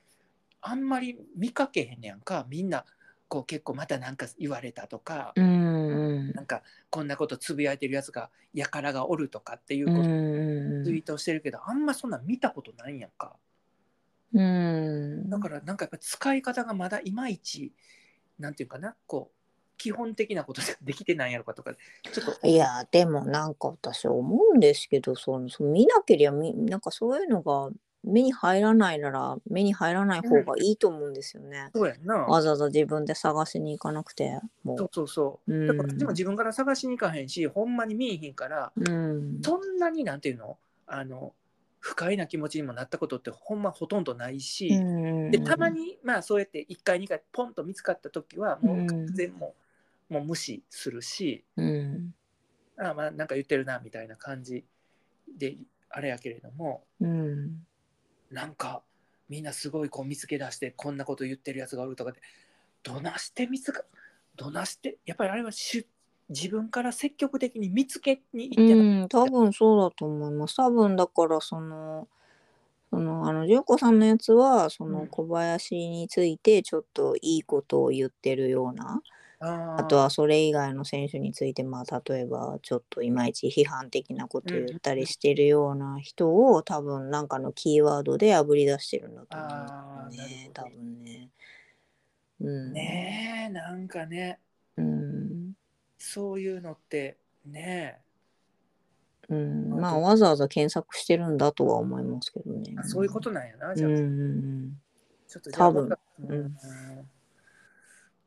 Speaker 2: あんまり見かけへんねやんかみんなこう結構またなんか言われたとか、
Speaker 1: うん。
Speaker 2: なんかこんなことつぶやいてるやつがやからがおるとかっていう
Speaker 1: う
Speaker 2: こと
Speaker 1: ん。
Speaker 2: ツイートしてるけど、あんまそんなん見たことないんやんか
Speaker 1: うん。
Speaker 2: だからなんかやっぱ使い方がまだいまいちなんていうかなこう基本的なことができてないんやろかとかちょっと
Speaker 1: いやでもなんか私思うんですけどそのその見なけりゃみなんかそういうのが目に入らないなら目に入らない方がいいと思うんですよね。
Speaker 2: そうやんな
Speaker 1: わざわざ自分で探しに行かなくても
Speaker 2: そう
Speaker 1: う。
Speaker 2: そうそう、
Speaker 1: うん
Speaker 2: だからこっちも自分から探しに行かへんしほんまに見えへんから
Speaker 1: うん、
Speaker 2: そんなになんていうのあの不快な気持ちにもなったことってほんまほとんどないし、
Speaker 1: うん
Speaker 2: でたまにまあそうやって1回2回ポンと見つかった時はも
Speaker 1: う
Speaker 2: うん完全もう,、もう無視するし
Speaker 1: うん
Speaker 2: ああまあなんか言ってるなみたいな感じであれやけれども
Speaker 1: うん
Speaker 2: なんかみんなすごいこう見つけ出してこんなこと言ってるやつがおるとかでどなして見つかどなしてやっぱりあれはし自分から積極的に見つけに行ってな
Speaker 1: うん、多分そうだと思います。多分だからその、その、あの、純子さんのやつは、そ
Speaker 2: うん
Speaker 1: の小林についてちょっといいことを言ってるような、
Speaker 2: あー
Speaker 1: あとはそれ以外の選手について、まあ、例えばちょっといまいち批判的なことを言ったりしてるような人を多分なんかのキーワードで炙り出してるんだと思うんですよね
Speaker 2: あーなるほど
Speaker 1: 多分ね。うん、
Speaker 2: ねえなんかね
Speaker 1: うん
Speaker 2: そういうのってね
Speaker 1: うん、まあわざわざ検索してるんだとは思いますけどね
Speaker 2: え。あそういうことなんやな、
Speaker 1: う
Speaker 2: じゃ
Speaker 1: ん
Speaker 2: あ
Speaker 1: うんうん
Speaker 2: ちょっとじゃあ
Speaker 1: 多分
Speaker 2: また
Speaker 1: ん
Speaker 2: うん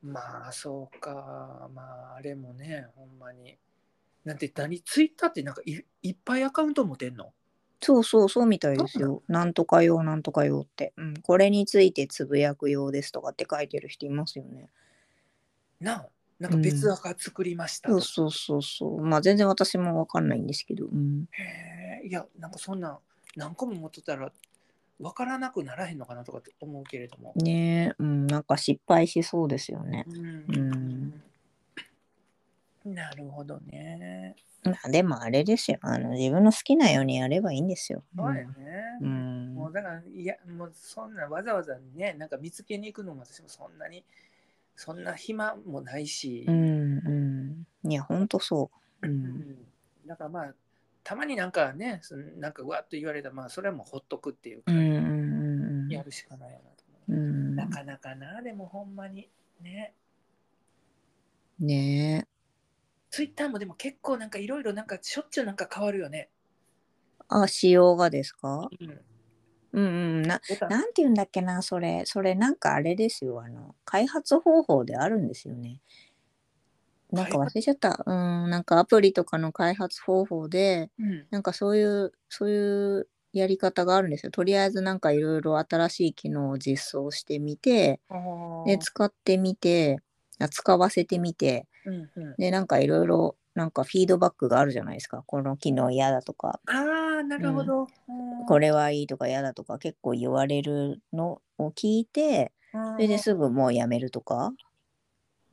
Speaker 2: まあそうかまああれもねほんまになんて何ツイッターってなんかいいっぱいアカウント持てんの
Speaker 1: そうそうそうみたいですよ。なんとか用なんとか用って、うん。これについてつぶやく用ですとかって書いてる人いますよね。
Speaker 2: なあなんか別アカ作りましたと
Speaker 1: そ
Speaker 2: か、
Speaker 1: うそうそうそう。まあ全然私もわかんないんですけど。うん。
Speaker 2: へえいやなんかそんなん何個も持っとったらわからなくならへんのかなとかって思うけれども、
Speaker 1: ねえ、うん、なんか失敗しそうですよね。
Speaker 2: うん
Speaker 1: うん
Speaker 2: なるほどね。
Speaker 1: まあでもあれですよあの自分の好きなようにやればいいんですよ。
Speaker 2: そうやね。
Speaker 1: うん
Speaker 2: もうだから、いや、もうそんなわざわざね、なんか見つけに行くのも私もそんなに、そんな暇もないし、
Speaker 1: うんうん、いやほんとそう。う
Speaker 2: うんんだからまあ、たまになんかね、そのなんかうわっと言われたら、まあ、それはもうほっとくっていう
Speaker 1: う
Speaker 2: か、
Speaker 1: んうんうん
Speaker 2: やるしかないよなと思
Speaker 1: う
Speaker 2: う。
Speaker 1: ん
Speaker 2: なかなかな、でもほんまに。ね。
Speaker 1: ねえ
Speaker 2: ツイッターもでも結構なんかいろいろなんかしょっちゅうなんか変わるよね。
Speaker 1: あ仕様がですか
Speaker 2: うん。
Speaker 1: うんうんな
Speaker 2: ボタン
Speaker 1: なんて言うんだっけなそれそれなんかあれですよあの開発方法であるんですよねなんか忘れちゃったうんなんかアプリとかの開発方法で
Speaker 2: うん。
Speaker 1: なんかそういうそういうやり方があるんですよとりあえずなんかいろいろ新しい機能を実装してみて
Speaker 2: あー
Speaker 1: で使ってみてあ使わせてみて
Speaker 2: うんうん、
Speaker 1: でなんかいろいろなんかフィードバックがあるじゃないですかこの機能嫌だとか
Speaker 2: ああ、なるほど。うん
Speaker 1: これはいいとか嫌だとか結構言われるのを聞いてそれですぐもうやめるとか、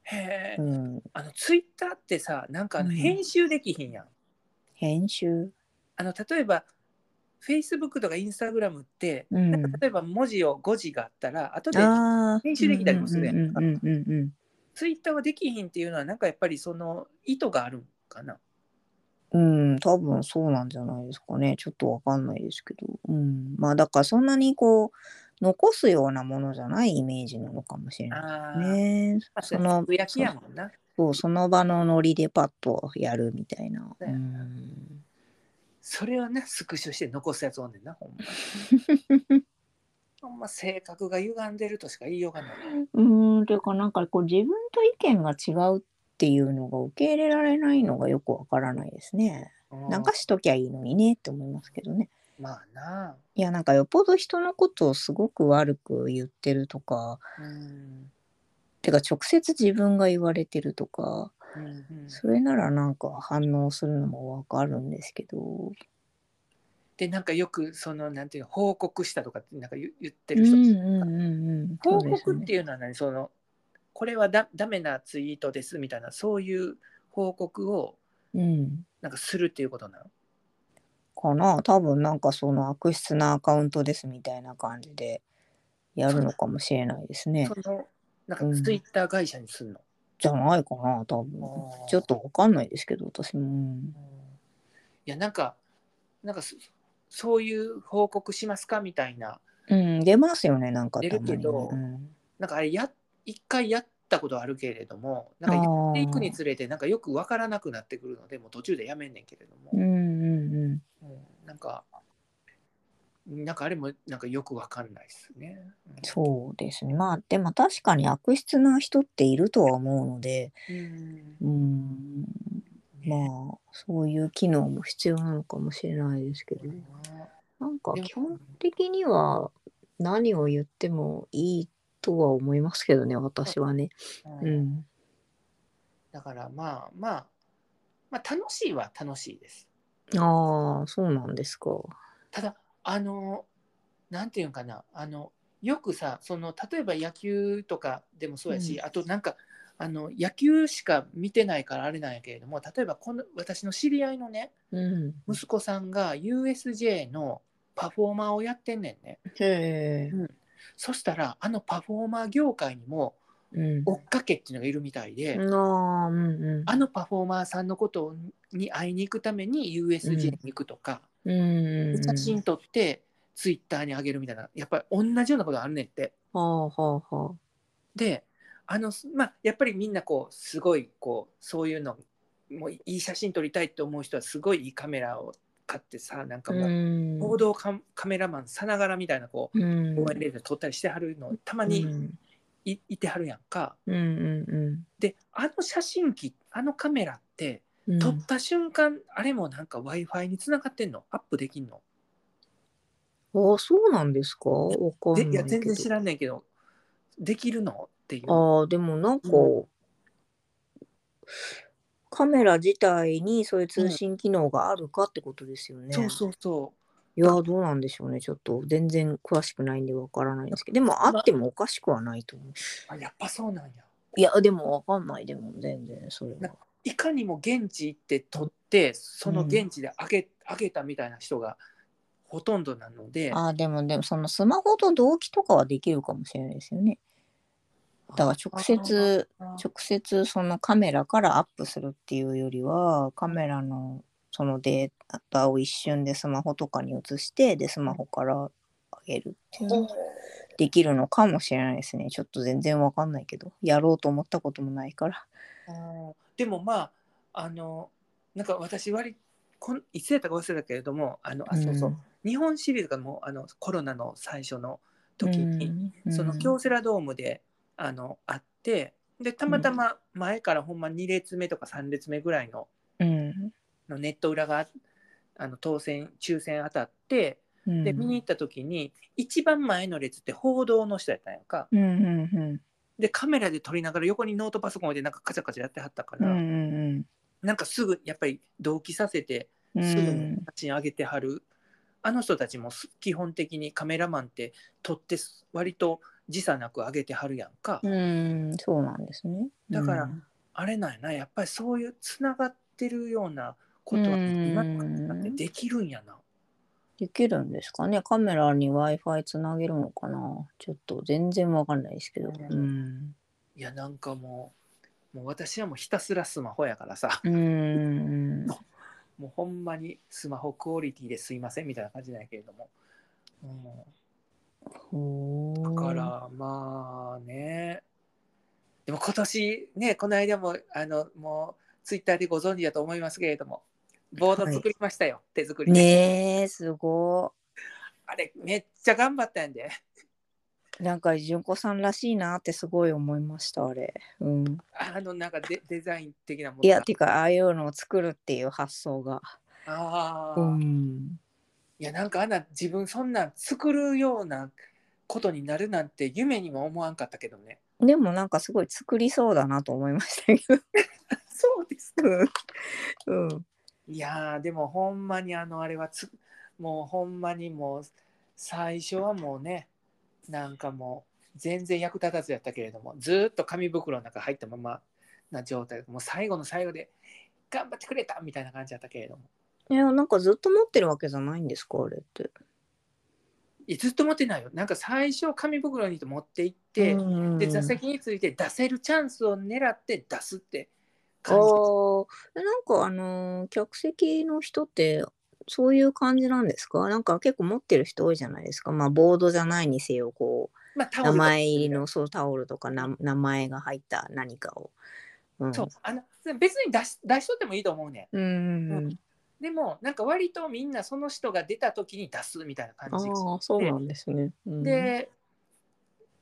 Speaker 2: へえ
Speaker 1: う。ん、
Speaker 2: あのツイッターってさ、なんかあの
Speaker 1: うん
Speaker 2: 編集できひんやん。
Speaker 1: 編集
Speaker 2: あの例えば、Facebook とか Instagram って、
Speaker 1: うん
Speaker 2: なんか例えば文字を5字があったら、後で
Speaker 1: あー
Speaker 2: 編集できたりもするやん
Speaker 1: うんうんうんうんうん
Speaker 2: ツイッターはできひんっていうのは、なんかやっぱりその意図があるんかな。
Speaker 1: うん、多分そうなんじゃないですかね。ちょっとわかんないですけど。うん。まあだからそんなにこう、残すようなものじゃないイメージなのかもしれな
Speaker 2: あ
Speaker 1: い
Speaker 2: あ、
Speaker 1: ね。
Speaker 2: そ
Speaker 1: そ
Speaker 2: の
Speaker 1: の
Speaker 2: つぶやきやもんな。
Speaker 1: そう、その場のノリでパッとやるみたいな。。
Speaker 2: そううやなんそれをね、スクショして残すやつおんねんな、 ほんま。ほんま性格が歪んでるとしか言いようがない。
Speaker 1: うーん、というかなんかこう自分と意見が違うっていうのが受け入れられないのがよくわからないですね。なんかしときゃいいのにねって思いますけどね。
Speaker 2: うんまあな。
Speaker 1: いや、なんかよっぽど人のことをすごく悪く言ってるとか、
Speaker 2: うん。
Speaker 1: てか直接自分が言われてるとか、
Speaker 2: うん うん
Speaker 1: それならなんか反応するのもわかるんですけど、
Speaker 2: でなんかよくそのなんていうの報告したとかってなんか言言って
Speaker 1: う
Speaker 2: る
Speaker 1: ん
Speaker 2: 人、
Speaker 1: うんうんうん、
Speaker 2: 報
Speaker 1: そう
Speaker 2: 告
Speaker 1: で
Speaker 2: っ
Speaker 1: す
Speaker 2: て
Speaker 1: ね
Speaker 2: いうのは何そのこれはだダメなツイートですみたいなそういう報告を
Speaker 1: うん、
Speaker 2: なんかするっていうことなの
Speaker 1: かな多分なんかその悪質なアカウントですみたいな感じでやるのかもしれないですね
Speaker 2: そ。のなんかツイッター会社にするの、
Speaker 1: じゃないかな多分。
Speaker 2: あー
Speaker 1: ちょっとわかんないですけど私も。うん
Speaker 2: うんいやなんかなんかそそういう報告しますかみたいな
Speaker 1: うん、出ますよねなんか
Speaker 2: 出るけど
Speaker 1: たまにね
Speaker 2: なんかあれや一回やったことあるけれどもなんかやっていくにつれてなんかよくわからなくなってくるのでもう途中でやめんねんけれども。
Speaker 1: うん、うんうんうん。
Speaker 2: うんなんか、なんかあれもなんかよくわかんないですね。
Speaker 1: そうですねまあでも確かに悪質な人っているとは思うので、
Speaker 2: うん
Speaker 1: うん、ま
Speaker 2: ね
Speaker 1: あそういう機能も必要なのかもしれないですけどなんか
Speaker 2: でも
Speaker 1: 基本的には何を言ってもいいとは思いますけどね私はね。
Speaker 2: うん
Speaker 1: うん、
Speaker 2: だからまあまあ、まあ、楽しいは楽しいです。
Speaker 1: ああそうなんですか。
Speaker 2: ただ、あの、なんていうんかな、あの、よくさ、その例えば野球とかでもそうやし、
Speaker 1: う
Speaker 2: あとなんか、あの野球しか見てないからあれなんやけれども例えばこの私の知り合いのね
Speaker 1: うん、
Speaker 2: 息子さんが USJ のパフォーマーをやってんねんね。
Speaker 1: へえ。
Speaker 2: そしたらあのパフォーマー業界にも
Speaker 1: うん、
Speaker 2: 追っかけっていうのがいるみたいで、
Speaker 1: ああうんうん
Speaker 2: あのパフォーマーさんのことに会いに行くために USJ に行くとか、
Speaker 1: うんうんうん。
Speaker 2: 写真撮ってツイッターに上げるみたいなやっぱり同じようなことあるねんって。
Speaker 1: はあはあはあ。
Speaker 2: であのまあやっぱりみんなこうすごいこうそういうのもういい写真撮りたいって思う人はすごいいいカメラを買ってさなんか
Speaker 1: う。
Speaker 2: もうん報道カカメラマンさながらみたいなこう
Speaker 1: うん。
Speaker 2: 応援レーダー撮ったりしてはるのたま
Speaker 1: う
Speaker 2: に
Speaker 1: ん
Speaker 2: い,、てはるやんか。
Speaker 1: うんうん
Speaker 2: であの写真機あのカメラって
Speaker 1: うん。
Speaker 2: 撮った瞬間、あれもなんか w i f i に繋がってんのアップできんの
Speaker 1: ああそうなんですか。わか
Speaker 2: で
Speaker 1: ん
Speaker 2: い
Speaker 1: な
Speaker 2: や
Speaker 1: いけ
Speaker 2: 全
Speaker 1: ど
Speaker 2: 然。知らんねんけどできるのっていう
Speaker 1: ああでもなんか、
Speaker 2: う
Speaker 1: カメラ自体にそういう通信機能があるかってことですよね。
Speaker 2: そうそうそ
Speaker 1: いやどうなんでしょうねちょっと全然詳しくないんでわからないですけどでもあってもおかしくはないと思う。
Speaker 2: うあやっぱそうなんや
Speaker 1: いやでもわかんないでも全然それは。
Speaker 2: いかにも現地行って撮ってその現地であげ,、あげたみたいな人がほとんどなので
Speaker 1: あーでもでもそのスマホと同期とかはできるかもしれないですよね。だから直接
Speaker 2: あ
Speaker 1: 直接そのカメラからアップするっていうよりはカメラのそのデータを一瞬でスマホとかに移してでスマホから上げるっていうのができるのかもしれないですねちょっと全然わかんないけどやろうと思ったこともないから
Speaker 2: うんでもまああのなんか私割りこんいつやったか忘れたけれどもあのあそうそう、日本シリーズがもうあのコロナの最初の 時に、その京セラドームであのあってでたまたま前からほんま2列目とか3列目ぐらいの
Speaker 1: 日、うん
Speaker 2: のネット裏があの当選抽選当たって
Speaker 1: うん、
Speaker 2: で見に行った時に一番前の列って報道の人やったんやんか
Speaker 1: うんうんうん
Speaker 2: でカメラで撮りながら横にノートパソコン置いてなんかカチャカチャやってはったか
Speaker 1: う
Speaker 2: ら、
Speaker 1: んうん
Speaker 2: なんかすぐやっぱり同期させて
Speaker 1: うん
Speaker 2: すぐに写真上げてはる、あの人たちもす基本的にカメラマンって撮ってす割と時差なく上げてはるやんか、
Speaker 1: うんそうなんですね
Speaker 2: だから
Speaker 1: うん
Speaker 2: あれなんやなやっぱりそういうつながってるようなことは
Speaker 1: うん
Speaker 2: 今の方ってできるんやな。
Speaker 1: できるんですかねカメラに Wi-Fi つなげるのかなちょっと全然わかんないですけど。う。
Speaker 2: うんいやなんかもうもう私はもうひたすらスマホやからさ
Speaker 1: うーん。
Speaker 2: もうほんまにスマホクオリティですいませんみたいな感じなんやけれども、う
Speaker 1: ほー
Speaker 2: ん、だか。らまあねでも今年ねこの間もあのもうツイッターでご存知だと思いますけれどもボード作りましたよ、手作りで、
Speaker 1: ねえ、すご
Speaker 2: あれめっちゃ頑張ったんで
Speaker 1: い。なんか純子さんらしいなってすごい思いましたあれ。うん。
Speaker 2: あのなんか デデザイン的なもの
Speaker 1: いや
Speaker 2: が
Speaker 1: てかああいうのを作るっていう発想が。
Speaker 2: ああ、
Speaker 1: うん。
Speaker 2: いやなんかあんな自分そんなん作るようなことになるなんて夢にも思わんかったけどね。
Speaker 1: でもなんかすごい作りそうだなと思いましたけど。
Speaker 2: そうです
Speaker 1: うん。うん。
Speaker 2: いやーでもほんまにあのあれはつもうほんまにもう最初はもうねなんかもう全然役立たずやったけれどもずーっと紙袋の中入ったままな状態もう最後の最後で頑張ってくれたみたいな感じやったけれども
Speaker 1: いやなんかずっと持ってるわけじゃないんですかあれって。
Speaker 2: いやずっと持ってないよなんか最初紙袋に持っていって、
Speaker 1: うん
Speaker 2: で座席について出せるチャンスを狙って出すって感じ
Speaker 1: おなんかあのー客席の人ってそういう感じなんですかなんか結構持ってる人多いじゃないですかまあボードじゃないにせよこ
Speaker 2: まあ、タ
Speaker 1: う名
Speaker 2: オルと
Speaker 1: 前入りのそうタオルとかな名前が入った何かを。うん、
Speaker 2: そうあの別に出し出しとってもいいと思うね
Speaker 1: うんうんうん。
Speaker 2: んでもなんか割とみんなその人が出た時に出すみたいな
Speaker 1: あ
Speaker 2: 感じ
Speaker 1: あそうなんですね。うん、
Speaker 2: で、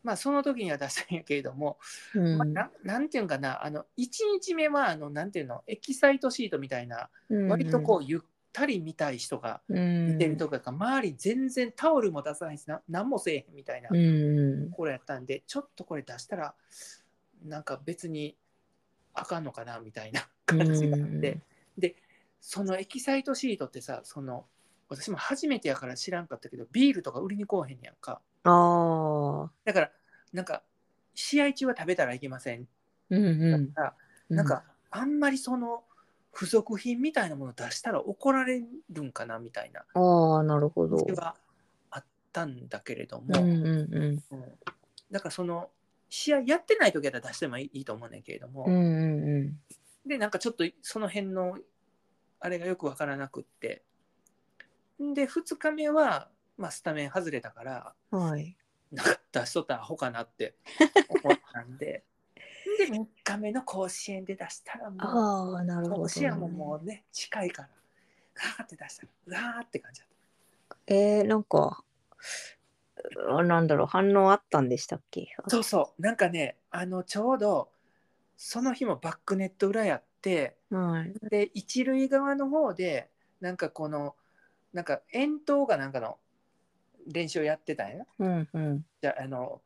Speaker 2: まあその時には出したんやけれども、
Speaker 1: うん
Speaker 2: まあ、ななんていうんかなあの1日目はあのなんていうのエキサイトシートみたいな割とこうゆったり見たい人が
Speaker 1: うんうん、
Speaker 2: 見てるとか、周り全然タオルも出さないしな何もせえへんみたいな
Speaker 1: うんうん
Speaker 2: これやったんでちょっとこれ出したらなんか別にあかんのかなみたいな感じがあって、
Speaker 1: うん
Speaker 2: でそのエキサイトシートってさその私も初めてやから知らんかったけどビールとか売りに来おへんやんか
Speaker 1: ああ。
Speaker 2: だからなんか試合中は食べたらいけません
Speaker 1: うん
Speaker 2: だ
Speaker 1: う
Speaker 2: か
Speaker 1: ん。
Speaker 2: ら、なんかあんまりその付属品みたいなもの出したら怒られるんかなみたいな
Speaker 1: うん。ああなるほど。
Speaker 2: 気はあったんだけれど
Speaker 1: う
Speaker 2: も、
Speaker 1: んうんうん。
Speaker 2: うんだからその試合やってない時だったら出してもいいと思うねんけれども、
Speaker 1: うんうんうん。
Speaker 2: でなんかちょっとその辺のあれがよくわからなくってで2日目は、まあ、スタメン外れたから
Speaker 1: はい。
Speaker 2: なんか出しとったらアホかなって思ったんでで3日目の甲子園で出したらも
Speaker 1: ああ、なる
Speaker 2: う
Speaker 1: ほ
Speaker 2: 甲子園
Speaker 1: ど、
Speaker 2: ももうね近いからガーって出したらガーって感じだった
Speaker 1: えー、なんか、あなんだろう、反応あったんでしたっけ
Speaker 2: そうそうなんかねあのちょうどその日もバックネット裏やって
Speaker 1: はい。
Speaker 2: で一塁側の方でなんかこのなんか遠投がなんかの練習をやってたんやな
Speaker 1: うんうん。
Speaker 2: じゃああの、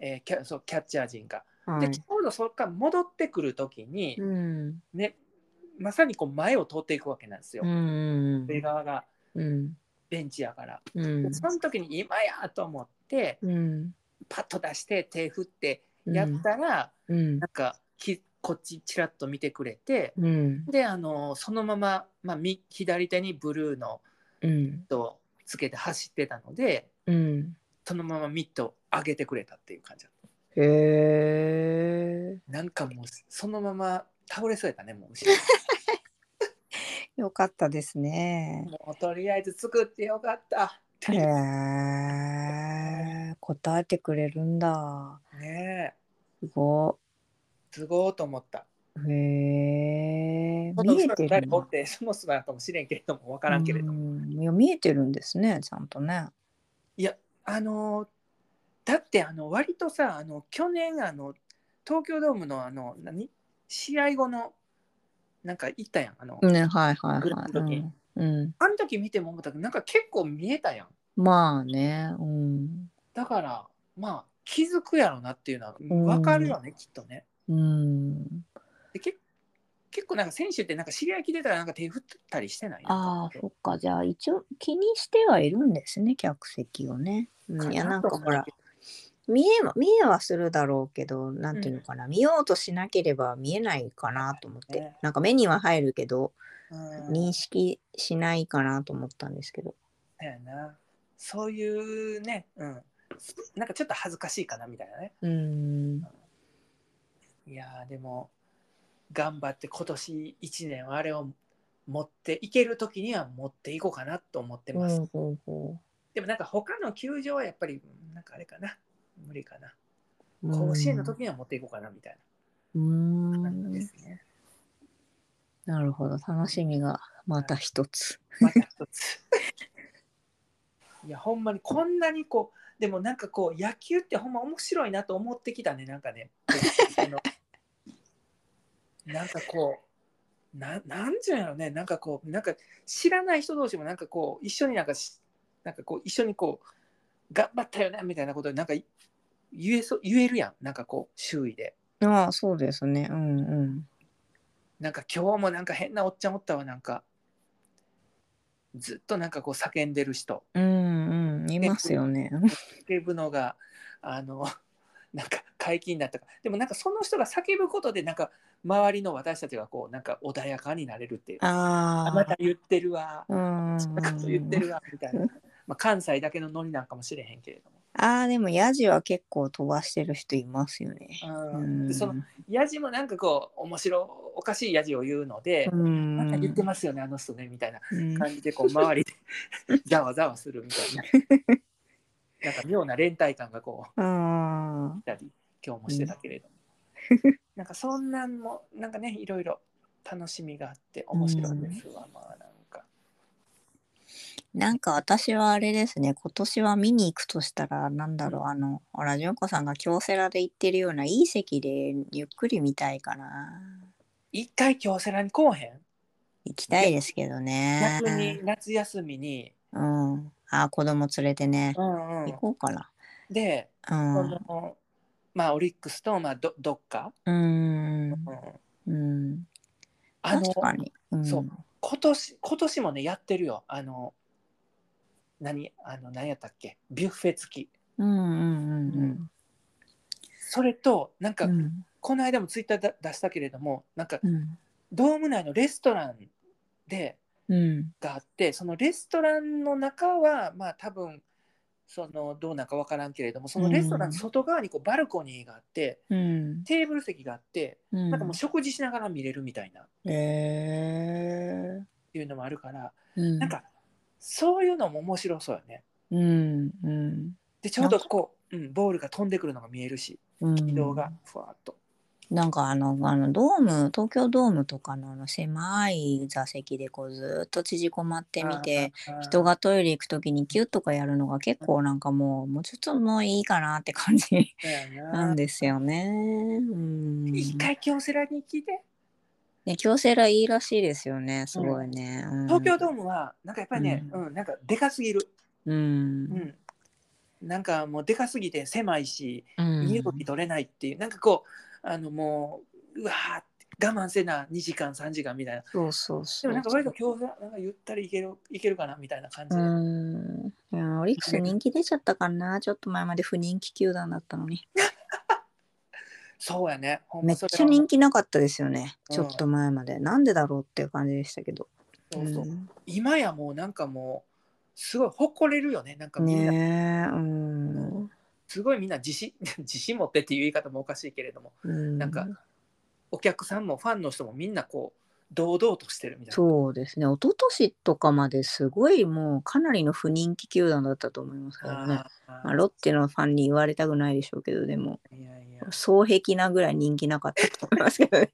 Speaker 2: えーキャそうキャッチャー陣が。
Speaker 1: は
Speaker 2: で
Speaker 1: い
Speaker 2: ち。ょうどそっから戻ってくる時に
Speaker 1: う、ん。
Speaker 2: ね、まさにこう前を通っていくわけなんですよ。
Speaker 1: うんうん
Speaker 2: 上側が
Speaker 1: うん。
Speaker 2: ベンチやから。
Speaker 1: うん
Speaker 2: でその時に今やと思って
Speaker 1: うん。
Speaker 2: パッと出して手振ってやったら、
Speaker 1: うん。
Speaker 2: なんかきこっちちらっと見てくれて
Speaker 1: うん
Speaker 2: であのそのまま、まあ、み左手にブルーの
Speaker 1: うん
Speaker 2: とつけて走ってたので
Speaker 1: うん
Speaker 2: そのままミットを上げてくれたっていう感じだっ
Speaker 1: へえ
Speaker 2: たなんかもうそのまま倒れそうやったねもう後ろ
Speaker 1: よかったです ね。
Speaker 2: もうとりあえず作ってよかったって
Speaker 1: へ
Speaker 2: いう
Speaker 1: え答えてくれるんだ。
Speaker 2: ねえ
Speaker 1: すご
Speaker 2: すごいと思った
Speaker 1: い。へえ
Speaker 2: その
Speaker 1: 見
Speaker 2: 後
Speaker 1: え
Speaker 2: ろ
Speaker 1: てる
Speaker 2: に誰
Speaker 1: ん
Speaker 2: お
Speaker 1: だ
Speaker 2: ってそもそもやかもしれんけれども分からんけれども、
Speaker 1: うんいや見えてるんですねちゃんとね。
Speaker 2: いやあのーだってあの割とさあの去年あの東京ドームのあの何試合後のなんか行ったやんあの、
Speaker 1: ねはいはい
Speaker 2: グラ
Speaker 1: は
Speaker 2: ウ
Speaker 1: い
Speaker 2: ン。ドに
Speaker 1: うんうん
Speaker 2: あの時見ても思ったけどなんか結構見えたやん
Speaker 1: まあね、うん、
Speaker 2: だからまあ気づくやろなっていうのは
Speaker 1: ん
Speaker 2: 分かるよね、きっとね
Speaker 1: うん、
Speaker 2: でけ結構なんか選手ってなんか知り合い来てたらなんか手振ったりしてない
Speaker 1: ああそっかじゃあ一応気にしてはいるんですね客席をね。うん、いやなんかほら見えは見えはするだろうけどなんていうのかな、見ようとしなければ見えないかなと思って、
Speaker 2: ね
Speaker 1: なんか目には入るけど
Speaker 2: うん
Speaker 1: 認識しないかなと思ったんですけど、
Speaker 2: だよなそういうね、うん、なんかちょっと恥ずかしいかなみたいなね
Speaker 1: うん、
Speaker 2: いやーでも頑張って今年1年はあれを持っていける時には持っていこうかなと思って
Speaker 1: う
Speaker 2: ます、
Speaker 1: んうんうん
Speaker 2: でもなんか他の球場はやっぱりなんかあれかな無理かな甲子園の時には持っていこうかなみたい
Speaker 1: うん
Speaker 2: な感じですね、
Speaker 1: なるほど楽しみがまた一つ。
Speaker 2: また一ついやほんまにこんなにこうでもなんかこう野球ってほんま面白いなと思ってきたねなんかねあのなんかこうななんていうんやろねなんかこうなんか知らない人同士もなんかこう一緒になんかしなんかこう一緒にこう頑張ったよねみたいなことでなんかい言えそう言えるやんなんかこう周囲で
Speaker 1: ああそうですねうんうん。
Speaker 2: なんか今日もなんか変なおっちゃんおったわなんかずっとなんかこう叫んでる人
Speaker 1: うんうん、いますよね。
Speaker 2: 叫ぶのがあの なんか解禁になったかでもなんかその人が叫ぶことでなんか周りの私たちがこうなんか穏やかになれるっていう
Speaker 1: あ
Speaker 2: あまた言ってるわ
Speaker 1: あ、うん。
Speaker 2: そんなこと言ってるわみたいな、まあ、関西だけのノリなんかもしれへんけれども
Speaker 1: ああ、でもヤジは結構飛ばしてる人いますよね。
Speaker 2: う
Speaker 1: うんん。
Speaker 2: でそのヤジもなんかこう面白おかしいヤジを言うので
Speaker 1: う、ん。
Speaker 2: なんか言ってますよねあの人ねみたいな
Speaker 1: うん
Speaker 2: 感じでこう周り でざわざわするみたいな。なんか妙な連帯感がこう
Speaker 1: あ
Speaker 2: たり今日もしてたけれども、なんかそんなんもなんかねいろいろ楽しみがあって面白いですわ、まあなんか
Speaker 1: ーなんか私はあれですね今年は見に行くとしたらなんだろう、あのほら純子さんが京セラで行ってるようないい席でゆっくり見たいかな
Speaker 2: 一回京セラに来おへん
Speaker 1: 行きたいですけどね
Speaker 2: 逆に夏休みに、
Speaker 1: うんあー子供連れてね、
Speaker 2: うんうん
Speaker 1: 行こうかな
Speaker 2: で、
Speaker 1: うん
Speaker 2: そのまあオリックスとまあどどっか、
Speaker 1: うんうん
Speaker 2: あの
Speaker 1: 確かに、うん、
Speaker 2: そう今年今年もねやってるよあの何あの何やったっけビュッフェ付き
Speaker 1: うんうんうん
Speaker 2: それとなん
Speaker 1: う
Speaker 2: か、
Speaker 1: ん
Speaker 2: この間もツイッターだ出したけれどもなんか
Speaker 1: うん
Speaker 2: ドーム内のレストランで
Speaker 1: うん
Speaker 2: があってそのレストランの中はまあ多分そのどうなんか分からんけれどもそのレストランの外側にこうバルコニーがあって、
Speaker 1: うん
Speaker 2: テーブル席があって
Speaker 1: うん
Speaker 2: なんかもう食事しながら見れるみたいなっ
Speaker 1: へえ
Speaker 2: ていうのもあるから、
Speaker 1: な
Speaker 2: なんかそういうのも面白そうよね。
Speaker 1: うんうん
Speaker 2: でちょうどこう、うん、ボールが飛んでくるのが見えるし
Speaker 1: うん
Speaker 2: 軌道がふわっと。
Speaker 1: なんかあのあのドーム東京ドームとかのあの狭い座席でこうずっと縮こまってみて
Speaker 2: あー
Speaker 1: 人がトイレ行く時にキュッとかやるのが結構なんかもうもうちょっともういいかなって感じ
Speaker 2: そうやな
Speaker 1: なんですよね。うん、
Speaker 2: 一回京セラに聞いて
Speaker 1: ね京セラいいらしいですよねすごいね。うん
Speaker 2: 東京ドームはなんかやっぱりね、
Speaker 1: う
Speaker 2: うんなんかでかすぎる。
Speaker 1: うん
Speaker 2: うん、なんかもうでかすぎて狭いし
Speaker 1: うん
Speaker 2: 身動き取れないっていう、なんかこうあのもううわーって我慢せな2時間3時間みたいな
Speaker 1: そうそう
Speaker 2: で
Speaker 1: そう。
Speaker 2: もなんか割と今日なんかゆったりいけるいけるかなみたいな感じ
Speaker 1: う
Speaker 2: で、
Speaker 1: ん。いやオリックス人気出ちゃったかな。ちょっと前まで不人気球団だったのに。
Speaker 2: そうやね。ほん
Speaker 1: め
Speaker 2: ま
Speaker 1: っ
Speaker 2: それ
Speaker 1: ちゃ
Speaker 2: は
Speaker 1: 人気なかったですよね、
Speaker 2: うん
Speaker 1: ちょっと前までなんでだろうっていう感じでしたけど
Speaker 2: そうそう
Speaker 1: うん
Speaker 2: 今やもうなんかもう、すごい誇れるよね。なんかみんな、
Speaker 1: ねえうん、
Speaker 2: すごいみんな自信、 自信持ってっていう言い方もおかしいけれども、
Speaker 1: うん、
Speaker 2: なんかお客さんもファンの人もみんなこう、堂々としてるみたいな。
Speaker 1: そうですね一昨年とかまですごいもうかなりの不人気球団だったと思いますからね
Speaker 2: あー
Speaker 1: まあ、ロッテのファンに言われたくないでしょうけどでも
Speaker 2: いやいや。
Speaker 1: 双璧なぐらい人気なかったと思いますけどね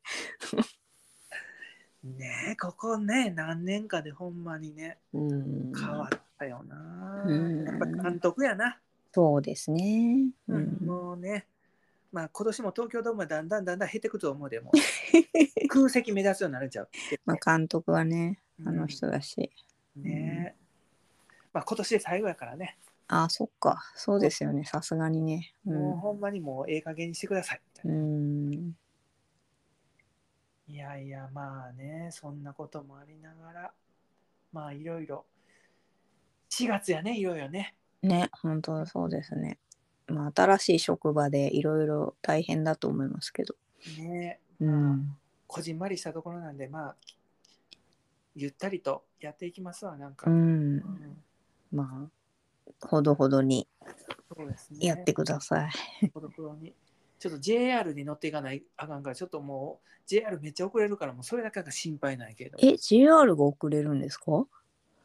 Speaker 2: ねえ、ここね、何年かでほんまにね、
Speaker 1: うん
Speaker 2: 変わったよな。
Speaker 1: うん
Speaker 2: やっぱ監督やな。
Speaker 1: そうですね、うん、
Speaker 2: もうね、まあ今年も東京ドームはだんだんだんだん減ってくると思うで、も う空席目指すようになるんちゃう。
Speaker 1: まあ監督はねあの
Speaker 2: う
Speaker 1: 人だし、
Speaker 2: んねえ。まあ今年で最後やからね、
Speaker 1: あそっかそうですよねさすがにねう、
Speaker 2: もうんほんまにもうええ加減にしてください。みたいな
Speaker 1: うん、
Speaker 2: いやいや、まあね、そんなこともありながら、まあいろいろ、4月やね、いろいろね。
Speaker 1: ね本当そうですねまあ新しい職場でいろいろ大変だと思いますけど
Speaker 2: ねえ、
Speaker 1: う
Speaker 2: まあ
Speaker 1: ん
Speaker 2: こじんまりしたところなんで、まあ、ゆったりとやっていきますわ、なんか。
Speaker 1: う
Speaker 2: うんん
Speaker 1: まあほどほどに
Speaker 2: そうですね。
Speaker 1: やってください、
Speaker 2: ほどほどに。ちょっと JR に乗っていかないあかんから、ちょっともう JR めっちゃ遅れるから、もうそれだけが心配ないけど。
Speaker 1: え JR が遅れるんですか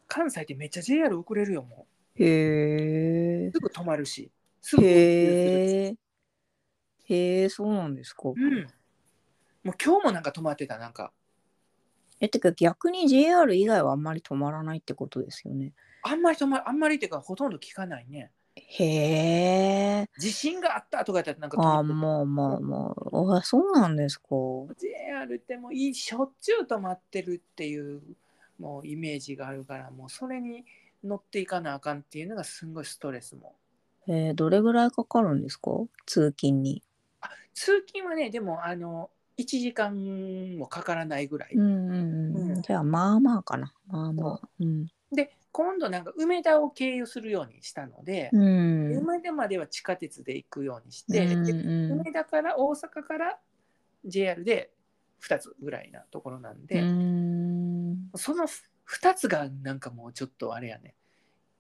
Speaker 2: 関西ってめっちゃ JR 遅れるよ、も
Speaker 1: へ
Speaker 2: う。すぐ止まるし。す
Speaker 1: え
Speaker 2: ぐ
Speaker 1: へえへえそうなんですか、
Speaker 2: うん。もう今日もなんか止まってた、なんか。
Speaker 1: えてか逆に JR 以外はあんまり止まらないってことですよね
Speaker 2: あんまり止まあんまりっていうか、ほとんど聞かないね。
Speaker 1: へえ
Speaker 2: 地震があったとかだったらなんか
Speaker 1: あ
Speaker 2: 止まって
Speaker 1: もうまあまああそうなんですか
Speaker 2: JR ってもういいしょっちゅう止まってるっていうもうイメージがあるからもうそれに乗っていかなあかんっていうのがすんごいストレスも
Speaker 1: えー、どれぐらいかかるんですか通勤に。
Speaker 2: 通勤はねでもあの1時間もかからないぐらい、
Speaker 1: うんうんうん。
Speaker 2: うん
Speaker 1: じゃあまあまあかな。まあまあ。うん。
Speaker 2: で今度なんか梅田を経由するようにしたので、
Speaker 1: うん。
Speaker 2: 梅田までは地下鉄で行くようにし
Speaker 1: う
Speaker 2: て、で
Speaker 1: ん
Speaker 2: 梅田から大阪から JR で2つぐらいなところなん
Speaker 1: う
Speaker 2: で、
Speaker 1: ん。
Speaker 2: その2つがなんかもうちょっとあれやね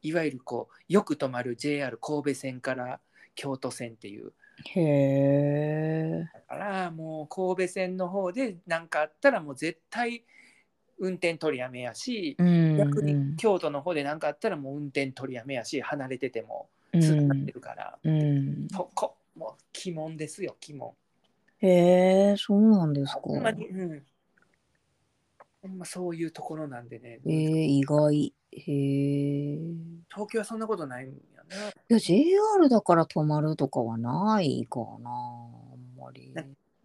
Speaker 2: いわゆるこうよく止まる JR 神戸線から京都線っていう
Speaker 1: へえ。
Speaker 2: だからもう神戸線の方で何かあったらもう絶対運転取りやめやし、
Speaker 1: うん。
Speaker 2: 逆に京都の方で何かあったらもう運転取りやめやし離れてても
Speaker 1: うん
Speaker 2: つながってるから、
Speaker 1: うん。
Speaker 2: そこもう鬼門ですよ鬼門。
Speaker 1: へえ、そうなんですか。
Speaker 2: ほんまに、うんほんまそういうところなんでね、
Speaker 1: えー、意外。へえ。い
Speaker 2: 東京はそんなことないんやな。
Speaker 1: や、JR だから止まるとかはないかな。あんまり。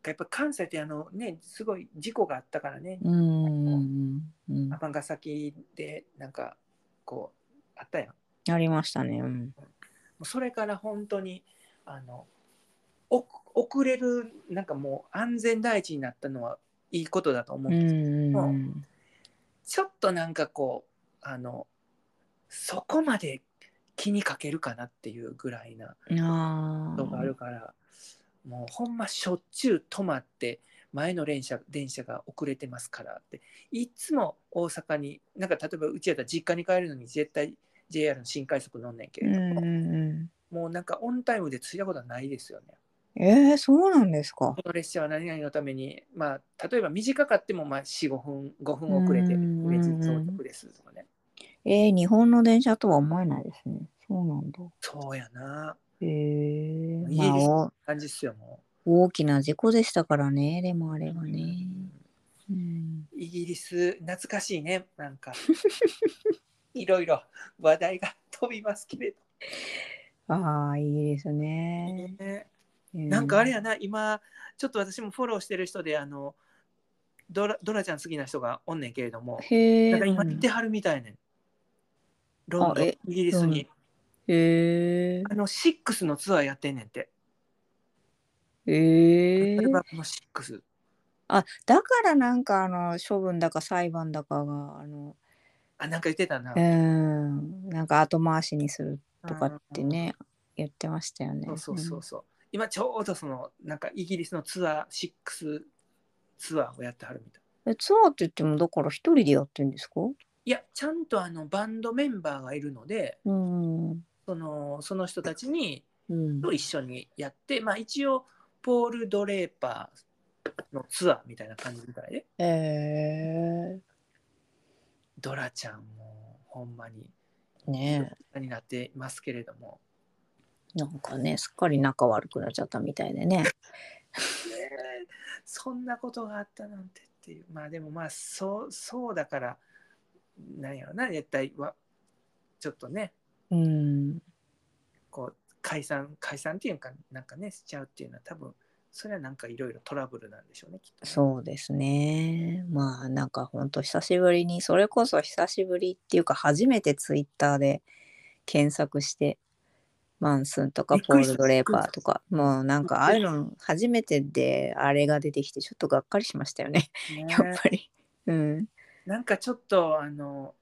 Speaker 2: やっぱ関西ってあのねすごい事故があったからね
Speaker 1: うん。うん。
Speaker 2: 尼崎でなんかこうあったやんも
Speaker 1: ありましたね。うん。
Speaker 2: うそれから本当にあのお遅れるなんかもう安全第一になったのはいいことだと思う
Speaker 1: うん
Speaker 2: です、
Speaker 1: ん。うん
Speaker 2: ちょっとなんかこうあのそこまで気にかけるかなっていうぐらいな
Speaker 1: あ
Speaker 2: のがあるから、もうほんましょっちゅう止まって前の電車電車が遅れてますからっていつも大阪になんか例えばうちやったら実家に帰るのに絶対 JR の新快速乗んねんけ
Speaker 1: う
Speaker 2: れ
Speaker 1: ん
Speaker 2: ど
Speaker 1: う
Speaker 2: も、
Speaker 1: ん
Speaker 2: もうなんかオンタイムで着いたことはないですよね。
Speaker 1: うん、えー、そうなんですか
Speaker 2: こ。の列車は何々のために、まあ、例えば短かってもまあ45分5分遅れて
Speaker 1: うん
Speaker 2: レジ到着ですとかね。
Speaker 1: えー、日本の電車とは思えないですね。そうなんだ。
Speaker 2: そうやな
Speaker 1: えー、
Speaker 2: イギリス
Speaker 1: まあ
Speaker 2: 感じっすよも
Speaker 1: お大きな事故でしたからね。でもあ
Speaker 2: う。
Speaker 1: れはね。うん、
Speaker 2: イギリス懐かしいねな んかいろいろ話題が飛びますけれ
Speaker 1: ああ、イギリス
Speaker 2: ど、
Speaker 1: ね。
Speaker 2: ね
Speaker 1: う
Speaker 2: なんかあれやな今ちょっと私もフォローしてる人であのドラドラちゃん好きな人がおんねんけれども
Speaker 1: へえ。
Speaker 2: なんか今
Speaker 1: う
Speaker 2: 行ってはるみたいねんロンドン
Speaker 1: あ
Speaker 2: イ
Speaker 1: え
Speaker 2: ギリスに、
Speaker 1: へえ
Speaker 2: あ。の6のツアーやってんねんって、
Speaker 1: へえ
Speaker 2: ア。ルバムの6
Speaker 1: あ、だからなんかあの処分だか裁判だかがあの
Speaker 2: あなんか言ってたな、
Speaker 1: うんなんか後回しにするとかって
Speaker 2: うん
Speaker 1: ね言ってましたよね。
Speaker 2: そうそうそうそう今ちょうどそのなんかイギリスのツアー6ツアーをやってはるみたい
Speaker 1: えツアーって言ってもだから一人でやってんですか
Speaker 2: いやちゃんとあのバンドメンバーがいるので
Speaker 1: うんうん
Speaker 2: そのその人たちに
Speaker 1: うん
Speaker 2: と一緒にやって、まあ、一応ポール・ドレーパーのツアーみたいな感じみたいで
Speaker 1: ええ
Speaker 2: ドラちゃんもほんまに
Speaker 1: ねえ
Speaker 2: になっていますけれども、
Speaker 1: なんかねすっかり仲悪くなっちゃったみたいでね
Speaker 2: ねえそんなことがあったなんてっていうまあでもまあそうそうだからなんやろな絶対はちょっとね
Speaker 1: うん
Speaker 2: こう解散解散っていうかなんかねしちゃうっていうのは多分それはなんかいろいろトラブルなんでしょうねきっとね、
Speaker 1: そうですねまあなんかほんと久しぶりにそれこそ久しぶりっていうか初めてツイッターで検索してマンスンとか
Speaker 2: びっ
Speaker 1: ポ
Speaker 2: くり
Speaker 1: ー
Speaker 2: した
Speaker 1: ル・ドレーパーとかもうなんかああいうの初めてであれが出てきてちょっとがっかりしましたよね
Speaker 2: ね
Speaker 1: やっぱり。うん、
Speaker 2: なんかちょっとあの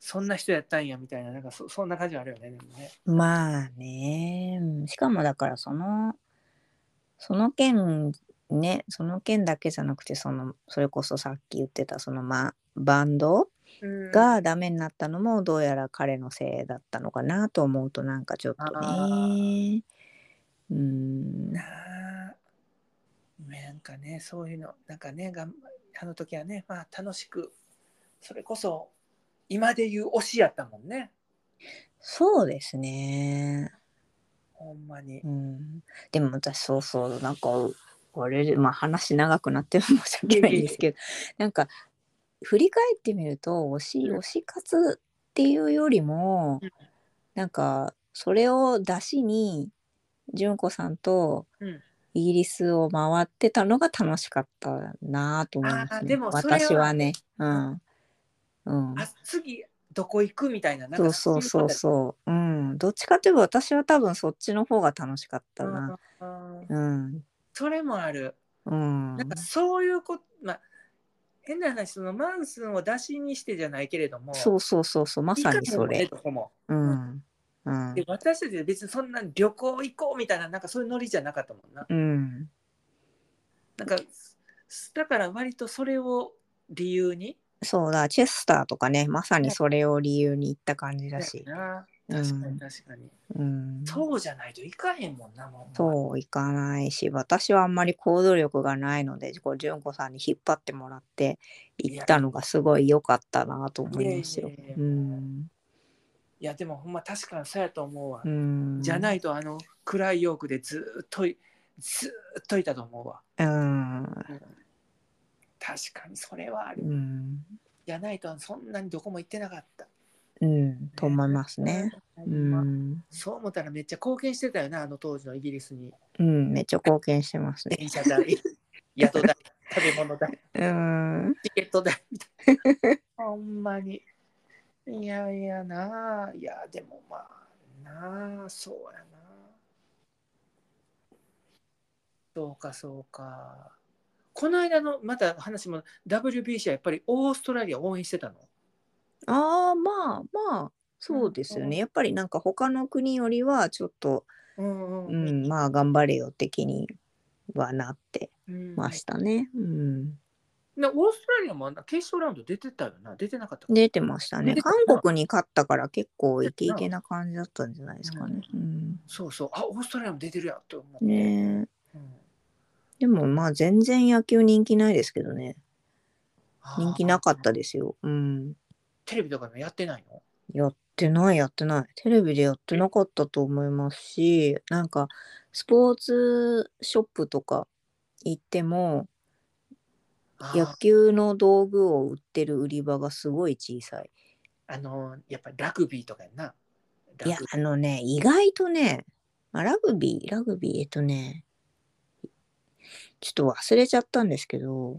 Speaker 2: そんな人やったんやみたいななんかそそんな感じはあるよねでもね
Speaker 1: まあねうんしかもだからそのその件ねその件だけじゃなくてそのそれこそさっき言ってたその、ま、バンド、がダメになったのもどうやら彼のせいだったのかなと思うとなんかちょっとねうーん
Speaker 2: なあなんかねそういうのなんかねがんあの時はねまあ楽しくそれこそ今で言う推しやったもんね
Speaker 1: そうですね、
Speaker 2: ほんまに
Speaker 1: うん、でも私そうそうなんかこれでまあ話長くなって申し訳ないんですけどなんか振り返ってみると推し
Speaker 2: うん
Speaker 1: 推し活っていうよりも
Speaker 2: うん
Speaker 1: なんかそれを出しに純子さんと
Speaker 2: うん
Speaker 1: イギリスを回ってたのが楽しかったなぁと思います
Speaker 2: あー
Speaker 1: ね。
Speaker 2: でもそれは
Speaker 1: 私はね。うん。うん。
Speaker 2: あ次どこ行くみたいななん
Speaker 1: そう
Speaker 2: か
Speaker 1: そう
Speaker 2: い
Speaker 1: そう
Speaker 2: こと
Speaker 1: そう。うん。どっちかといえば私は多分そっちの方が楽しかった
Speaker 2: や
Speaker 1: な。
Speaker 2: うん
Speaker 1: うん。
Speaker 2: それもある
Speaker 1: うん。
Speaker 2: なんかそういうことまあ変な話そのマンスンを出しにしてじゃないけれども
Speaker 1: そうそうそうそう。まさにそ
Speaker 2: いい
Speaker 1: れ
Speaker 2: かもね。どこも
Speaker 1: うん。うん
Speaker 2: で。私たち別にそんな旅行行こうみたいななんかそういうノリじゃなかったもんな
Speaker 1: うん。
Speaker 2: なんかすだから割とそれを理由に
Speaker 1: そうだ。チェスターとかね。まさにそれを理由に行った感じだし。
Speaker 2: な
Speaker 1: うん
Speaker 2: 確かに確かに、
Speaker 1: うん。
Speaker 2: そうじゃないといかへんもんなもう
Speaker 1: そういかないし私はあんまり行動力がないのでこう純子さんに引っ張ってもらって行ったのがすごい良かったなと思いますよ
Speaker 2: いやいやいや。
Speaker 1: うん
Speaker 2: いやでもほんま確かにそうやと思うわ、
Speaker 1: うん
Speaker 2: じゃ
Speaker 1: い、
Speaker 2: ないとあの暗いヨークでずーっといずーっといたと思うわ
Speaker 1: うん
Speaker 2: 確かにそれはある、
Speaker 1: うん
Speaker 2: じゃないとそんなにどこも行ってなかった
Speaker 1: うん、と思いますね。う
Speaker 2: ほんま
Speaker 1: ん、
Speaker 2: そう思ったらめっちゃ貢献してたよなあの当時のイギリスに
Speaker 1: うん、めっちゃ貢献してますね。
Speaker 2: 電車 代宿代食べ物代
Speaker 1: うん、
Speaker 2: チケット代みたいな。ほんまに。いやいやなあ。いや、でもまあ、なあ、そうやな。そうか、そうか。この間の、また話も、WBC はやっぱりオーストラリア応援してたの
Speaker 1: ああ、まあまあ、そうですよね。やっぱりなんか他の国よりはちょっと、
Speaker 2: うん
Speaker 1: う。ん、まあ頑張れよ的にはなって
Speaker 2: うん
Speaker 1: ましたね。うん
Speaker 2: なオーストラリアもあんな決勝ラウンド出てたよな。出てなかったか
Speaker 1: 出てましたね。
Speaker 2: 出てた
Speaker 1: 韓国に勝ったから結構イケイケな感じだったんじゃないですかね。うん、
Speaker 2: そうそう。あ、オーストラリアも出てるやんと思って。
Speaker 1: ねえ
Speaker 2: うん
Speaker 1: でもまあ全然野球人気ないですけどね。人気なかっ。
Speaker 2: あー
Speaker 1: たですよ。うん。
Speaker 2: テレビとかでもやってないの
Speaker 1: やってないやってない。テレビでやってなかったと思いますし、なんかスポーツショップとか行っても
Speaker 2: あー
Speaker 1: 野球の道具を売ってる売り場がすごい小さい。
Speaker 2: あのやっぱりラグビーとかやんな。ラ
Speaker 1: い
Speaker 2: グ
Speaker 1: や、あのね、意外とね、あラグビー、ラグビー、えっとね、ちょっと忘れちゃったんですけど、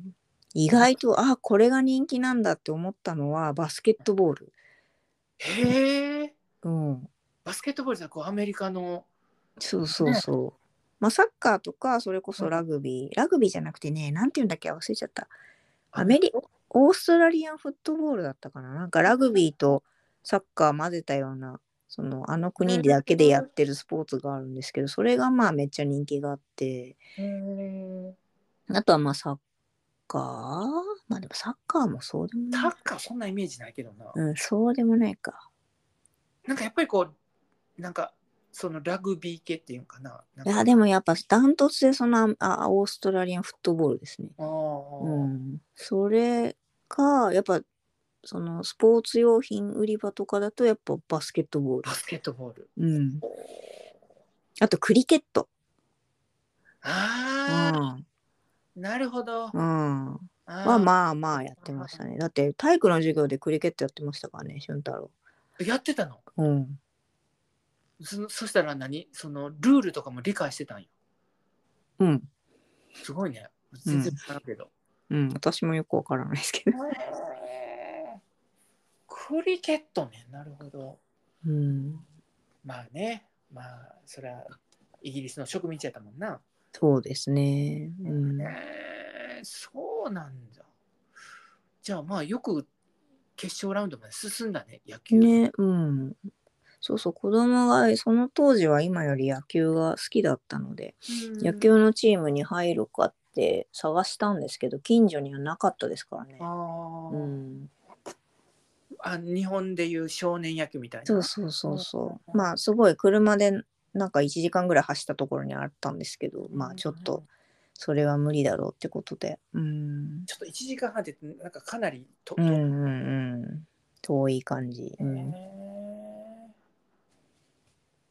Speaker 1: 意外と、あ、これが人気なんだって思ったのは、バスケットボール。
Speaker 2: へえ。
Speaker 1: うん。
Speaker 2: バスケットボールじゃなくこうアメリカの。
Speaker 1: そうそうそう。まあ、サッカーとか、それこそラグビー、ラグビーじゃなくてね、なんていうんだっけ、忘れちゃった。アメリ
Speaker 2: カ。
Speaker 1: オーストラリアンフットボールだったかな。なんかラグビーとサッカー混ぜたようなそのあの国だけでやってるスポーツがあるんですけどそれがまあめっちゃ人気があって
Speaker 2: うん
Speaker 1: あとはまあサッカーまあでもサッカーもそうでも
Speaker 2: タ
Speaker 1: ない
Speaker 2: ッ、カーそんなイメージないけどな。
Speaker 1: うん、そうでもないか
Speaker 2: なんかやっぱりこう、なんかそのラグビー系っていうのかな。なん
Speaker 1: い
Speaker 2: か
Speaker 1: やでもやっぱダントツでそのあオーストラリアンフットボールですね
Speaker 2: あー
Speaker 1: うん、それかやっぱそのスポーツ用品売り場とかだとやっぱバスケットボール
Speaker 2: バ、スケットボール。
Speaker 1: うん、あとクリケット、う
Speaker 2: ああ、
Speaker 1: ん
Speaker 2: なるほど。
Speaker 1: うん、
Speaker 2: あ
Speaker 1: は
Speaker 2: ー
Speaker 1: まあまあやってましたねだって体育の授業でクリケットやってましたからね俊太郎、
Speaker 2: やってたの
Speaker 1: うん、
Speaker 2: そそしたら何そのルールとかも理解してたんよ。
Speaker 1: うん
Speaker 2: すごいね。全然わからんけど。
Speaker 1: うん私もよくわからないですけど、
Speaker 2: クリケットね、なるほど。
Speaker 1: うん、
Speaker 2: まあね、まあ、それはイギリスの植民地やったもんな。
Speaker 1: そうですね、うん、
Speaker 2: えーそうなんだ。じゃあまあよく決勝ラウンドまで進んだね、野球。
Speaker 1: ねうんそうそう子供がその当時は今より野球が好きだったので
Speaker 2: うん
Speaker 1: 野球のチームに入るかって探したんですけど近所にはなかったですからね
Speaker 2: あ、ー、
Speaker 1: うん、
Speaker 2: あ日本でいう少年野球みたいな。
Speaker 1: そうそうそうそうまあすごい車でなんか1時間ぐらい走ったところにあったんですけどまあちょっとそれは無理だろうってことでうん
Speaker 2: ちょっと1時間半ってなんかかなりと、
Speaker 1: うんう
Speaker 2: と
Speaker 1: んうん遠い感じ、うん、
Speaker 2: えー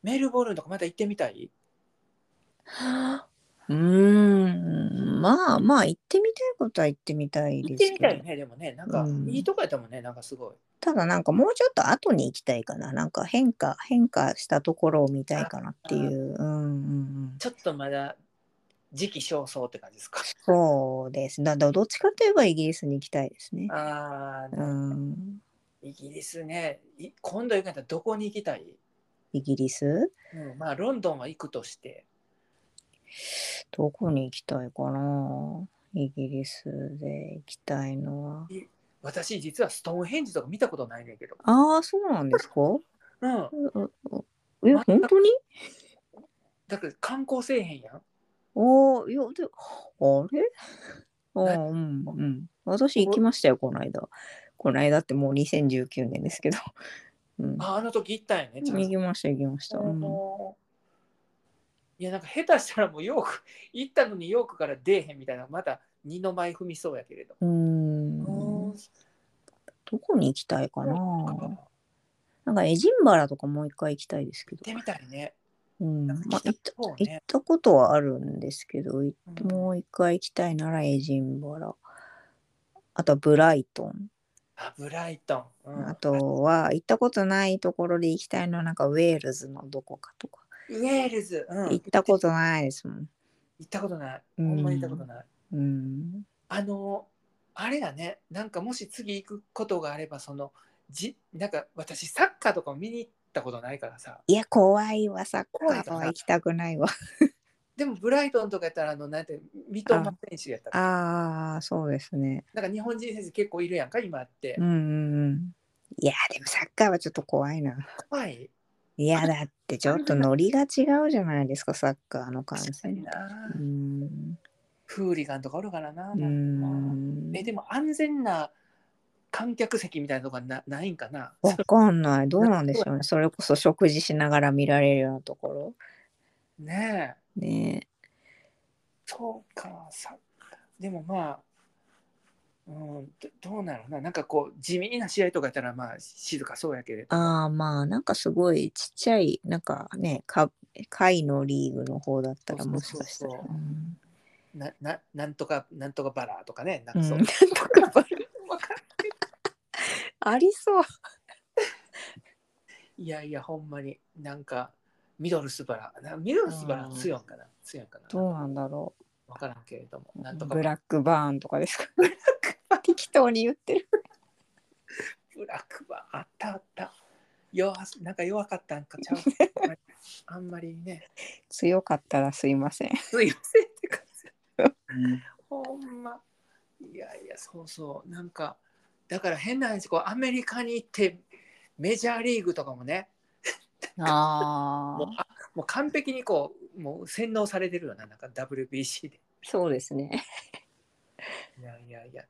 Speaker 2: メルボルンとかまた行ってみたい
Speaker 1: うんまあまあ行ってみたいことは行ってみたい
Speaker 2: 行
Speaker 1: で
Speaker 2: って
Speaker 1: す
Speaker 2: み
Speaker 1: け
Speaker 2: た
Speaker 1: ど
Speaker 2: いね、でもね、なんか
Speaker 1: うん
Speaker 2: いいとこやったもんね、なんかすごい。
Speaker 1: ただなんかもうちょっと後に行きたいかななんか変化変化したところを見たいかなっていううんうんうん
Speaker 2: ちょっとまだ時期尚早って感じですか。
Speaker 1: そうです。だだどっちかといえばイギリスに行きたいですね。
Speaker 2: あ
Speaker 1: う
Speaker 2: あ、
Speaker 1: ん。
Speaker 2: イギリスね、い今度行くんだったらどこに行きたい、
Speaker 1: イギリス
Speaker 2: うん、まあロンドンは行くとして。
Speaker 1: どこに行きたいかなイギリスで行きたいのは。
Speaker 2: 私実はストーンヘンジとか見たことないねんけど。
Speaker 1: ああ、そうなんですか
Speaker 2: うん。
Speaker 1: うううえ、本当に
Speaker 2: だから観光せえへんやん。
Speaker 1: おーいや、で、あ れあーうんうん。私行きましたよ、この間。この間ってもう2019年ですけど。うん。
Speaker 2: ああの時行ったんやね、ちゃんと
Speaker 1: 行きました、行きました。うん
Speaker 2: いやなんか下手したらもうヨーク行ったのにヨークから出えへんみたいなまた二の舞踏みそうやけれど。
Speaker 1: うん。
Speaker 2: うん
Speaker 1: どこに行きたいか
Speaker 2: 行
Speaker 1: ななんかエジンバラとかもう一回行きたいですけ
Speaker 2: って
Speaker 1: ど、
Speaker 2: みたいね。
Speaker 1: うん
Speaker 2: な
Speaker 1: ま
Speaker 2: んか
Speaker 1: あ、行
Speaker 2: 行
Speaker 1: っ
Speaker 2: きた
Speaker 1: た
Speaker 2: そう
Speaker 1: 行っ
Speaker 2: ね。
Speaker 1: たことはあるんですけど、い
Speaker 2: うん
Speaker 1: もう一回行きたいならエジンバラあとはブライトン、
Speaker 2: あブライトン。うん
Speaker 1: あとは行ったことないところで行きたいのはなんかウェールズのどこかとか、
Speaker 2: ウェールズ、うん、
Speaker 1: 行ったことないですもん、
Speaker 2: 行ったことない。
Speaker 1: う
Speaker 2: ほ
Speaker 1: ん
Speaker 2: んまに行ったことない。
Speaker 1: うん、
Speaker 2: あの、あれだね、なんかもし次行くことがあれば、その、じなんか私、サッカーとかも見に行ったことないからさ、
Speaker 1: いや怖いわサッ
Speaker 2: 怖い
Speaker 1: カー
Speaker 2: か
Speaker 1: は
Speaker 2: な
Speaker 1: 行きたくないわ
Speaker 2: でもブライトンとかやったら、あの、なんて、三笘選手やったら、
Speaker 1: ああそうですね
Speaker 2: なんか日本人選手結構いるやんか、今って
Speaker 1: うん。うんうんいやでもサッカーはちょっと怖いな
Speaker 2: 怖い。
Speaker 1: いやだってちょっとノリが違うじゃないですかサッカーの観戦
Speaker 2: な
Speaker 1: うーん
Speaker 2: フーリガンとかおるからな。
Speaker 1: うーん
Speaker 2: え、でも安全な観客席みたいなとこはなないんかな。
Speaker 1: わかんないどうなんでしょうねそれこそ食事しながら見られるようなところ
Speaker 2: ねえ。
Speaker 1: ね
Speaker 2: そうか、さ、でもまあ、うん、どどうなのな、なんかこう、地味な試合とかやったら、まあ、静かそうやけれど。
Speaker 1: ああまあなんかすごいちっちゃいなんかねか会のリーグの方だったらもしかしたら
Speaker 2: そううそうそうん な、な、なんとか、なんとかバラとかね、なん
Speaker 1: う
Speaker 2: か
Speaker 1: ん
Speaker 2: そ
Speaker 1: な
Speaker 2: う。
Speaker 1: んとかバレ
Speaker 2: わかん
Speaker 1: ありそう
Speaker 2: いやいや、ほんまに、なんか、ミドルスバラ、なミドルスバラ
Speaker 1: うん
Speaker 2: 強いんかな、強いんかな、
Speaker 1: どうなんだろ
Speaker 2: わからんけれども、
Speaker 1: う
Speaker 2: なんとか
Speaker 1: ブラックバーンとかです か適当に言ってる
Speaker 2: ブラックバラあったあった。弱す、なんか弱かったんかちゃう。 あんまりね、
Speaker 1: 強かったらすいませ ん
Speaker 2: すいませんって感じ。ほんま。いやいや、そうそう。なんか、だから変な話、こう、アメリカに行って、メジャーリーグとかもね、
Speaker 1: あ
Speaker 2: もう
Speaker 1: あ、
Speaker 2: あもう完璧にこうもう洗脳されてるよななんか WBC で
Speaker 1: そうですね。
Speaker 2: いやいやいや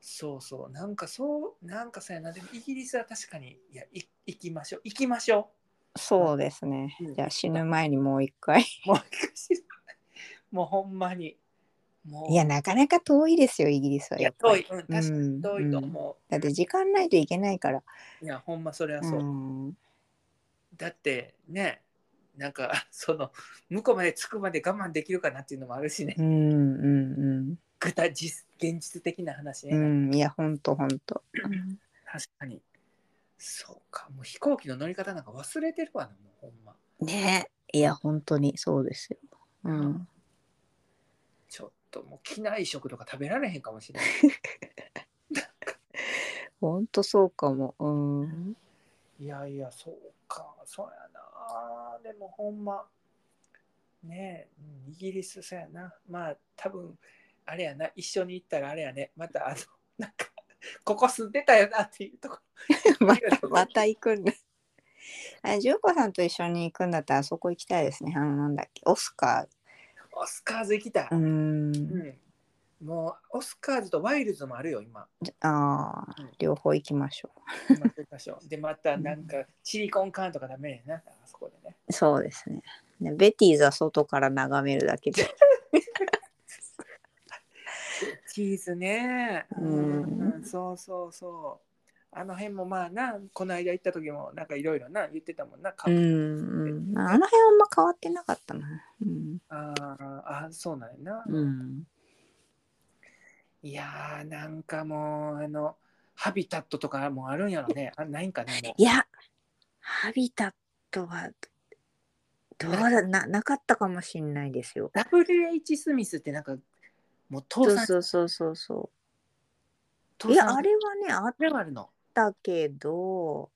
Speaker 2: そうそうなんかそうなんかさやなでもイギリスは確かにいやい行きましょう行きましょ
Speaker 1: そうですね
Speaker 2: うん。
Speaker 1: じゃあ死ぬ前にもう一回。
Speaker 2: うもう一回しもうほんまにもう
Speaker 1: いや、なかなか遠いですよ、イギリスはいや
Speaker 2: や
Speaker 1: っぱ
Speaker 2: 遠
Speaker 1: り。
Speaker 2: い、うん、確かに遠いと
Speaker 1: うんうん
Speaker 2: 思
Speaker 1: だって時間ないといけないから。
Speaker 2: う、いやほんまそれはそう、
Speaker 1: うん、
Speaker 2: だってねなんかその向こうまで着くまで我慢できるかなっていうのもあるしね
Speaker 1: うん、うん、
Speaker 2: 具体実現実的な話ね、
Speaker 1: うん、うん、いや、本当本当。
Speaker 2: 確かにそうかもう飛行機の乗り方なんか忘れてるわなもうほんま
Speaker 1: ね、いや、本当にそうですよ。うん、
Speaker 2: ちょっともう機内食とか食べられへんかも しれない
Speaker 1: 本当そうかも。うん、
Speaker 2: いやいやそうかそうやなでもほんまねえうんイギリスそうやなまあ多分あれやな一緒に行ったらあれやねまたあのなんかここ住んでたよなっていうとこ
Speaker 1: また、また行くんだ。あ、ジュコさんと一緒に行くんだったら、あそこ行きたいですね。あの、なんだっけ、オスカ
Speaker 2: オスカーズ行きたい、
Speaker 1: ー。うん、
Speaker 2: うんもうオスカーズとワイルズもある よ今
Speaker 1: ああ、両方行きましょ
Speaker 2: 今行きましょうでまたなんかチリコンカーンとかダメやなあそこでね
Speaker 1: う。そうですね。ねベティーズは外から眺めるだけで。
Speaker 2: チーズね
Speaker 1: うん
Speaker 2: うんそうそうそうあの辺もまあなこの間行った時もなんかいろいろな言ってたもんな、
Speaker 1: うん、うん、あの辺あんま変わってなかったな。うん、
Speaker 2: あーあそうなんやな、
Speaker 1: うん、
Speaker 2: いやーなんかもうあのハビタットとかもあるんやろねあないんかねも
Speaker 1: いや、ハビタットは。どうだななかったかもしんないですよ。
Speaker 2: う WH スミスってなんかもう
Speaker 1: そ
Speaker 2: 倒
Speaker 1: う
Speaker 2: 産
Speaker 1: そうそうそうそ
Speaker 2: 倒
Speaker 1: う。いや
Speaker 2: 産
Speaker 1: あれはねあっ
Speaker 2: あれはあるの
Speaker 1: たけど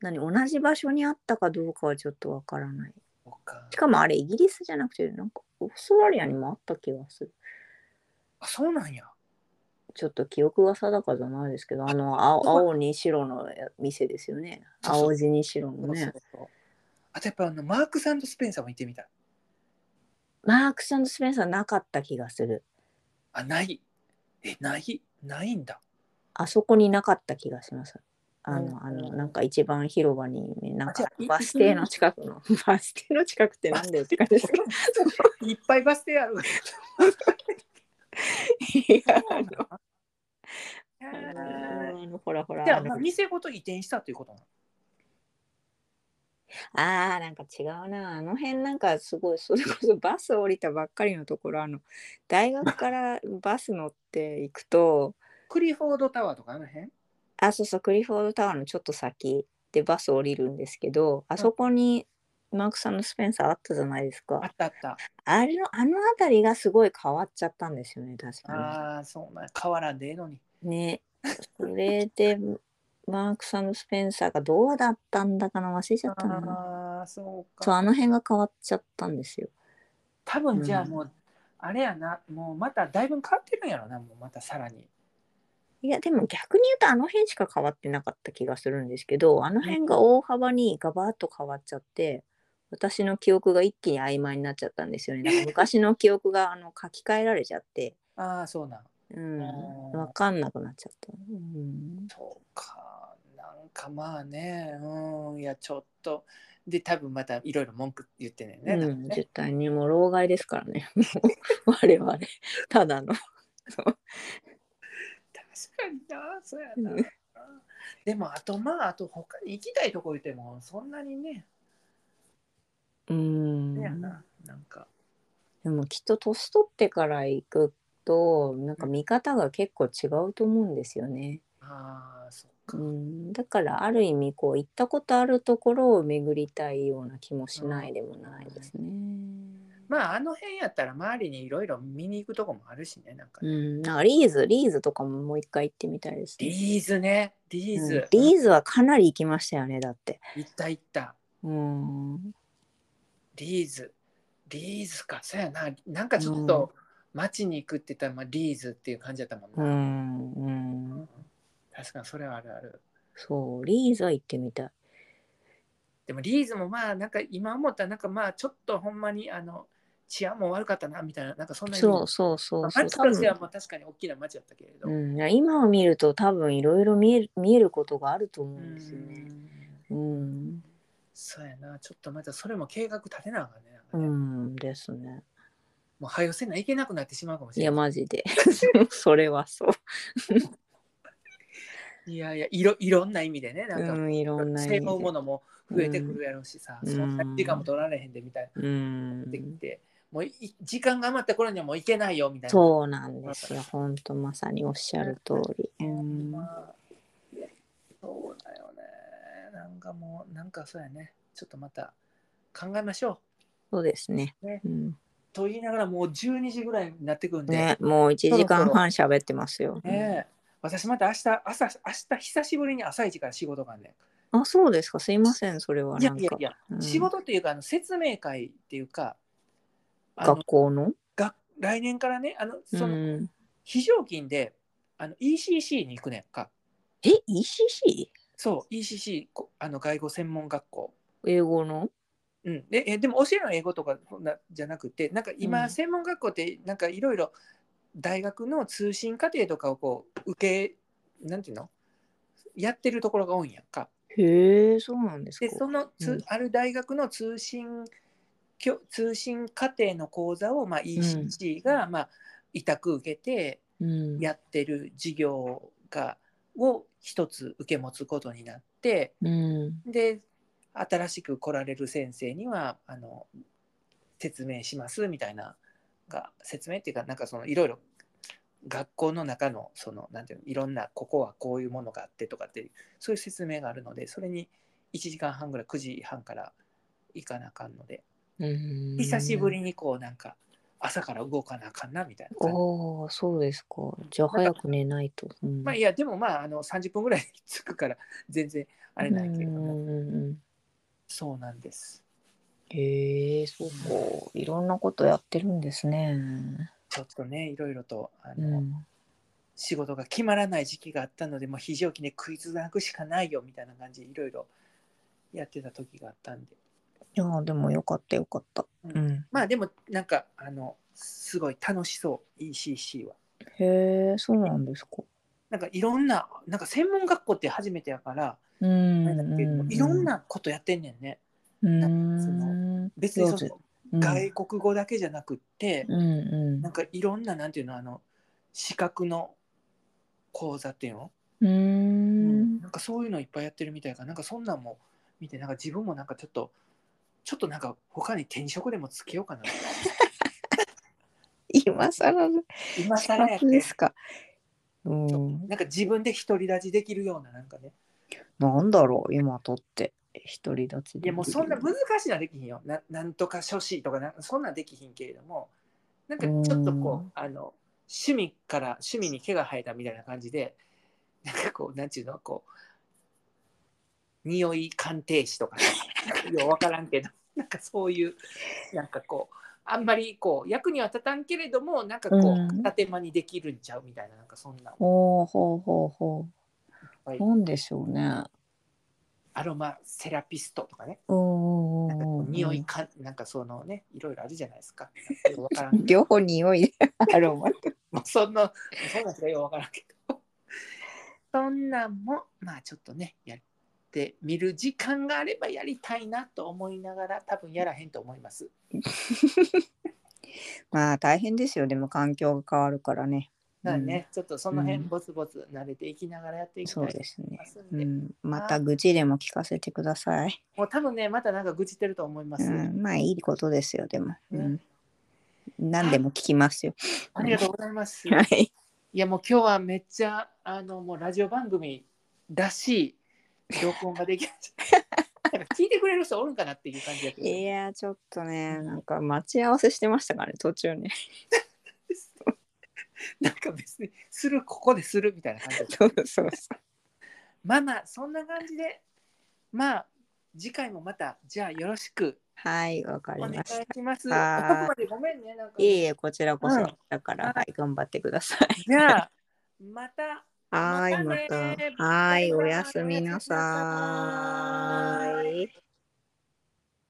Speaker 1: 何同じ場所にあったかどうかはちょっとわからない。
Speaker 2: そうか
Speaker 1: しかもあれイギリスじゃなくてなんかオーストラリアにもあった気がする。
Speaker 2: あそうなんや
Speaker 1: ちょっと記憶が定かじゃないですけどあの青青に白の店ですよね。
Speaker 2: そうそう
Speaker 1: 青地に白の
Speaker 2: そうそ
Speaker 1: ね
Speaker 2: う。そうあとやっぱあのマークサンドスペンサーも行ってみたい
Speaker 1: マークススペンサーなかった気がする。
Speaker 2: あないえないないんだ
Speaker 1: あそこになかった気がします。あ
Speaker 2: うん
Speaker 1: の、あの、なんか一番広場に、なんか
Speaker 2: あじゃあ
Speaker 1: バス停の近くの、バス停の近くってなんだよって感じですけど
Speaker 2: いっぱいバス停あるわ。
Speaker 1: いや
Speaker 2: そうなの
Speaker 1: あ
Speaker 2: へー
Speaker 1: のあの、ほらほら。
Speaker 2: じゃ
Speaker 1: あ
Speaker 2: あ、まあ、
Speaker 1: の
Speaker 2: 店ごと移転したということなの
Speaker 1: あー、なんか違うな。あの辺なんかすごい、それこそ バス降りたばっかりのところ、あの、大学からバス乗って行くと、
Speaker 2: クリフォードタワーとかあの辺
Speaker 1: あ、そうそう、クリフォードタワーのちょっと先でバス降りるんですけど、あそこにマークさんのスペンサーあったじゃないですか
Speaker 2: あ。ったあった。
Speaker 1: あれの、あの辺りがすごい変わっちゃったんですよね、確か
Speaker 2: ああ、そうなん。変わらんでええのに。
Speaker 1: に。ね。それで、マークサンド・スペンサーがどうだったんだかな、忘れちゃったな。
Speaker 2: ああ、そう
Speaker 1: そう、
Speaker 2: か。
Speaker 1: あの辺が変わっちゃったんですよ。
Speaker 2: 多分じゃあもう、あれやな、もうまただいぶ変わってるんやろな、もうまたさらに。
Speaker 1: いや、でも逆に言うと、あの辺しか変わってなかった気がするんですけど、あの辺が大幅にガバッと変わっちゃって、私の記憶が一気に曖昧になっちゃったんですよね。なんか昔の記憶があの書き換えられちゃって、
Speaker 2: ああ、そうなん。
Speaker 1: うん、
Speaker 2: あー
Speaker 1: わかんなくなっちゃった。うん、
Speaker 2: そうか。なんかまあね、うん、いや、ちょっと。で、多分またいろいろ文句言ってんねんね。多
Speaker 1: う
Speaker 2: 分
Speaker 1: ん、
Speaker 2: ね
Speaker 1: 絶対にもう老害ですからね。 もう我々ただの。そう
Speaker 2: 確かにな、そうや
Speaker 1: う
Speaker 2: な。
Speaker 1: ん
Speaker 2: でも、あと、まあ、あと、他に行きたいとこ言っても、そんなにね、
Speaker 1: う
Speaker 2: ねや
Speaker 1: ん。
Speaker 2: な、なんか。
Speaker 1: でもきっと年取ってから行くとなんか見方が結構違うと思うんですよね。
Speaker 2: ああ、そっか
Speaker 1: う。ん、だからある意味こう行ったことあるところを巡りたいような気もしないでもないですね。
Speaker 2: まあ、あの辺やったら、周りにいろいろ見に行くとこもあるしね、なんか
Speaker 1: う
Speaker 2: ね。
Speaker 1: ん、なんかリーズリーズとかももう一回行ってみたいですね。
Speaker 2: リーズね、リーズ。
Speaker 1: うん、リーズはかなり行きましたよねだって。
Speaker 2: 行った行った。
Speaker 1: うん
Speaker 2: リーズ。リーズか、そうやな。なんかちょっと、街に行くって言ったら、まあ、リーズっていう感じだったもん
Speaker 1: う
Speaker 2: な。
Speaker 1: んうん
Speaker 2: 確かに、それはあるある。
Speaker 1: そうリーズは行ってみたい。
Speaker 2: でもリーズもまあなんか今思ったらなんかまあちょっとほんまにあの治安も悪かったなみたいななんかそんなに
Speaker 1: そうそうそうそう。
Speaker 2: 街としてはまあ確かに大きな街だったけれ
Speaker 1: 多
Speaker 2: ど、
Speaker 1: 分うん、今を見ると多分いろいろ見える見えることがあると思
Speaker 2: う
Speaker 1: うん
Speaker 2: ん
Speaker 1: ですよね。うん、
Speaker 2: そうやなちょっとまたそれも計画立てなあかんねなんか
Speaker 1: う
Speaker 2: ね
Speaker 1: ん、ですね。
Speaker 2: もう早よせないけなくなってしまうかもし
Speaker 1: い
Speaker 2: れ
Speaker 1: や
Speaker 2: ない
Speaker 1: マジで それはそう。
Speaker 2: いやいやいろいろんな意味でねなんか、
Speaker 1: うん、いろんな意味
Speaker 2: 背
Speaker 1: で
Speaker 2: 負うものも増えてくるやろうしさ、
Speaker 1: うん
Speaker 2: そんな時間も取られへんでみたいな
Speaker 1: うん
Speaker 2: できて、もうい時間が余った頃にはもういけないよみたいな。
Speaker 1: そうなんですよ。本当まさにおっしゃる通り。うん
Speaker 2: まあそうだよね。なんかもう、なんかそうやね。ちょっとまた考えましょ
Speaker 1: そうですね
Speaker 2: ね。
Speaker 1: うん
Speaker 2: う。と言いながらもう12時ぐらいになってくるんで、
Speaker 1: ね、もう一時間半喋ってますよ。
Speaker 2: ねえ私また明日、朝、明日久しぶりに朝一から仕事があんね
Speaker 1: あ、そうですか。すいません、それは。
Speaker 2: ん。い
Speaker 1: な
Speaker 2: や
Speaker 1: ん
Speaker 2: いや
Speaker 1: か
Speaker 2: いや、
Speaker 1: うん
Speaker 2: 仕事というかあの説明会っていうか、あの
Speaker 1: 学校の。
Speaker 2: が来年からね、あの
Speaker 1: う
Speaker 2: その
Speaker 1: ん。
Speaker 2: 非常勤であの ECC に行くねんか。
Speaker 1: え、ECC?
Speaker 2: そう、ECC、こあの外語専門学校。
Speaker 1: 英語の
Speaker 2: うん、でえでも教えるのは英語とかそんなじゃなくてなんか今、
Speaker 1: うん
Speaker 2: 専門学校ってなんかいろいろ大学の通信課程とかをこう受けなんていうのやってるところが多いんやんか。
Speaker 1: へえ、そうなんです
Speaker 2: で
Speaker 1: か
Speaker 2: そ。のつ、
Speaker 1: うん
Speaker 2: ある大学の通信教通信課程の講座を、まあ、ECC が、まあ、委託受けて
Speaker 1: うん。
Speaker 2: やってる事業がを一つ受け持つことになって。
Speaker 1: うん。
Speaker 2: で新しく来られる先生にはあの説明しますみたいなが説明っていうかなんかそのいろいろ学校の中のそのなんていうのいろんなここはこういうものがあってとかっていうそういう説明があるのでそれに1時間半ぐらい9時半から行かなあかんので
Speaker 1: うん
Speaker 2: 久しぶり。にこうなんか朝から動かなあかんなみたいな感じ
Speaker 1: ああ、そうですか。じゃあ、早く寝ないと。うん
Speaker 2: まあいやでもまああの30分ぐらい着くから全然あれないけれど
Speaker 1: う
Speaker 2: も
Speaker 1: んうんうん
Speaker 2: そうなんです
Speaker 1: へえ、そうか。いろんなことやってるんですね。
Speaker 2: ちょっとねいろいろとあ
Speaker 1: う
Speaker 2: の、
Speaker 1: ん。
Speaker 2: 仕事が決まらない時期があったのでもう非常勤で食いつなぐしかないよみたいな感じでいろいろやってた時があったんで
Speaker 1: いやー、でもよかったよかった。うん。
Speaker 2: まあでもなんかあのすごい楽しそう ECC は
Speaker 1: へえ、そうなんですか。
Speaker 2: なんかいろんななんか専門学校って初めてやから、
Speaker 1: うん
Speaker 2: なんだっけ
Speaker 1: うん。
Speaker 2: いろんなことやってんねんね
Speaker 1: うん。
Speaker 2: そ
Speaker 1: の
Speaker 2: 別にそ
Speaker 1: そう
Speaker 2: の外国語だけじゃなくって、
Speaker 1: うんうん
Speaker 2: なんかいろんななんていうのあの資格の講座っていうの
Speaker 1: うーん。
Speaker 2: なんかそういうのいっぱいやってるみたいからなんかそんなんも見てなんか自分もなんかちょっとちょっとなんか他に転職でもつけようかな
Speaker 1: 今更の
Speaker 2: 今更や
Speaker 1: 企画
Speaker 2: って
Speaker 1: ですか。うん。
Speaker 2: なんか自分で独り立ちできるようななんかね
Speaker 1: なんだろう、今取って。一人立ちで。
Speaker 2: いやもうそんな難しいのはできひんよななんとか書士とかなんそんなんできひんけれどもなんかちょっ
Speaker 1: う
Speaker 2: とこ
Speaker 1: ん
Speaker 2: うあの趣味から趣味に毛が生えたみたいな感じでなんかこうなんていうのこう匂い鑑定士とかさよう分からんけどなんかそういうなんかこうあんまりこう役には立たんけれどもなんかこ
Speaker 1: うん
Speaker 2: う建間にできるんちゃうみたいななんかそんな
Speaker 1: ほうほうほうほ。
Speaker 2: はいう
Speaker 1: なんでしょうね。
Speaker 2: アロマセラピストとかね
Speaker 1: うんう
Speaker 2: なんか
Speaker 1: ん
Speaker 2: こ
Speaker 1: うん。
Speaker 2: う匂いかなんかそのねいろいろあるじゃないで すか。なんかよう分からんけど
Speaker 1: 両方匂いで アロ マ。
Speaker 2: まあ、そんな、そんなんしかようわからんけど。 そんなんも、まあちょっとね、やってみる時間があればやりたいなと思いながら、多分やらへんと思います。
Speaker 1: まあ大変ですよ。でも環境が変わるからね。
Speaker 2: だからね、ちょっとその辺、
Speaker 1: うん
Speaker 2: ぼつぼつ慣れていきながらやっていきた
Speaker 1: そ
Speaker 2: いうと思
Speaker 1: ですね
Speaker 2: い。ますん
Speaker 1: う
Speaker 2: で、
Speaker 1: ん、また愚痴でも聞かせてください。
Speaker 2: もう多分ね、またなんか愚痴ってると思いま
Speaker 1: う
Speaker 2: す。
Speaker 1: ん、まあいいことですよ、でも。う
Speaker 2: ね
Speaker 1: ん、何でも聞き ますよ。
Speaker 2: ありがとうございます。
Speaker 1: はいい。
Speaker 2: や、もう今日はめっちゃ、あの、もうラジオ番組らしい録音ができました。なんか聞いてくれる人おるんかなっていう感じだけど。
Speaker 1: いやー、ちょっとね、なんか待ち合わせしてましたからね、途中ね。
Speaker 2: なんか別にするここでするみたいな感じだった
Speaker 1: そうそうそ
Speaker 2: まあまあそんな感じでまあ次回もまたじゃあよろしく
Speaker 1: う。はい、わか
Speaker 2: お
Speaker 1: り
Speaker 2: 願い
Speaker 1: まし
Speaker 2: します。遅く
Speaker 1: はい
Speaker 2: までごめんねなんか
Speaker 1: た。いえいえ、こちらこそ、
Speaker 2: うん
Speaker 1: だから、
Speaker 2: はい
Speaker 1: はい、頑張ってください。
Speaker 2: じゃあまた
Speaker 1: はーい、
Speaker 2: ま
Speaker 1: ま
Speaker 2: たね
Speaker 1: た。はーい、おやすみなさーい。